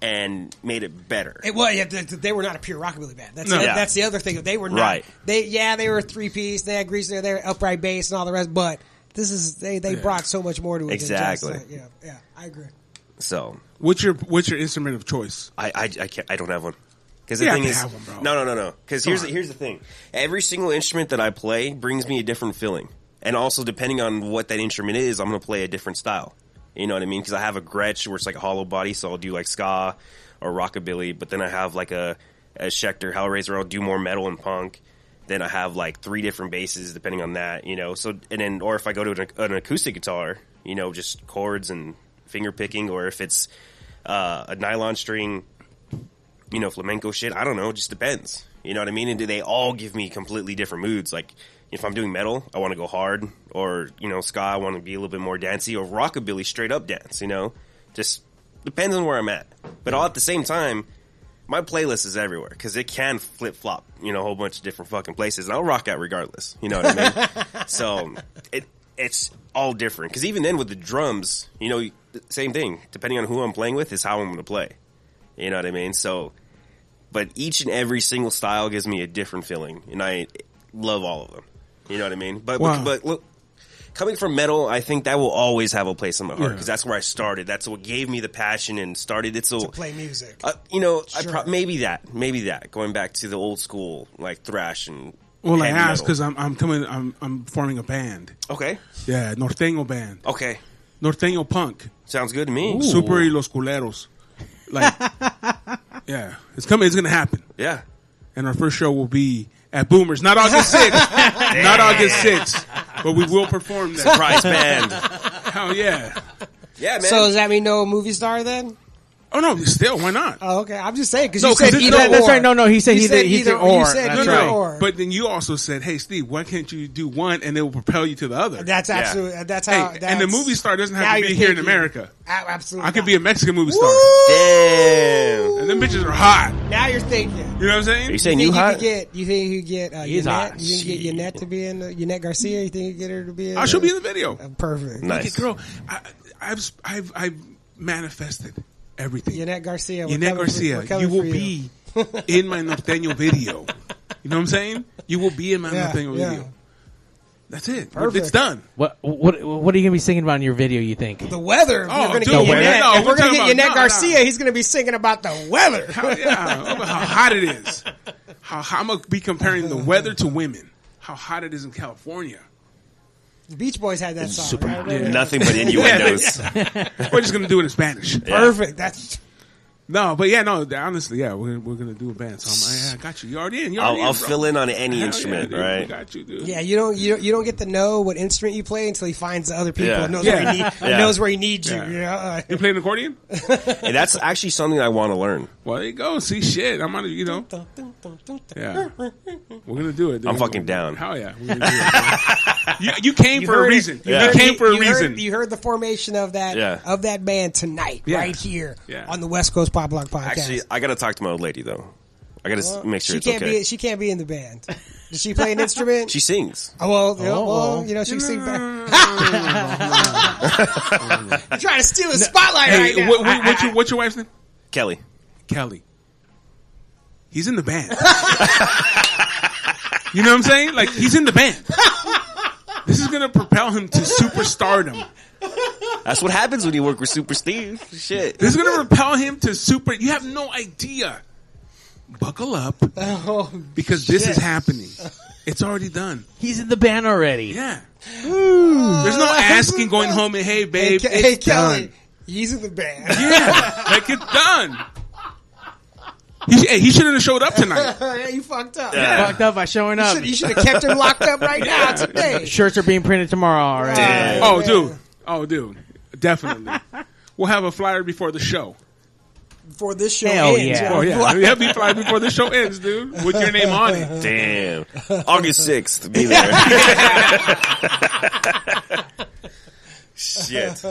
Speaker 5: and made it better.
Speaker 4: It, well, yeah, th- th- they were not a pure rockabilly band. That's
Speaker 1: No.
Speaker 4: the,
Speaker 5: Yeah.
Speaker 4: that's the other thing. They were not.
Speaker 5: Right.
Speaker 4: They yeah, they were three piece. They had grease there. They were upright bass and all the rest. But this is they they brought so much more to it. than just
Speaker 5: Exactly.
Speaker 4: that. yeah, yeah, I agree.
Speaker 5: so
Speaker 1: What's your What's your instrument of choice?
Speaker 5: I I, I can't. I don't have one. Because the
Speaker 1: You have
Speaker 5: thing
Speaker 1: to
Speaker 5: is,
Speaker 1: have one, bro.
Speaker 5: no, no, no, no. Because here's the,
Speaker 1: on.
Speaker 5: here's the thing. Every single instrument that I play brings me a different feeling, and also depending on what that instrument is, I'm going to play a different style. You know what I mean? Because I have a Gretsch where it's like a hollow body, so I'll do like ska or rockabilly. But then I have like a, a Schecter Hellraiser. I'll do more metal and punk. Then I have like three different basses depending on that. You know, so and then or if I go to an, an acoustic guitar, you know, just chords and finger picking, or if it's uh, a nylon string you know, flamenco shit. I don't know. It just depends. You know what I mean? And do they all give me completely different moods? Like, if I'm doing metal, I want to go hard, or you know, ska, I want to be a little bit more dancey, or rockabilly, straight up dance. You know, just depends on where I'm at. But all at the same time, my playlist is everywhere because it can flip flop. You know, a whole bunch of different fucking places, and I'll rock out regardless. You know what I mean? so it it's all different because even then with the drums, you know, same thing. Depending on who I'm playing with, is how I'm going to play. You know what I mean? So, but each and every single style gives me a different feeling, and I love all of them. You know what I mean? But
Speaker 1: Wow.
Speaker 5: but, but look, coming from metal, I think that will always have a place in my heart
Speaker 1: Yeah.
Speaker 5: because that's where I started. That's what gave me the passion and started it. So
Speaker 4: Play music.
Speaker 5: uh, you know, I
Speaker 4: Sure.
Speaker 5: pro- maybe that, maybe that. Going back to the old school, like thrash and
Speaker 1: Well, I
Speaker 5: heavy
Speaker 1: asked because
Speaker 5: metal.
Speaker 1: I'm I'm coming. I'm I'm forming a band.
Speaker 5: okay,
Speaker 1: Yeah, norteño band,
Speaker 5: okay,
Speaker 1: norteño punk,
Speaker 5: sounds good to me.
Speaker 1: super y los culeros. Like, yeah, it's coming. It's gonna happen.
Speaker 5: yeah.
Speaker 1: and our first show will be at Boomers. Not August 6th. not August 6th. But we will perform there.
Speaker 5: Prize band,
Speaker 1: Hell yeah.
Speaker 5: yeah, man.
Speaker 4: So does that mean no movie star then?
Speaker 1: Oh, no, still, why not?
Speaker 4: Oh, okay. I'm just saying because
Speaker 1: No,
Speaker 4: you
Speaker 1: 'cause
Speaker 4: said
Speaker 1: it's
Speaker 4: either
Speaker 1: no-
Speaker 4: or.
Speaker 1: that's
Speaker 2: right. No, no, he said
Speaker 4: You
Speaker 2: either- he said
Speaker 4: You
Speaker 2: or.
Speaker 4: said
Speaker 2: That's
Speaker 1: no,
Speaker 4: either
Speaker 1: no.
Speaker 2: right.
Speaker 4: or.
Speaker 1: But then you also said, hey, Steve, why can't you do one and it will propel you to the other?
Speaker 4: that's
Speaker 5: Yeah.
Speaker 4: absolutely. That's
Speaker 1: hey,
Speaker 4: how. uh, That's,
Speaker 1: and the movie star doesn't have
Speaker 4: now
Speaker 1: to
Speaker 4: you're
Speaker 1: be here in
Speaker 4: thinking.
Speaker 1: America.
Speaker 4: A- Absolutely.
Speaker 1: I could be a Mexican movie star.
Speaker 5: Damn.
Speaker 1: And them bitches are hot.
Speaker 4: Now you're thinking.
Speaker 1: You know what I'm saying?
Speaker 5: Are you saying
Speaker 4: You think
Speaker 5: you
Speaker 4: you could
Speaker 5: hot?
Speaker 4: get? You think you could get? Uh,
Speaker 2: He's
Speaker 4: Yannette?
Speaker 2: hot.
Speaker 4: You think you get Yannette to be in? The, Yannette Garcia? You think you could get her to be in?
Speaker 1: I
Speaker 4: the-
Speaker 1: should be in the video.
Speaker 4: Perfect.
Speaker 5: Nice.
Speaker 1: Hey, girl, I, I've, I've, I've manifested everything.
Speaker 4: Yannette Garcia. we're
Speaker 1: Yannette
Speaker 4: coming for-
Speaker 1: Garcia,
Speaker 4: we're coming
Speaker 1: you will
Speaker 4: for
Speaker 1: be in my Norteño video. You know what I'm saying? You will be in my
Speaker 4: Yeah,
Speaker 1: Norteño
Speaker 4: yeah.
Speaker 1: video. That's it.
Speaker 4: Perfect.
Speaker 1: It's done.
Speaker 2: What what what are you gonna be singing about in your video? You think?
Speaker 4: The weather. If
Speaker 1: Oh,
Speaker 4: we're going to
Speaker 1: dude,
Speaker 4: get
Speaker 1: we're-
Speaker 4: Yannette,
Speaker 1: no,
Speaker 4: if we're
Speaker 1: we're
Speaker 4: going to
Speaker 1: talking
Speaker 4: get Yannette
Speaker 1: about- no, no.
Speaker 4: Garcia, he's going to be singing about the weather.
Speaker 1: How, Oh, yeah, about how hot it is. How, how I'm going to be comparing the weather to women. How hot it is in California.
Speaker 4: The Beach Boys had that song. right?
Speaker 5: Nothing but innuendos.
Speaker 1: We're just gonna do it in Spanish.
Speaker 4: Perfect. That's
Speaker 1: No, but yeah, no. Honestly, yeah, we're, we're gonna do a band. So I'm like, yeah, I got you. You already in. You already
Speaker 5: I'll, I'll
Speaker 1: in, bro.
Speaker 5: fill in on any
Speaker 1: Hell
Speaker 5: instrument,
Speaker 1: yeah, dude, We
Speaker 5: right?
Speaker 1: got you, dude.
Speaker 4: yeah. You don't you don't- you don't get to know what instrument you play until he finds the other people.
Speaker 5: Yeah.
Speaker 4: And knows
Speaker 1: Yeah.
Speaker 4: where he need,
Speaker 5: Yeah.
Speaker 4: knows where he needs
Speaker 1: Yeah.
Speaker 4: you. Yeah.
Speaker 1: You playing accordion?
Speaker 5: And that's actually something I want to learn.
Speaker 1: Well, there you go. See, shit. I'm on. You know. Yeah. We're gonna do it. Dude.
Speaker 5: I'm fucking down.
Speaker 1: Hell yeah. We're gonna do it, dude. you, you came for
Speaker 4: heard
Speaker 1: a
Speaker 4: it.
Speaker 1: reason.
Speaker 5: Yeah.
Speaker 1: You
Speaker 5: heard-
Speaker 1: came for a
Speaker 4: you
Speaker 1: reason.
Speaker 4: Heard, you heard the formation of that
Speaker 5: Yeah.
Speaker 4: of that band tonight,
Speaker 1: Yeah.
Speaker 4: right here
Speaker 1: Yeah.
Speaker 4: on the West Coast Pop Block Podcast.
Speaker 5: Actually, I gotta talk to my old lady though. I gotta s make sure
Speaker 4: she
Speaker 5: it's
Speaker 4: can't
Speaker 5: okay.
Speaker 4: be. She can't be in the band. Does she play an instrument?
Speaker 5: she sings.
Speaker 4: Oh, well, you know,
Speaker 2: Oh.
Speaker 4: well, you know, she sings. You're trying to steal his spotlight
Speaker 1: Hey,
Speaker 4: right now.
Speaker 1: what, what, what's, your, what's your wife's name?
Speaker 5: Kelly.
Speaker 1: Kelly. He's in the band. you know what I'm saying? Like he's in the band. This is gonna propel him to superstardom.
Speaker 5: That's what happens when you work with Super Steve. Shit.
Speaker 1: This is gonna propel him to super. You have no idea. Buckle up,
Speaker 4: Oh,
Speaker 1: because this is happening. It's already done.
Speaker 2: He's in the band already.
Speaker 1: Yeah. There's no asking going home and hey
Speaker 4: hey,
Speaker 1: babe,
Speaker 4: Ke-
Speaker 1: it's
Speaker 4: hey, Kelly,
Speaker 1: done.
Speaker 4: he's in the band.
Speaker 1: Yeah, like it's done. He, hey, he shouldn't have showed up tonight.
Speaker 4: Yeah, you fucked up.
Speaker 2: Fucked up by showing
Speaker 4: You
Speaker 2: up.
Speaker 4: should- You should have kept him locked up right now today. Uh,
Speaker 2: Shirts are being printed tomorrow already.
Speaker 5: Damn.
Speaker 1: Oh, dude. Oh, dude. Definitely. We'll have a flyer before the show.
Speaker 4: Before this show
Speaker 2: Hell
Speaker 4: ends.
Speaker 2: yeah.
Speaker 1: Oh yeah, we have a flyer before the show ends, dude, with your name on it.
Speaker 5: Damn. August sixth. Be there. Shit.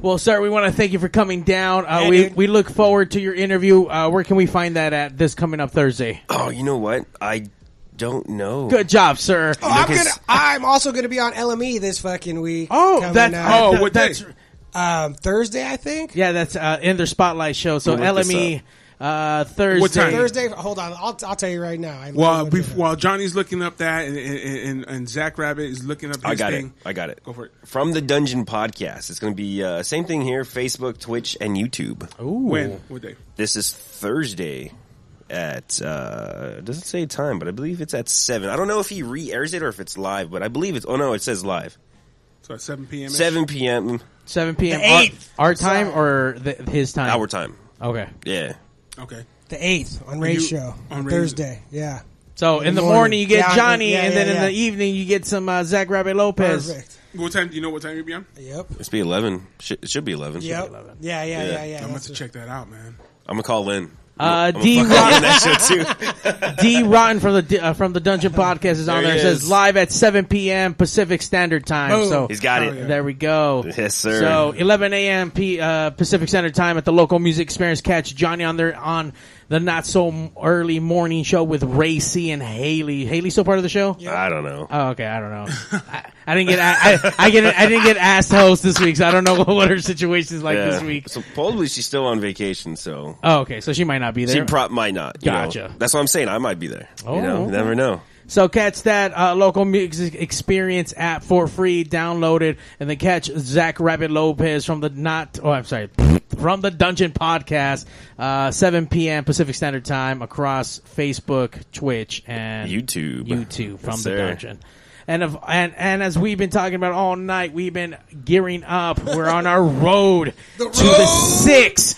Speaker 2: Well, sir, we want to thank you for coming down. Uh,
Speaker 4: Yeah,
Speaker 2: we
Speaker 4: dude.
Speaker 2: we look forward to your interview. Uh, where can we find that at this coming up Thursday?
Speaker 5: Oh, you know what? I don't know.
Speaker 2: Good job, sir.
Speaker 4: Oh, I'm
Speaker 5: Lucas-
Speaker 4: gonna. I'm also gonna be on LME this fucking week.
Speaker 2: Oh,
Speaker 4: coming
Speaker 2: that-
Speaker 4: up.
Speaker 1: Oh, what day?
Speaker 2: That's-
Speaker 4: um, Thursday, I think.
Speaker 2: Yeah, that's uh, in their spotlight show. So
Speaker 5: We'll look this
Speaker 2: LME uh, Thursday.
Speaker 1: time?
Speaker 4: Thursday. Hold on, I'll, I'll tell you right now. I
Speaker 1: While
Speaker 4: literally-
Speaker 1: bef- while Johnny's looking up that, and and, and, and Zach Rabbit is looking up his
Speaker 5: I got
Speaker 1: thing.
Speaker 5: it. I got it.
Speaker 1: Go for it.
Speaker 5: From the Dungeon Podcast. It's going to be uh, same thing here: Facebook, Twitch, and YouTube.
Speaker 2: Oh.
Speaker 1: When? What day?
Speaker 5: This is Thursday at uh, it doesn't say time, but I believe it's at seven. I don't know if he re-airs it or if it's live, but I believe it's. Oh no, it says live.
Speaker 1: So at seven p.m. -ish?
Speaker 5: Seven p.m.
Speaker 2: seven p.m.
Speaker 4: The
Speaker 2: Our-
Speaker 4: eighth.
Speaker 2: Our, time or the, his time?
Speaker 5: our time.
Speaker 2: Okay.
Speaker 5: Yeah.
Speaker 1: Okay.
Speaker 4: E. the eighth on Ray's
Speaker 1: you-
Speaker 4: show
Speaker 1: on
Speaker 4: on
Speaker 1: Ray's-
Speaker 4: Thursday. Yeah,
Speaker 2: So in the
Speaker 4: morning.
Speaker 2: morning, you get
Speaker 4: Yeah,
Speaker 2: Johnny,
Speaker 4: yeah,
Speaker 2: and then
Speaker 4: yeah,
Speaker 2: in
Speaker 4: yeah.
Speaker 2: the evening you get some uh, Zach Rabbit Lopez.
Speaker 4: perfect.
Speaker 1: What time? Do you know what time you'll be on?
Speaker 4: Yep.
Speaker 5: It's be eleven. Sh- it should be eleven.
Speaker 4: Yep. Yeah, yeah, yeah, yeah. yeah.
Speaker 1: I'm about
Speaker 4: That's
Speaker 1: to
Speaker 4: it.
Speaker 1: check that out, man.
Speaker 5: I'm gonna call in.
Speaker 2: Uh,
Speaker 5: I'm gonna
Speaker 2: D
Speaker 5: fuck
Speaker 2: Rotten,
Speaker 5: up on that show too.
Speaker 2: D Rotten from the uh, from the Dungeon Podcast is on
Speaker 5: There
Speaker 2: there.
Speaker 5: he
Speaker 2: It
Speaker 5: is.
Speaker 2: says live at 7 p.m. Pacific Standard Time.
Speaker 4: Boom.
Speaker 2: So uh,
Speaker 5: He's got
Speaker 1: Oh,
Speaker 5: it.
Speaker 1: yeah.
Speaker 2: There we go.
Speaker 5: Yes, sir.
Speaker 2: So 11 a.m. P, uh, Pacific Standard Time at the local music experience. Catch Johnny on there on the not so early morning show with Ray C and Haley. Haley still part of the show?
Speaker 5: I don't know.
Speaker 2: Oh, okay. I don't know. I, I didn't get I, I, I get I didn't get asked host this week, so I don't know what her situation is like
Speaker 5: Yeah.
Speaker 2: this week.
Speaker 5: So probably she's still on vacation. So
Speaker 2: Oh, okay. So she might not be
Speaker 5: She
Speaker 2: there.
Speaker 5: prop might not. you know.
Speaker 2: Gotcha.
Speaker 5: That's what I'm saying. I might be there.
Speaker 2: Oh,
Speaker 5: you know,
Speaker 2: okay.
Speaker 5: you never know.
Speaker 2: So catch that uh, local music experience app for free, download it, and then catch Zach Rabbit Lopez from the not. Oh, I'm sorry, from the Dungeon Podcast, uh, 7 p.m. Pacific Standard Time across Facebook, Twitch, and
Speaker 5: YouTube.
Speaker 2: YouTube from
Speaker 5: Yes,
Speaker 2: the
Speaker 5: sir.
Speaker 2: Dungeon. And, of, and and as we've been talking about all night, we've been gearing up. We're on our road
Speaker 4: The
Speaker 2: to the
Speaker 4: road!
Speaker 2: six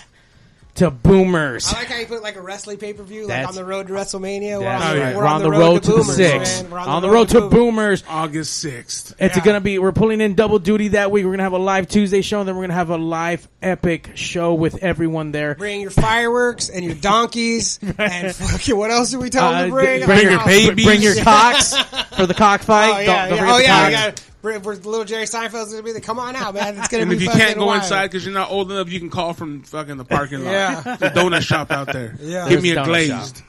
Speaker 2: to Boomers.
Speaker 4: I like how you put like a wrestling pay per view, like
Speaker 2: That's-
Speaker 4: on the road to WrestLMania. We're
Speaker 2: That's
Speaker 4: on, the-
Speaker 2: right.
Speaker 4: we're
Speaker 2: We're on the road to the
Speaker 4: boomers,
Speaker 2: six.
Speaker 4: man. We're
Speaker 2: On the road to Boomers.
Speaker 1: August sixth.
Speaker 2: It's
Speaker 4: Yeah.
Speaker 2: gonna be we're pulling in double duty that week. We're gonna have a live Tuesday show, and then we're gonna have a live epic show with everyone there.
Speaker 4: Bring your fireworks and your donkeys and fucking what else did we tell them
Speaker 2: Uh,
Speaker 4: to bring?
Speaker 1: bring your
Speaker 4: Oh,
Speaker 1: baby. babies.
Speaker 2: bring your cocks for the cockfight.
Speaker 4: Oh yeah,
Speaker 2: Don't- don't
Speaker 4: yeah. Oh
Speaker 2: forget
Speaker 4: yeah, we
Speaker 2: the cocks.
Speaker 4: got we're little Jerry Seinfeld's gonna be there. Come on out, man. It's gonna
Speaker 1: And
Speaker 4: be.
Speaker 1: if you
Speaker 4: fucking
Speaker 1: can't go
Speaker 4: wild.
Speaker 1: inside because you're not old enough, you can call from fucking the parking lot.
Speaker 4: Yeah.
Speaker 1: the donut shop out there.
Speaker 4: Yeah.
Speaker 1: Give me
Speaker 2: There's
Speaker 1: a
Speaker 2: donut shop.
Speaker 1: glazed.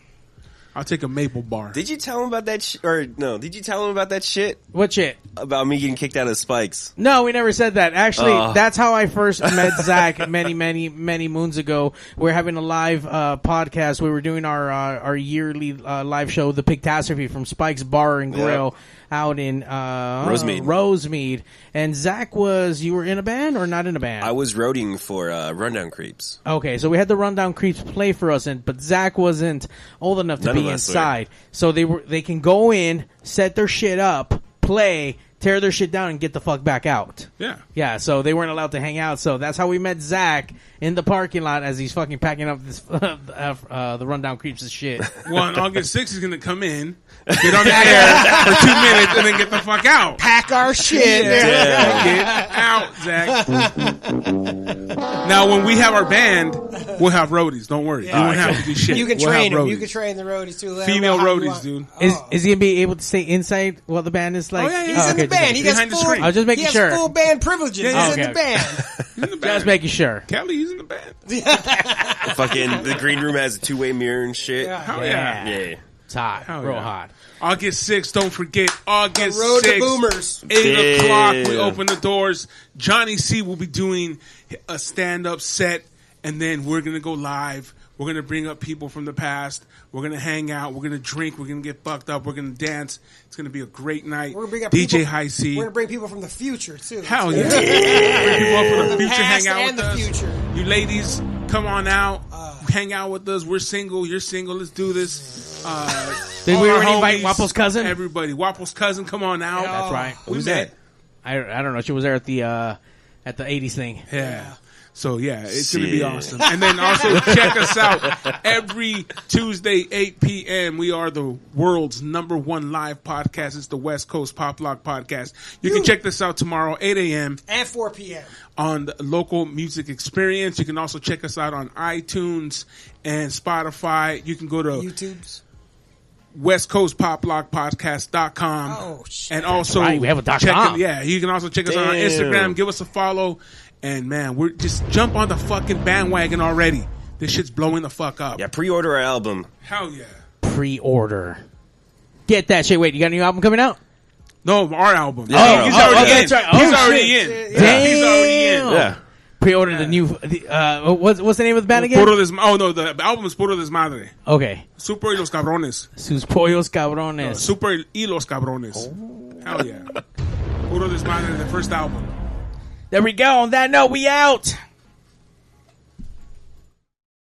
Speaker 1: I'll take a maple bar.
Speaker 5: Did you tell him about that? Sh- or no? Did you tell him about that shit
Speaker 2: what shit?
Speaker 5: about me getting kicked out of Spikes?
Speaker 2: No, we never said that. Actually,
Speaker 5: Oh.
Speaker 2: that's how I first met Zach many, many, many moons ago. We are having a live uh, podcast. We were doing our uh, our yearly uh, live show, The Pictastrophe, from Spike's Bar and Grill out in uh,
Speaker 5: Rosemead.
Speaker 2: Rosemead. And Zach was you were in a band or not in a band?
Speaker 5: I was roading for uh, Rundown Creeps.
Speaker 2: Okay, so we had the rundown creeps play for us, and but Zach wasn't old enough to
Speaker 5: None of
Speaker 2: be
Speaker 5: us
Speaker 2: inside, so they were they can go in, set their shit up, play, tear their shit down and get the fuck back out.
Speaker 1: Yeah.
Speaker 2: Yeah, so they weren't allowed to hang out. So that's how we met Zach in the parking lot as he's fucking packing up this uh, uh, the rundown creeps' shit.
Speaker 1: Well, on August 6th, he's going to come in, get on the air for two minutes, and then get the fuck out.
Speaker 4: Pack our shit.
Speaker 1: Get out, Zach. now, when we have our band, we'll have roadies. Don't worry. You won't have to do shit.
Speaker 4: You can
Speaker 1: We'll
Speaker 4: train
Speaker 1: have
Speaker 4: them. You
Speaker 1: roadies.
Speaker 4: can train the roadies too. Let 'em
Speaker 1: Female
Speaker 4: know how you
Speaker 1: roadies,
Speaker 4: want-
Speaker 1: dude.
Speaker 2: Is is he gonna be able to stay inside while the band is like?
Speaker 1: Oh, yeah, yeah,
Speaker 4: He's
Speaker 1: Oh,
Speaker 4: in the
Speaker 2: okay, just
Speaker 4: band. He
Speaker 2: making-
Speaker 4: got
Speaker 1: Behind the
Speaker 4: full,
Speaker 1: screen. I
Speaker 2: was just making
Speaker 4: he has
Speaker 2: sure.
Speaker 4: full band privileges.
Speaker 1: yeah.
Speaker 4: He's
Speaker 2: Okay,
Speaker 4: in the band.
Speaker 1: He's in the
Speaker 2: Just
Speaker 1: band.
Speaker 2: making sure.
Speaker 1: Kelly, he's in the band.
Speaker 5: Fucking the green room has a two way mirror and shit. Yeah.
Speaker 1: Hell yeah.
Speaker 2: Yeah.
Speaker 5: yeah.
Speaker 2: It's hot,
Speaker 1: Hell
Speaker 2: real
Speaker 1: yeah.
Speaker 2: hot.
Speaker 1: August 6th, don't forget. August
Speaker 4: The road to
Speaker 1: 6th.
Speaker 4: boomers.
Speaker 1: 8
Speaker 5: Yeah.
Speaker 1: o'clock, we open the doors. Johnny C will be doing a stand up set, and then we're going to go live. We're going to bring up people from the past. We're going to hang out. We're going to drink. We're going to get fucked up. We're going to dance. It's going to be a great night.
Speaker 4: We're gonna bring up
Speaker 1: DJ
Speaker 4: people,
Speaker 1: High C.
Speaker 4: We're gonna bring people from the future too.
Speaker 1: Hell yeah. Bring people up from the future,
Speaker 4: past
Speaker 1: hang out with
Speaker 4: and the
Speaker 1: us.
Speaker 4: future. Uh.
Speaker 1: You ladies, come on out. hang out with us. We're single. You're single. Let's do this. Uh,
Speaker 2: Did
Speaker 1: all
Speaker 2: we
Speaker 1: our
Speaker 2: already invite
Speaker 1: homies,
Speaker 2: Wapple's cousin?
Speaker 1: Everybody. Wapple's cousin, come on out.
Speaker 2: That's right.
Speaker 1: We
Speaker 5: Who's
Speaker 1: met.
Speaker 5: that?
Speaker 2: I, I don't know. She was there at the uh, at the '80s thing.
Speaker 1: Yeah. So yeah, it's gonna be
Speaker 5: Shit.
Speaker 1: awesome. And then also check us out every Tuesday, eight PM. We are the world's number one live podcast. It's the West Coast Pop Lock Podcast. You can check this out tomorrow, eight AM
Speaker 4: At 4 p.m.
Speaker 1: on the local music experience. You can also check us out on iTunes and Spotify. You can go to
Speaker 4: YouTube's.
Speaker 1: West Coast Pop Lock Podcast.com.
Speaker 4: Oh, shit.
Speaker 1: And also,
Speaker 2: right, we have a dot
Speaker 1: check
Speaker 2: com.
Speaker 1: it- yeah, you can also check us out on
Speaker 5: Damn.
Speaker 1: Instagram. Give us a follow. And man, we're just jump on the fucking bandwagon already. This shit's blowing the fuck up.
Speaker 5: Yeah, pre order our album.
Speaker 1: Hell yeah.
Speaker 2: Pre-order. Get that shit. Wait, you got a new album coming out?
Speaker 1: No, our album.
Speaker 5: Yeah.
Speaker 1: he's
Speaker 5: Oh,
Speaker 1: already
Speaker 2: oh,
Speaker 1: in.
Speaker 2: that's right. Oh,
Speaker 1: he's already in.
Speaker 2: shit. Damn.
Speaker 1: He's already in.
Speaker 5: Yeah.
Speaker 2: Pre-order the new. The, uh, what's what's the name of the band
Speaker 1: Puro
Speaker 2: again?
Speaker 1: des, oh no, the album is Puro Desmadre.
Speaker 2: Okay,
Speaker 1: Super y los cabrones.
Speaker 2: sus pollos cabrones.
Speaker 1: Super y los cabrones.
Speaker 2: Oh.
Speaker 1: Hell yeah. Puro Desmadre, the first album.
Speaker 2: There we go. On that note, we out.